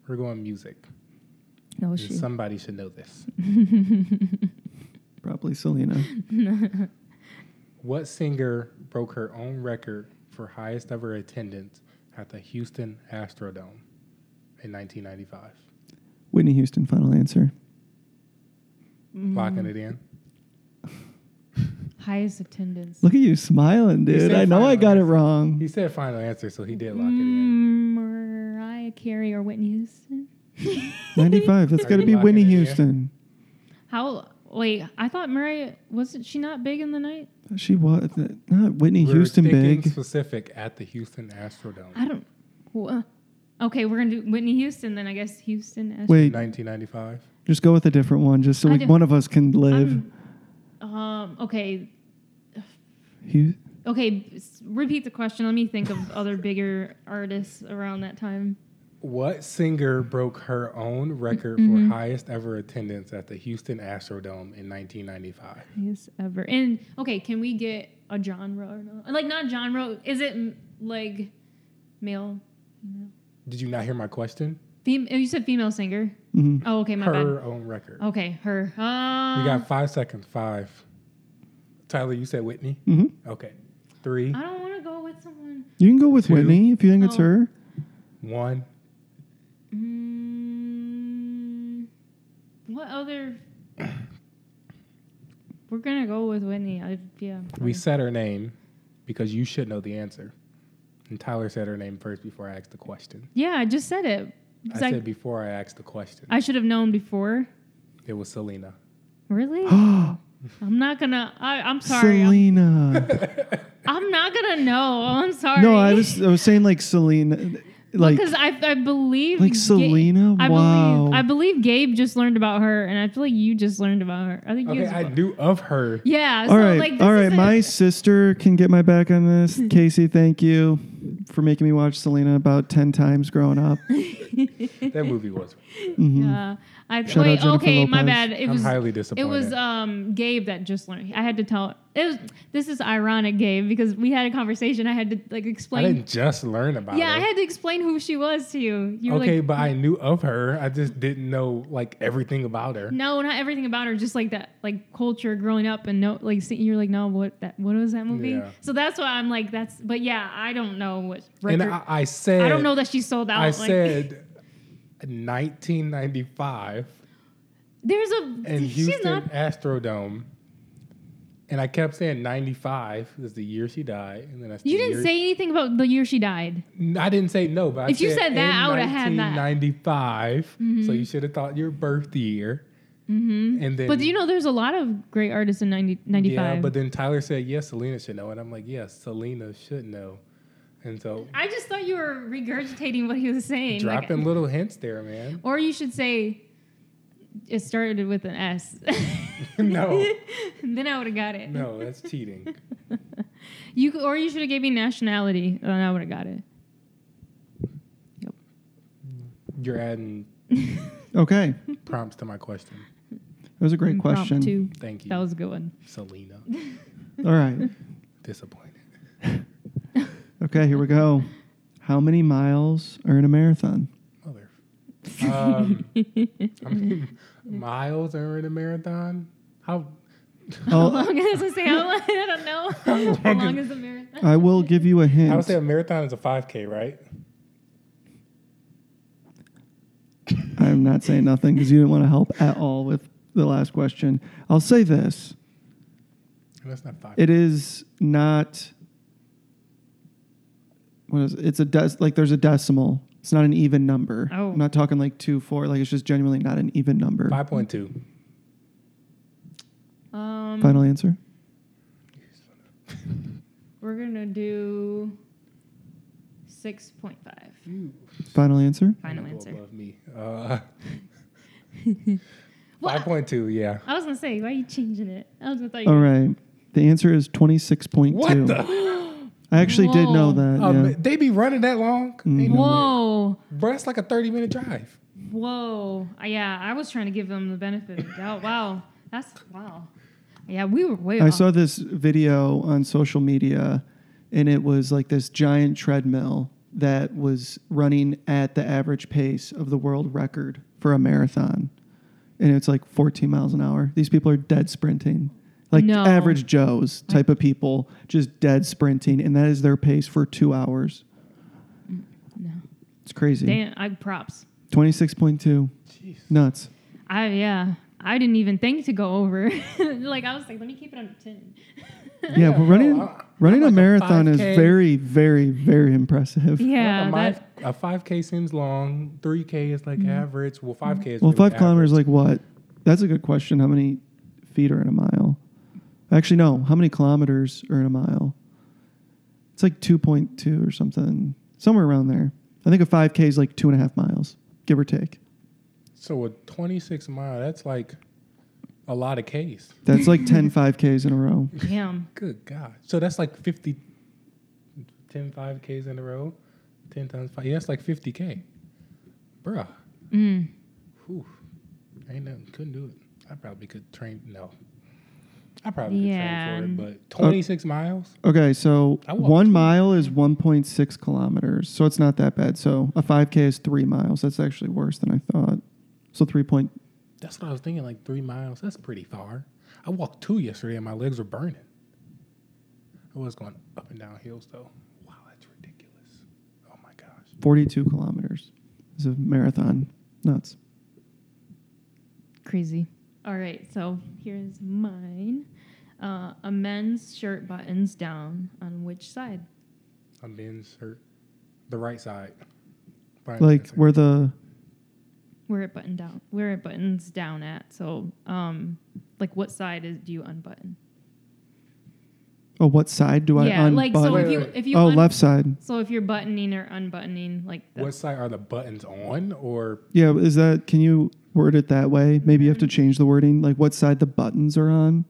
Speaker 3: we're going music.
Speaker 1: Oh,
Speaker 2: No
Speaker 3: And
Speaker 2: shoot.
Speaker 3: Somebody should know this.
Speaker 1: Mm-hmm. Probably Selena.
Speaker 3: What singer broke her own record for highest ever attendance at the Houston Astrodome in 1995?
Speaker 1: Whitney Houston. Final answer.
Speaker 2: Mm.
Speaker 3: Locking it in.
Speaker 1: Mm.
Speaker 2: Highest attendance.
Speaker 1: Look at you smiling, dude.
Speaker 3: said
Speaker 1: I know I
Speaker 3: final
Speaker 1: got it
Speaker 3: answer.
Speaker 1: wrong. Mm.
Speaker 2: Mm,
Speaker 3: He said final answer, so he did lock it in.
Speaker 2: Mariah Carey or Whitney Houston?
Speaker 1: 95. That's got to be
Speaker 3: Are you
Speaker 1: Winnie
Speaker 3: locking it in?
Speaker 1: Houston.
Speaker 2: How? Wait, I thought Mariah wasn't she not big in the night?
Speaker 1: She was not Whitney
Speaker 3: We're
Speaker 1: Houston
Speaker 3: thinking
Speaker 1: big.
Speaker 3: specific at the Houston Astrodome,
Speaker 2: I don't. wha- Okay, we're gonna do Whitney Houston then. I guess Houston. Astro-
Speaker 1: Wait,
Speaker 3: 1995.
Speaker 1: just go with a different one just so
Speaker 2: I
Speaker 1: we,
Speaker 2: do-
Speaker 1: one of us can live.
Speaker 2: Um. Okay.
Speaker 1: Hu-
Speaker 2: Okay. s- Repeat the question. Let me think of other bigger artists around that time.
Speaker 3: What singer broke her own record
Speaker 2: Mm-hmm.
Speaker 3: for highest ever attendance at the Houston Astrodome in 1995?
Speaker 2: Yes, ever. And okay, can we get a genre or not? Like not genre. Is it m- like male?
Speaker 3: Did you not hear my question?
Speaker 2: Fem- oh, you said female singer.
Speaker 1: mhm.
Speaker 2: Oh, okay, my
Speaker 3: her own record.
Speaker 2: bad. Okay, her. Um,
Speaker 3: You got five seconds. Five. Tyler, you said Whitney.
Speaker 1: Mhm.
Speaker 3: Okay. Three,
Speaker 2: I don't want to go with someone.
Speaker 1: You can go with
Speaker 3: Two.
Speaker 1: Whitney if you think it's
Speaker 2: Oh.
Speaker 1: her.
Speaker 3: one.
Speaker 2: Mm, what other? We're gonna go with Whitney. I, yeah.
Speaker 3: We said her name because you should know the answer. And Tyler said her name first before I asked the question.
Speaker 2: yeah, I just said it. 'Cause
Speaker 3: I
Speaker 2: I,
Speaker 3: said before I asked the question.
Speaker 2: I should have known before.
Speaker 3: It was Selena.
Speaker 1: (gasps)
Speaker 2: Really? I'm not gonna. I, I'm sorry. I'm, (laughs)
Speaker 1: Selena.
Speaker 2: I'm not gonna know. I'm sorry.
Speaker 1: no, I was I was saying like Selena, like
Speaker 2: because I, I believe
Speaker 1: like
Speaker 2: Ga-
Speaker 1: Selena?
Speaker 2: I
Speaker 1: Wow.
Speaker 2: believe I believe Gabe just learned about her, and I feel like you just learned about her. I think you.
Speaker 3: Okay,
Speaker 2: was-
Speaker 3: I knew of her.
Speaker 2: yeah.
Speaker 1: all
Speaker 2: so
Speaker 1: right,
Speaker 2: like, this
Speaker 1: all right.
Speaker 2: isn't-
Speaker 1: My sister can get my back on
Speaker 2: (laughs)
Speaker 1: this. Casey, thank you for making me watch Selena about ten times growing
Speaker 2: (laughs)
Speaker 1: up.
Speaker 3: That movie was.
Speaker 2: Uh, I
Speaker 1: Shout out
Speaker 2: wait.
Speaker 1: Jennifer
Speaker 2: Okay, my
Speaker 1: Lopez.
Speaker 2: bad. It
Speaker 3: I'm
Speaker 2: was
Speaker 3: highly
Speaker 2: it
Speaker 3: disappointed.
Speaker 2: was um Gabe that just learned. I had to tell. It was this is ironic, Gabe, because we had a conversation. I had to like
Speaker 3: I
Speaker 2: explain.
Speaker 3: didn't just learn about
Speaker 2: yeah,
Speaker 3: her.
Speaker 2: I had to explain who she was to you. You were
Speaker 3: okay,
Speaker 2: like,
Speaker 3: but I knew of her. I just didn't know like everything about her.
Speaker 2: no, not everything about her. Just like that, like culture growing up and no, like see- you're like, no, what that? What was that movie?
Speaker 3: Yeah.
Speaker 2: So that's why I'm like, that's. But yeah, I don't know what record.
Speaker 3: And
Speaker 2: I,
Speaker 3: I, I said
Speaker 2: don't know that she sold out.
Speaker 3: I
Speaker 2: like,
Speaker 3: said 1995
Speaker 2: (laughs) there's a.
Speaker 3: and
Speaker 2: she's
Speaker 3: Houston
Speaker 2: not.
Speaker 3: Astrodome. And I kept saying 95 is the year she died. And then I
Speaker 2: You didn't say anything about the year she died.
Speaker 3: I didn't say no, but I
Speaker 2: If you said that,
Speaker 3: in
Speaker 2: I would've had that. Mm-hmm.
Speaker 3: 1995. So you should have thought your birth year. And then,
Speaker 2: But do you know there's a lot of great artists in 90, 95?
Speaker 3: yeah, but then Tyler said, yes, Selena should know. And I'm like, yes, Selena should know. And so
Speaker 2: I just thought you were regurgitating what he was saying. like-
Speaker 3: dropping little hints there, man. (laughs)
Speaker 2: or you should say it started with an S. (laughs)
Speaker 3: No.
Speaker 2: then I would have got it.
Speaker 3: No, that's cheating.
Speaker 2: You c- or you should have gave me nationality, then I would have got it.
Speaker 3: You're adding
Speaker 1: Okay,
Speaker 3: prompts to my question.
Speaker 1: that was a great question.
Speaker 2: Impromptu.
Speaker 3: Thank you,
Speaker 2: That was a good one. (laughs)
Speaker 3: Selena.
Speaker 1: All right.
Speaker 3: Disappointed.
Speaker 1: Okay, here we go. How many miles are in a
Speaker 2: (laughs)
Speaker 1: marathon?
Speaker 3: Mother. Um, I mean, miles are in a marathon. How?
Speaker 2: How
Speaker 1: I'll,
Speaker 2: long is I say how long? (laughs) I
Speaker 1: (laughs)
Speaker 2: don't know. How long is the marathon?
Speaker 1: I will give you a
Speaker 3: I would
Speaker 1: hint.
Speaker 3: say a marathon is a 5K, right?
Speaker 1: I'm not saying nothing because you didn't want to help at all with the last question. I'll say this
Speaker 3: And that's not 5
Speaker 1: it is not, what is it? It's a, des- like, there's a decimal. It's not an even number.
Speaker 2: Oh.
Speaker 1: I'm not talking like two, four. Like, it's just genuinely not an even number.
Speaker 3: 5.2.
Speaker 2: Um,
Speaker 1: Uh, Final answer?
Speaker 2: we're gonna do six point five.
Speaker 3: You
Speaker 1: Final answer?
Speaker 2: Final
Speaker 3: go
Speaker 2: answer.
Speaker 3: Above me. Uh,
Speaker 2: Well,
Speaker 3: 5.2, yeah.
Speaker 2: I was gonna say, why are you changing it? I was gonna thought you.
Speaker 1: All right. The answer is 26.2.
Speaker 3: What the?
Speaker 1: I actually did know
Speaker 2: Whoa.
Speaker 1: that.
Speaker 3: Oh,
Speaker 1: yeah.
Speaker 3: man, they be running that long? Ain't no way.
Speaker 2: Whoa,
Speaker 3: Bruh, it's like a 30 minute drive.
Speaker 2: whoa, Uh, yeah. I was trying to give them the benefit of the doubt. Wow, that's wow. Yeah, we were way.
Speaker 1: I
Speaker 2: off.
Speaker 1: saw this video on social media, and it was like this giant treadmill that was running at the average pace of the world record for a marathon. And it's like 14 miles an hour. These people are dead sprinting. Like
Speaker 2: No.
Speaker 1: average Joes type of people, just dead sprinting. And that is their pace for two hours.
Speaker 2: No.
Speaker 1: It's crazy.
Speaker 2: Damn, I props.
Speaker 1: 26.2.
Speaker 3: Jeez.
Speaker 1: Nuts.
Speaker 2: I yeah. I didn't even think to go over. (laughs) like I was like, let me keep it under ten.
Speaker 1: Yeah, well, running,
Speaker 3: no, I- (laughs)
Speaker 1: running
Speaker 3: I'm
Speaker 1: a
Speaker 3: like a
Speaker 1: marathon is
Speaker 3: 5K.
Speaker 1: very, very, very impressive.
Speaker 2: (laughs) yeah,
Speaker 3: like a
Speaker 2: that- Mm-hmm.
Speaker 3: a 5K seems long. 3K is like average. Well, 5K is
Speaker 1: Well,
Speaker 3: really
Speaker 1: five kilometers,
Speaker 3: average.
Speaker 1: like what? That's a good question. How many feet are in a mile? Actually, no. How many kilometers are in a mile? It's like 2.2 or something, somewhere around there. I think a 5K is like two and a half miles, give or take.
Speaker 3: so a 26 mile. That's like a lot of Ks.
Speaker 1: That's like
Speaker 3: (laughs)
Speaker 1: 10 5Ks in a row.
Speaker 2: Damn.
Speaker 3: Good God. So that's like 50, 10 5Ks in a row. 10 times 5. Yeah, that's like 50K. Bruh.
Speaker 2: Mm.
Speaker 3: Whew. Ain't nothing. Couldn't do it. I probably could train. No. I probably
Speaker 2: Yeah.
Speaker 3: could train for it, but 26 miles?
Speaker 1: Okay, so
Speaker 3: I walked.
Speaker 1: one mile is 1.6 kilometers, so it's not that bad. So a 5K is three miles. That's actually worse than I thought. So 3.2.
Speaker 3: That's what I was thinking, like three miles. That's pretty far. I walked two yesterday and my legs were burning. I was going up and down hills though. Wow, that's ridiculous. Oh my gosh.
Speaker 1: 42 kilometers is a marathon. Nuts.
Speaker 2: Crazy. All right, so here's mine. Uh, a men's shirt buttons down on which side?
Speaker 3: I'm being hurt. The right side. Brian
Speaker 1: Like
Speaker 3: Jensen.
Speaker 1: where the
Speaker 2: Where it buttoned down? Where it buttons down at? So, um, like, what side is do you unbutton?
Speaker 1: oh what side do I
Speaker 2: yeah,
Speaker 1: unbutton?
Speaker 2: like so.
Speaker 3: Wait,
Speaker 2: if you
Speaker 3: wait.
Speaker 2: if you
Speaker 1: oh
Speaker 2: un-
Speaker 1: left side.
Speaker 2: So if you're buttoning or unbuttoning, like the,
Speaker 3: what side are the buttons on or
Speaker 1: Yeah, is that can you word it that way? Maybe you have to
Speaker 2: Mm-hmm.
Speaker 1: change the wording. Like what side the buttons are on.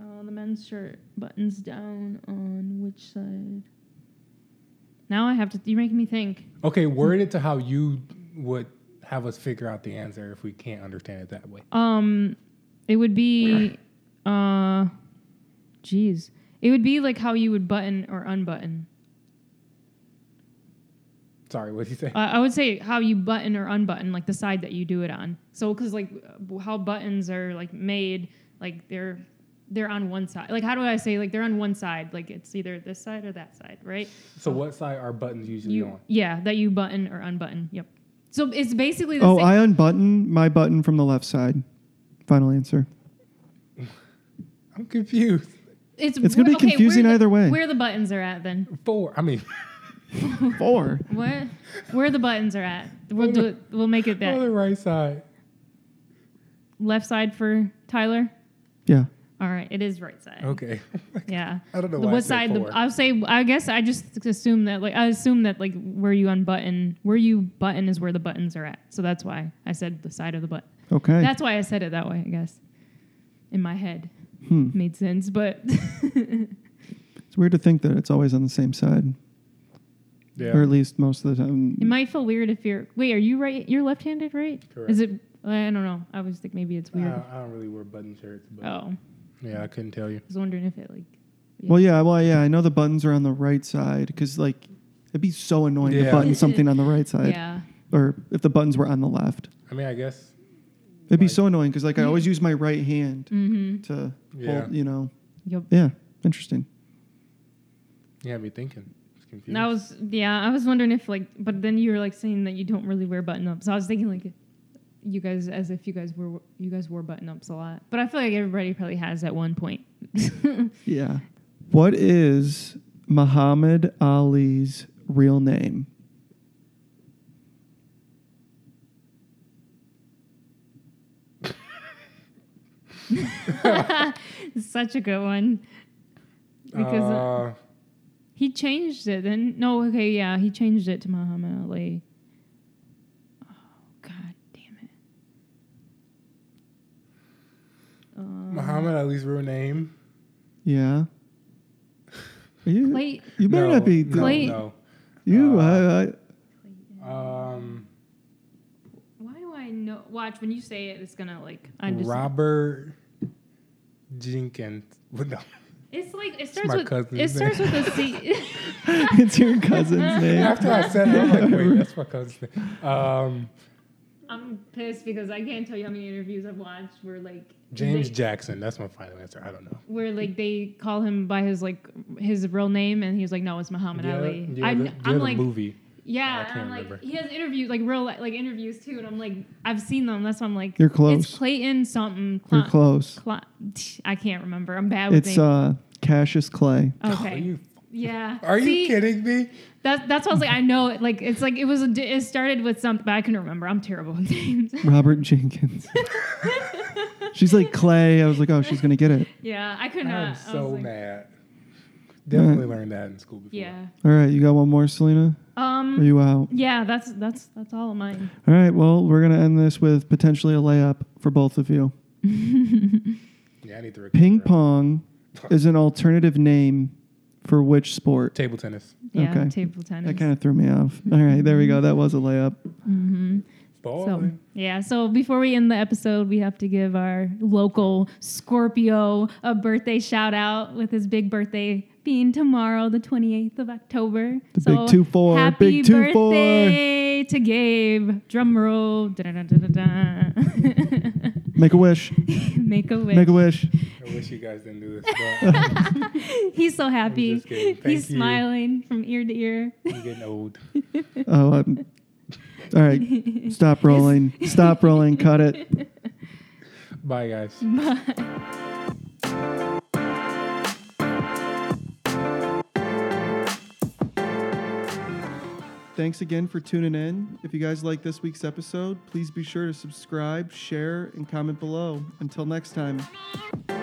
Speaker 2: uh, the men's shirt buttons down on which side? Now I have to. You're making me think.
Speaker 3: okay, word it to how you would have us figure out the answer if we can't understand it that way.
Speaker 2: Um, it would be, uh, jeez, it would be like how you would button or unbutton.
Speaker 3: Sorry, what did you say?
Speaker 2: Uh, I would say how you button or unbutton, like the side that you do it on. So, because like uh, how buttons are like made, like they're they're on one side. Like how do I say like they're on one side? Like it's either this side or that side, right?
Speaker 3: so what side are buttons usually
Speaker 2: You
Speaker 3: on?
Speaker 2: yeah, that you button or unbutton. Yep. So it's basically the
Speaker 1: Oh,
Speaker 2: same.
Speaker 1: I unbutton my button from the left side. Final answer.
Speaker 3: I'm confused.
Speaker 1: It's gonna
Speaker 2: where-
Speaker 1: be
Speaker 2: okay, where
Speaker 1: confusing
Speaker 2: the-
Speaker 1: either way.
Speaker 2: Where the buttons are at then?
Speaker 3: Four. I mean
Speaker 1: Four.
Speaker 2: What? Where the buttons are at? We'll do it. We'll make it
Speaker 3: on
Speaker 2: that
Speaker 3: (laughs) the right side.
Speaker 2: left side for Tyler.
Speaker 1: Yeah.
Speaker 2: All right, it is right side. (laughs)
Speaker 3: Okay.
Speaker 2: Yeah.
Speaker 3: I don't know
Speaker 2: The
Speaker 3: why I
Speaker 2: what
Speaker 3: said
Speaker 2: side? The,
Speaker 3: four.
Speaker 2: I'll say. I guess I just assume that. Like I assume that like where you unbutton, where you button is where the buttons are at. So that's why I said the side of the button.
Speaker 1: Okay.
Speaker 2: That's why I said it that way. I guess in my head
Speaker 1: hmm.
Speaker 2: made sense, but (laughs)
Speaker 1: It's weird to think that it's always on the same side,
Speaker 3: Yeah.
Speaker 1: or at least most of the time.
Speaker 2: it might feel weird if you're. Wait, are you right? You're left-handed, right?
Speaker 3: Correct. Uh,
Speaker 2: Is it? I don't know. I always think maybe it's
Speaker 3: I
Speaker 2: weird.
Speaker 3: don't, I don't really wear button shirts, but
Speaker 2: oh,
Speaker 3: yeah, I couldn't tell you.
Speaker 2: I was wondering if it like.
Speaker 1: Well, yeah, well, yeah. I know the buttons are on the right side because, like, it'd be so annoying to
Speaker 2: (laughs)
Speaker 3: Yeah.
Speaker 1: button something on the right side,
Speaker 2: Yeah.
Speaker 1: or if the buttons were on the left,
Speaker 3: I mean, I guess
Speaker 1: it'd be
Speaker 3: Right.
Speaker 1: so annoying because, like, I always use my right hand
Speaker 2: Mm-hmm.
Speaker 1: to
Speaker 3: Yeah.
Speaker 1: hold. You know,
Speaker 2: Yep.
Speaker 1: yeah, interesting.
Speaker 3: you had me thinking. It's confused.
Speaker 2: And I was yeah, I was wondering if like, but then you were like saying that you don't really wear button ups. So I was thinking like, you guys as if you guys were you guys wore button ups a lot. But I feel like everybody probably has at one point. (laughs)
Speaker 1: Yeah. What is Muhammad Ali's real name?
Speaker 2: Such a good one because uh,
Speaker 3: uh,
Speaker 2: he changed it. Then no, okay, yeah, he changed it to Muhammad Ali. Oh God, damn it. Um,
Speaker 3: Muhammad Ali's real name.
Speaker 1: Yeah. Are you
Speaker 2: Clay,
Speaker 1: you better
Speaker 3: no,
Speaker 1: not be
Speaker 3: no,
Speaker 2: Clay-
Speaker 3: no.
Speaker 1: you. I,
Speaker 3: Uh,
Speaker 1: I,
Speaker 3: Um,
Speaker 2: why do I know? Watch when you say it, it's gonna like I just
Speaker 3: Robert Jenkins. (laughs) Well, no.
Speaker 2: It's like it
Speaker 3: my
Speaker 2: starts with
Speaker 3: cousin's
Speaker 2: it starts with a C.
Speaker 3: (laughs)
Speaker 1: it's your cousin's
Speaker 2: (laughs)
Speaker 1: name.
Speaker 3: After I said it, I'm like, wait, that's my cousin's name. Um,
Speaker 2: I'm pissed because I can't tell you how many interviews I've watched where like
Speaker 3: James
Speaker 2: they,
Speaker 3: Jackson. That's my final answer. I don't know.
Speaker 2: where like they call him by his like his real name and he's like no it's Muhammad
Speaker 3: Yeah,
Speaker 2: Ali.
Speaker 3: yeah,
Speaker 2: I,
Speaker 3: the, yeah,
Speaker 2: I'm
Speaker 3: the
Speaker 2: like
Speaker 3: movie.
Speaker 2: yeah,
Speaker 3: Oh, I
Speaker 2: and
Speaker 3: can't
Speaker 2: I'm like
Speaker 3: remember.
Speaker 2: he has interviews like real li- like interviews too, and I'm like I've seen them. That's why I'm like
Speaker 1: You're
Speaker 2: It's
Speaker 1: close.
Speaker 2: Clayton something.
Speaker 1: You're
Speaker 2: Cla-
Speaker 1: close.
Speaker 2: Cla- I can't remember. I'm bad with
Speaker 1: It's
Speaker 2: names.
Speaker 1: uh, Cassius Clay.
Speaker 2: okay.
Speaker 3: uh, you
Speaker 2: Yeah.
Speaker 3: Are
Speaker 2: See,
Speaker 3: you kidding me?
Speaker 2: That, that's why I was like, I know, it. like it's like it was. A, it started with something, but I couldn't remember. I'm terrible with names. (laughs)
Speaker 1: Robert Jenkins. she's like Clay. I was like, oh, she's gonna get it.
Speaker 2: yeah, I could not. I
Speaker 3: I'm
Speaker 2: was
Speaker 3: so
Speaker 2: like-
Speaker 3: mad. Definitely learned that in school before.
Speaker 2: Yeah.
Speaker 1: All right, you got one more, Selena. Are
Speaker 2: Um.
Speaker 1: you out?
Speaker 2: Yeah. That's that's that's all of mine.
Speaker 1: All right. Well, we're gonna end this with potentially a layup for both of you.
Speaker 3: Yeah, I need to recover.
Speaker 1: Ping pong is an alternative name for which sport?
Speaker 3: Table tennis.
Speaker 2: Yeah.
Speaker 1: Okay.
Speaker 2: Table tennis.
Speaker 1: That kind of threw me off. All right, there we go. That was a layup.
Speaker 2: So (laughs)
Speaker 3: Balling.
Speaker 2: yeah, so before we end the episode, we have to give our local Scorpio a birthday shout out with his big birthday being tomorrow, the twenty eighth of October.
Speaker 1: The
Speaker 2: so
Speaker 1: big two four,
Speaker 2: Happy
Speaker 1: big two four.
Speaker 2: birthday to Gabe! Drum roll. Da-da-da-da-da.
Speaker 1: Make a wish.
Speaker 2: (laughs) Make a wish.
Speaker 1: Make a wish.
Speaker 3: I wish you guys didn't do this, but
Speaker 2: He's so happy.
Speaker 3: just kidding. Thank
Speaker 2: He's
Speaker 3: you.
Speaker 2: smiling from ear to ear.
Speaker 3: I'm getting old.
Speaker 1: Oh, I'm, all right. Stop rolling. Stop rolling. Cut it.
Speaker 3: Bye, guys.
Speaker 1: Thanks again for tuning in. If you guys like this week's episode, please be sure to subscribe, share, and comment below. Until next time.
Speaker 4: Thank you.